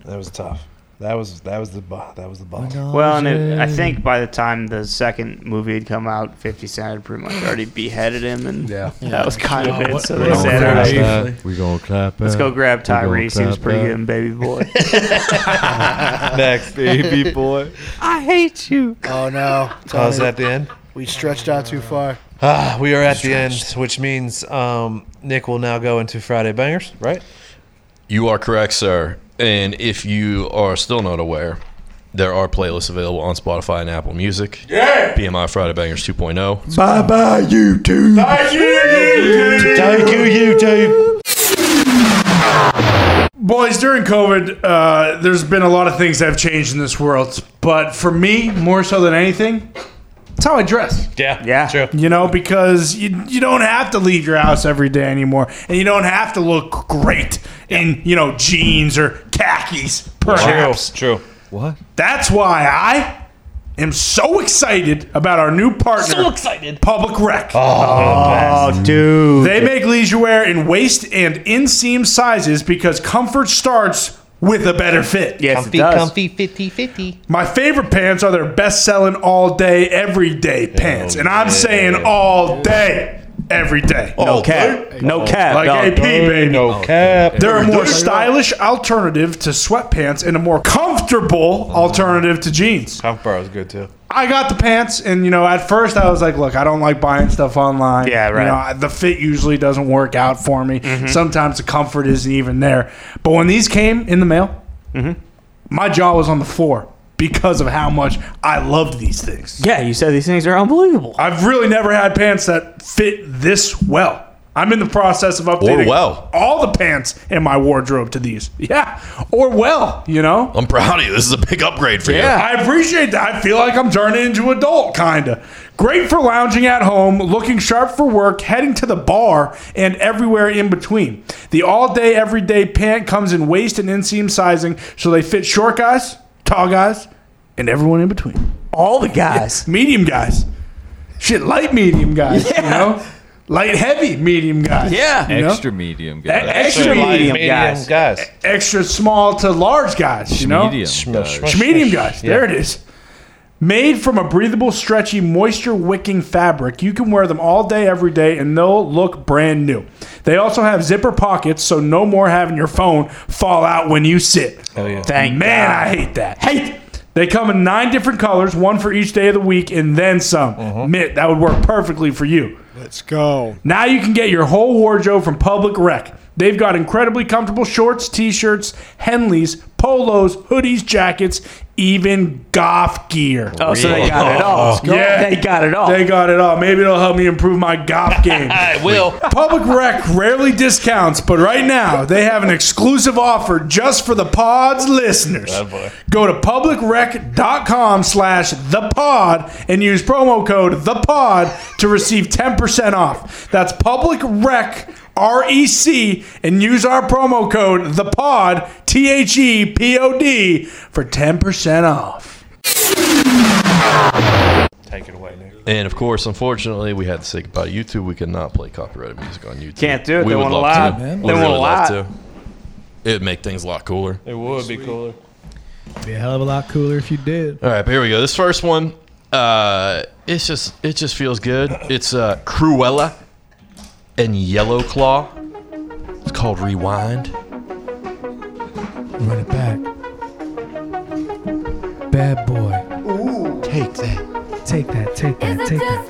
[SPEAKER 2] That was tough. That was that was the bo- that was the ball.
[SPEAKER 5] well, and it, I think by the time the second movie had come out, Fifty Cent had pretty much already beheaded him, and
[SPEAKER 3] Yeah.
[SPEAKER 5] that was kind of it. So they
[SPEAKER 9] We gonna
[SPEAKER 5] said,
[SPEAKER 9] clap
[SPEAKER 5] "All right,
[SPEAKER 9] that. We gonna clap.
[SPEAKER 5] "Let's
[SPEAKER 9] that.
[SPEAKER 5] go grab
[SPEAKER 9] We gonna
[SPEAKER 5] Tyrese. He was
[SPEAKER 9] clap
[SPEAKER 5] pretty good,
[SPEAKER 9] that.
[SPEAKER 5] in baby boy."
[SPEAKER 2] Next.
[SPEAKER 9] baby boy.
[SPEAKER 5] I hate you.
[SPEAKER 8] oh no,
[SPEAKER 2] Oh,
[SPEAKER 8] Tony,
[SPEAKER 2] is that the end?
[SPEAKER 8] we stretched out too far.
[SPEAKER 2] Ah, we are at the end, which means um, Nick will now go into Friday Bangers, right?
[SPEAKER 12] You are correct, sir. And if you are still not aware, there are playlists available on Spotify and Apple Music. Yeah. BMI Friday Bangers 2.0.
[SPEAKER 1] Bye bye, YouTube.
[SPEAKER 3] Thank you, dude.
[SPEAKER 2] Thank you, YouTube.
[SPEAKER 3] Boys, during COVID, uh, there's been a lot of things that have changed in this world. But for me, more so than anything, it's how I dress.
[SPEAKER 2] Yeah.
[SPEAKER 5] Yeah.
[SPEAKER 2] True.
[SPEAKER 3] You know, because you, you don't have to leave your house every day anymore. And you don't have to look great in, you know, jeans or khakis, perhaps.
[SPEAKER 2] True. True.
[SPEAKER 9] What?
[SPEAKER 3] That's why I am so excited about our new partner,
[SPEAKER 2] excited.
[SPEAKER 3] Public Rec.
[SPEAKER 5] Oh, dude.
[SPEAKER 3] They make leisure wear in waist and inseam sizes because comfort starts with a better fit.
[SPEAKER 5] Yes, it
[SPEAKER 2] Comfy,
[SPEAKER 5] does.
[SPEAKER 2] comfy, 50 50.
[SPEAKER 3] My favorite pants are their best selling all day, every day pants. and I'm saying all day, every day.
[SPEAKER 5] No cap. No cap.
[SPEAKER 3] Like
[SPEAKER 5] dog.
[SPEAKER 3] AP, baby.
[SPEAKER 2] Cap.
[SPEAKER 3] They're a more stylish alternative to sweatpants and a more comfortable alternative to jeans.
[SPEAKER 2] Comp bar is good too.
[SPEAKER 3] I got the pants, and you know, at first I was like, "Look, I don't like buying stuff online.
[SPEAKER 5] Yeah,
[SPEAKER 3] You
[SPEAKER 5] right. Mm-hmm.
[SPEAKER 3] know, I- the fit usually doesn't work out for me. Sometimes the comfort isn't even there. But when these came in the mail,
[SPEAKER 5] Mm-hmm.
[SPEAKER 3] my jaw was on the floor because of how much I loved these things.
[SPEAKER 5] Yeah, you said these things are unbelievable.
[SPEAKER 3] I've really never had pants that fit this well. I'm in the process of updating
[SPEAKER 12] well.
[SPEAKER 3] all the pants in my wardrobe to these. Yeah, or well, you know.
[SPEAKER 12] I'm proud of you. This is a big upgrade for you.
[SPEAKER 3] I appreciate that. I feel like I'm turning into adult, kinda. Great for lounging at home, looking sharp for work, heading to the bar, and everywhere in between. The all-day, everyday pant comes in waist and inseam sizing, so they fit short guys, tall guys, and everyone in between.
[SPEAKER 5] All the guys.
[SPEAKER 3] Medium guys. shit, light medium guys, you know? Light heavy medium guys.
[SPEAKER 9] Yeah.
[SPEAKER 3] you know?
[SPEAKER 9] Extra medium guys.
[SPEAKER 3] E- extra medium, guys. E- Extra small to large guys, you know?
[SPEAKER 9] Schmedium Schm- guys. schm-
[SPEAKER 3] Schmedium guys.
[SPEAKER 9] yeah.
[SPEAKER 3] There it is. Made from a breathable, stretchy, moisture wicking fabric, you can wear them all day, every day, and they'll look brand new. They also have zipper pockets, so no more having your phone fall out when you sit. Oh, yeah.
[SPEAKER 5] Thank
[SPEAKER 3] Man,
[SPEAKER 5] God.
[SPEAKER 3] I hate that. Hate it. They come in nine different colors, one for each day of the week, and then some.
[SPEAKER 5] Uh-huh.
[SPEAKER 3] Mitt, that would work perfectly for you.
[SPEAKER 13] Let's go.
[SPEAKER 3] Now you can get your whole wardrobe from Public Rec. They've got incredibly comfortable shorts, t-shirts, Henleys, polos, hoodies, jackets, even golf gear.
[SPEAKER 5] Oh, so they got it all. Let's go.
[SPEAKER 3] Yeah,
[SPEAKER 5] They got it all.
[SPEAKER 3] They got it all. Maybe it'll help me improve my golf game.
[SPEAKER 2] I will.
[SPEAKER 3] Public Rec rarely discounts, but right now they have an exclusive offer just for the pod's listeners. Go to publicrec.com slash the pod and use promo code the pod to receive 10% off. That's public rec R-E-C and use our promo code the pod T H E P O D for 10% off.
[SPEAKER 2] Take it away, Nick.
[SPEAKER 12] And of course, unfortunately, we had to say goodbye to YouTube. We cannot play copyrighted music on YouTube.
[SPEAKER 5] Can't do it.
[SPEAKER 12] We
[SPEAKER 5] They
[SPEAKER 12] would
[SPEAKER 5] won't
[SPEAKER 12] love
[SPEAKER 5] allow
[SPEAKER 12] to.
[SPEAKER 5] it, man.
[SPEAKER 12] We
[SPEAKER 5] They
[SPEAKER 12] would
[SPEAKER 5] won't
[SPEAKER 12] really
[SPEAKER 5] allow
[SPEAKER 12] love
[SPEAKER 5] it.
[SPEAKER 12] to. It'd make things a lot cooler.
[SPEAKER 2] It would be cooler.
[SPEAKER 6] be a hell of a lot cooler if you did.
[SPEAKER 12] All right, but here we go. This first one, uh, it's just it just feels good. It's uh, Cruella and Yellow Claw. It's called Rewind.
[SPEAKER 6] Run it back. Bad boy.
[SPEAKER 1] Ooh.
[SPEAKER 6] Take that. Take that. Take that. Take that.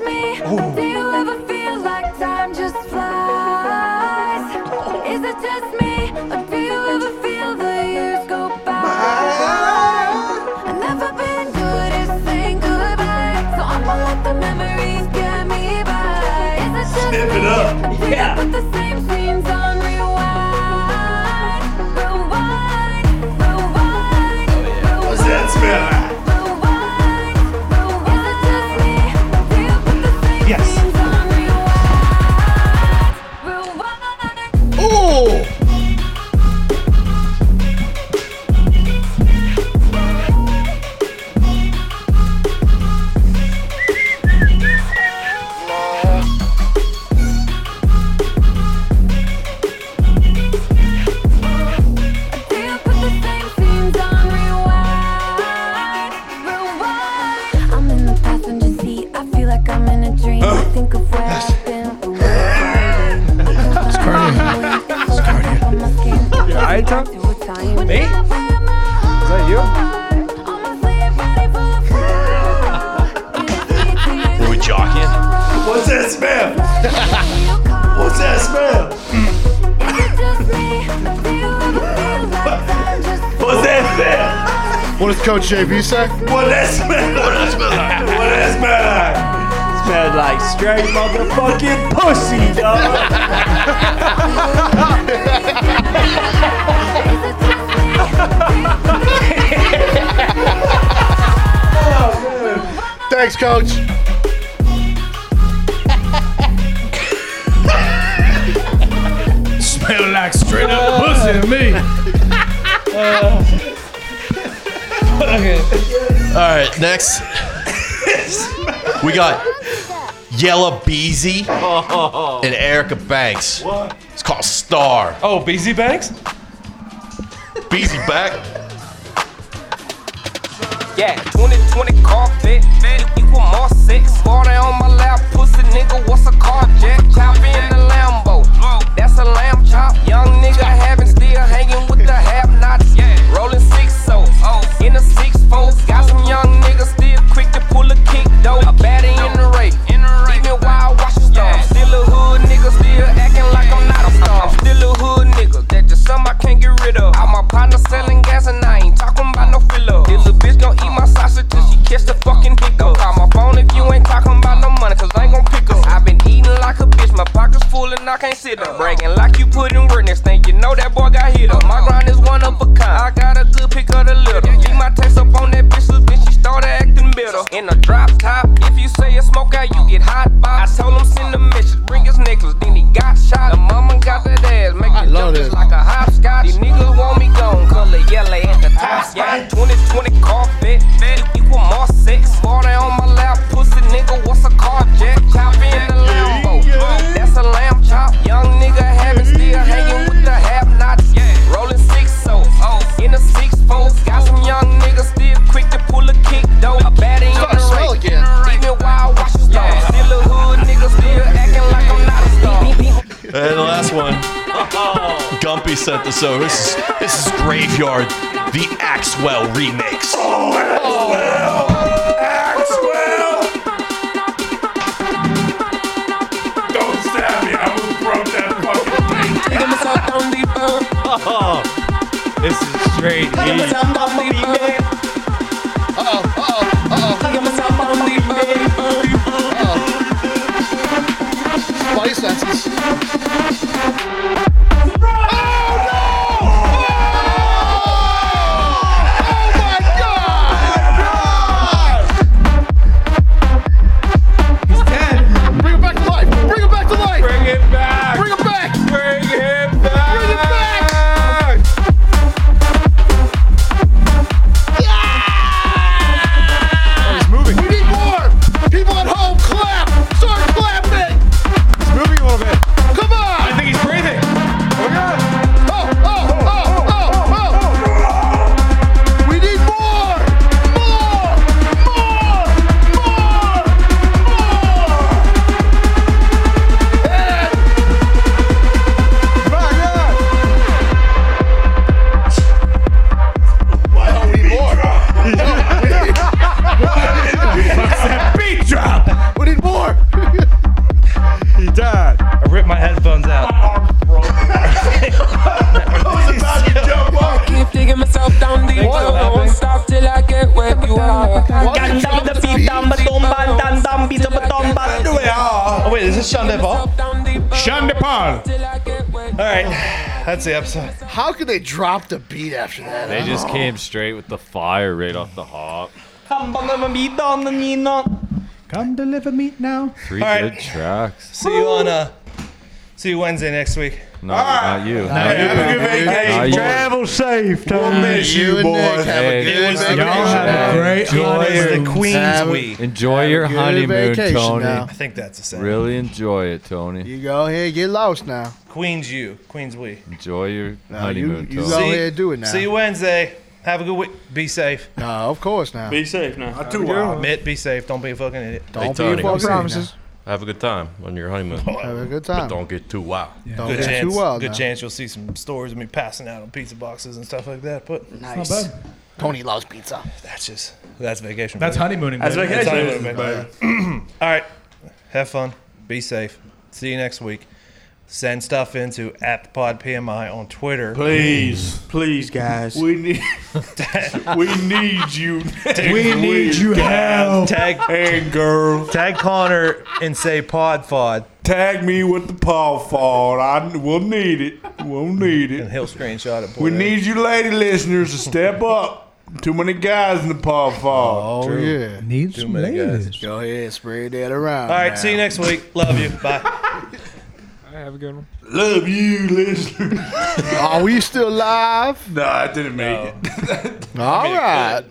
[SPEAKER 14] Do you ever feel like time just flies? Is it just me, or do you ever feel the years go by? I've never been good at saying goodbye, so I'ma let the memories get me by. Is it just
[SPEAKER 1] Snip it
[SPEAKER 14] me,
[SPEAKER 1] up.
[SPEAKER 14] or do you
[SPEAKER 1] Yeah.
[SPEAKER 14] put the same scenes on rewind? Rewind, rewind,
[SPEAKER 1] What's that smell?
[SPEAKER 14] Yes.
[SPEAKER 1] Ooh.
[SPEAKER 14] I'm in the passenger seat. I feel like I'm in a dream. I think of where I've been. but where I've been. It's cardio. It's cardio. You alright, Tom? Me? Is that you?
[SPEAKER 12] Were we jockeying?
[SPEAKER 1] What's that smell? What's that smell? What's that smell?
[SPEAKER 8] What does Coach JB say?
[SPEAKER 1] What that smell? What that smell? What that smell?
[SPEAKER 5] Smelled like straight motherfucking pussy,
[SPEAKER 8] Thanks, Coach.
[SPEAKER 3] Smell like straight up pussy to me.
[SPEAKER 12] All right, next we got Yella Beezy and Erica Banks.
[SPEAKER 2] What?
[SPEAKER 12] It's called Star.
[SPEAKER 2] Oh, BZ Banks?
[SPEAKER 12] Beezy back.
[SPEAKER 15] Yeah, 2020 carpet, fit equal more six. Water on my lap, pussy nigga, what's a car jack? Chop in the Lambo, that's a lamb chop. Young nigga having still hanging with the have nots. Rolling six so in a six fold. Got some young niggas still quick to pull a kick though. A batter in the race, even while I watch the stars. Still a hood nigga, still acting like I'm not a star. I'm still a hood nigga, that just something I can't get rid of. All my partners selling gas and I ain't talking about no filler. This little bitch gon' eat my sausage till she catch the fucking hiccup. Call my phone if you ain't talking about no money, cause I ain't gon' pick up. i been eating like a bitch, my pockets full and I can't sit up. Bragging like you put in work, next thing you know that boy got hit up. My grind is one of a kind, I got a good pick of the little. Leave my text up on that bitch, little bitch, she started acting bitter. In a drop top, if you say a smoke out, you get hot box. I told him send a message, bring his necklace, then he got shot. The mama got that ass, make it jump just like a hopscotch. These niggas want me gone, color yellow at the top spot. 2020 carpet, equal more sex. Water on my lap, pussy nigga, what's a car jack? oh.
[SPEAKER 12] Gumpy sent this over. This is, this is Graveyard, the Axwell remix.
[SPEAKER 3] Don't stab me. I would broke that fucking
[SPEAKER 2] Oh, this is straight heat.
[SPEAKER 1] oh,
[SPEAKER 8] Body senses.
[SPEAKER 2] He's dead.
[SPEAKER 8] Bring it back to life. Bring it back to life.
[SPEAKER 2] Bring it back.
[SPEAKER 8] Bring it back.
[SPEAKER 2] Bring him back.
[SPEAKER 8] Bring it back.
[SPEAKER 10] He's moving.
[SPEAKER 8] We need more. People at home, clap. Start clapping.
[SPEAKER 10] He's moving a little bit.
[SPEAKER 8] Come on.
[SPEAKER 2] I think he's breathing.
[SPEAKER 8] Oh, oh, oh, oh, oh. We need more. More. More. More. More. And
[SPEAKER 3] beat drop.
[SPEAKER 8] we need more.
[SPEAKER 10] He died.
[SPEAKER 2] I ripped my headphones out.
[SPEAKER 15] Keep digging myself down deep.
[SPEAKER 2] Thanks,
[SPEAKER 15] I
[SPEAKER 2] Alvin.
[SPEAKER 15] won't stop till I get where you are. Goddamn the beat, down the tomba, down, down, beat up a tomba.
[SPEAKER 2] Oh, wait, is this Sean Deval?
[SPEAKER 3] Shun Paul.
[SPEAKER 2] All right, that's the episode.
[SPEAKER 8] How could they drop the beat after that? Oh.
[SPEAKER 9] They just came straight with the fire right off the hop.
[SPEAKER 6] Come deliver me now.
[SPEAKER 9] Three
[SPEAKER 2] All right.
[SPEAKER 9] good tracks.
[SPEAKER 2] See you on uh, see you Wednesday next week.
[SPEAKER 9] No,
[SPEAKER 8] Ah!
[SPEAKER 9] not you.
[SPEAKER 2] Have a good
[SPEAKER 9] Not
[SPEAKER 2] vacation.
[SPEAKER 9] you.
[SPEAKER 3] Travel safe, Tom. miss
[SPEAKER 8] You
[SPEAKER 3] you,
[SPEAKER 8] and Nick
[SPEAKER 3] boy.
[SPEAKER 8] have a
[SPEAKER 9] Hey,
[SPEAKER 8] good
[SPEAKER 2] it was the
[SPEAKER 8] vacation.
[SPEAKER 6] Have a great
[SPEAKER 2] John is
[SPEAKER 6] holiday.
[SPEAKER 2] the Queen's
[SPEAKER 8] Have a-
[SPEAKER 2] week.
[SPEAKER 9] Enjoy your
[SPEAKER 8] good
[SPEAKER 9] honeymoon,
[SPEAKER 8] vacation
[SPEAKER 9] Tony.
[SPEAKER 8] now.
[SPEAKER 2] I think that's the same.
[SPEAKER 9] Really enjoy it, Tony.
[SPEAKER 8] You go ahead, get lost now.
[SPEAKER 2] Queen's you, Queen's we.
[SPEAKER 9] Enjoy your
[SPEAKER 8] No, you-
[SPEAKER 9] honeymoon,
[SPEAKER 8] you
[SPEAKER 9] Tony.
[SPEAKER 8] go- ahead, do it now.
[SPEAKER 2] See you Wednesday. Have a good week. Be safe.
[SPEAKER 8] No, of course now.
[SPEAKER 7] Be safe now.
[SPEAKER 3] Too wild.
[SPEAKER 2] Mitt, be safe. Don't be a fucking idiot.
[SPEAKER 8] Don't
[SPEAKER 12] Tony,
[SPEAKER 8] be a fucking
[SPEAKER 10] promises.
[SPEAKER 12] Have a good time on your honeymoon.
[SPEAKER 8] Have a good
[SPEAKER 12] But
[SPEAKER 8] time.
[SPEAKER 12] don't get too wild.
[SPEAKER 8] Don't
[SPEAKER 2] Good
[SPEAKER 8] get
[SPEAKER 2] chance.
[SPEAKER 8] too wild.
[SPEAKER 2] good
[SPEAKER 8] now.
[SPEAKER 2] chance you'll see some stories of me passing out on pizza boxes and stuff like that. But
[SPEAKER 8] Nice. Tony loves pizza.
[SPEAKER 2] that's just that's vacation.
[SPEAKER 6] That's
[SPEAKER 2] baby.
[SPEAKER 6] honeymooning.
[SPEAKER 5] That's
[SPEAKER 6] baby.
[SPEAKER 5] vacation.
[SPEAKER 2] That's honeymoon, baby. All right. Have fun. Be safe. See you next week. Send stuff into at the pod PMI on Twitter.
[SPEAKER 3] Please,
[SPEAKER 5] Please, guys.
[SPEAKER 3] we need, we need you.
[SPEAKER 6] We need you help.
[SPEAKER 2] Tag
[SPEAKER 3] And girl,
[SPEAKER 2] tag Connor and say pod fod
[SPEAKER 3] tag me with the paw fall. I we'll need it. We'll need
[SPEAKER 2] and
[SPEAKER 3] it.
[SPEAKER 2] he'll screenshot it.
[SPEAKER 3] We need you, lady listeners, to step up. Too many guys in the paw fall.
[SPEAKER 8] Oh yeah.
[SPEAKER 6] Need
[SPEAKER 2] Too
[SPEAKER 6] some
[SPEAKER 2] many guys.
[SPEAKER 6] ladies.
[SPEAKER 8] Go ahead, spread that around.
[SPEAKER 2] All
[SPEAKER 3] Oh,
[SPEAKER 2] right. See you next week. Love you. Bye.
[SPEAKER 10] All right, have a good one.
[SPEAKER 3] Love you, listeners.
[SPEAKER 8] Are we still live?
[SPEAKER 3] no, I didn't make it.
[SPEAKER 8] All right.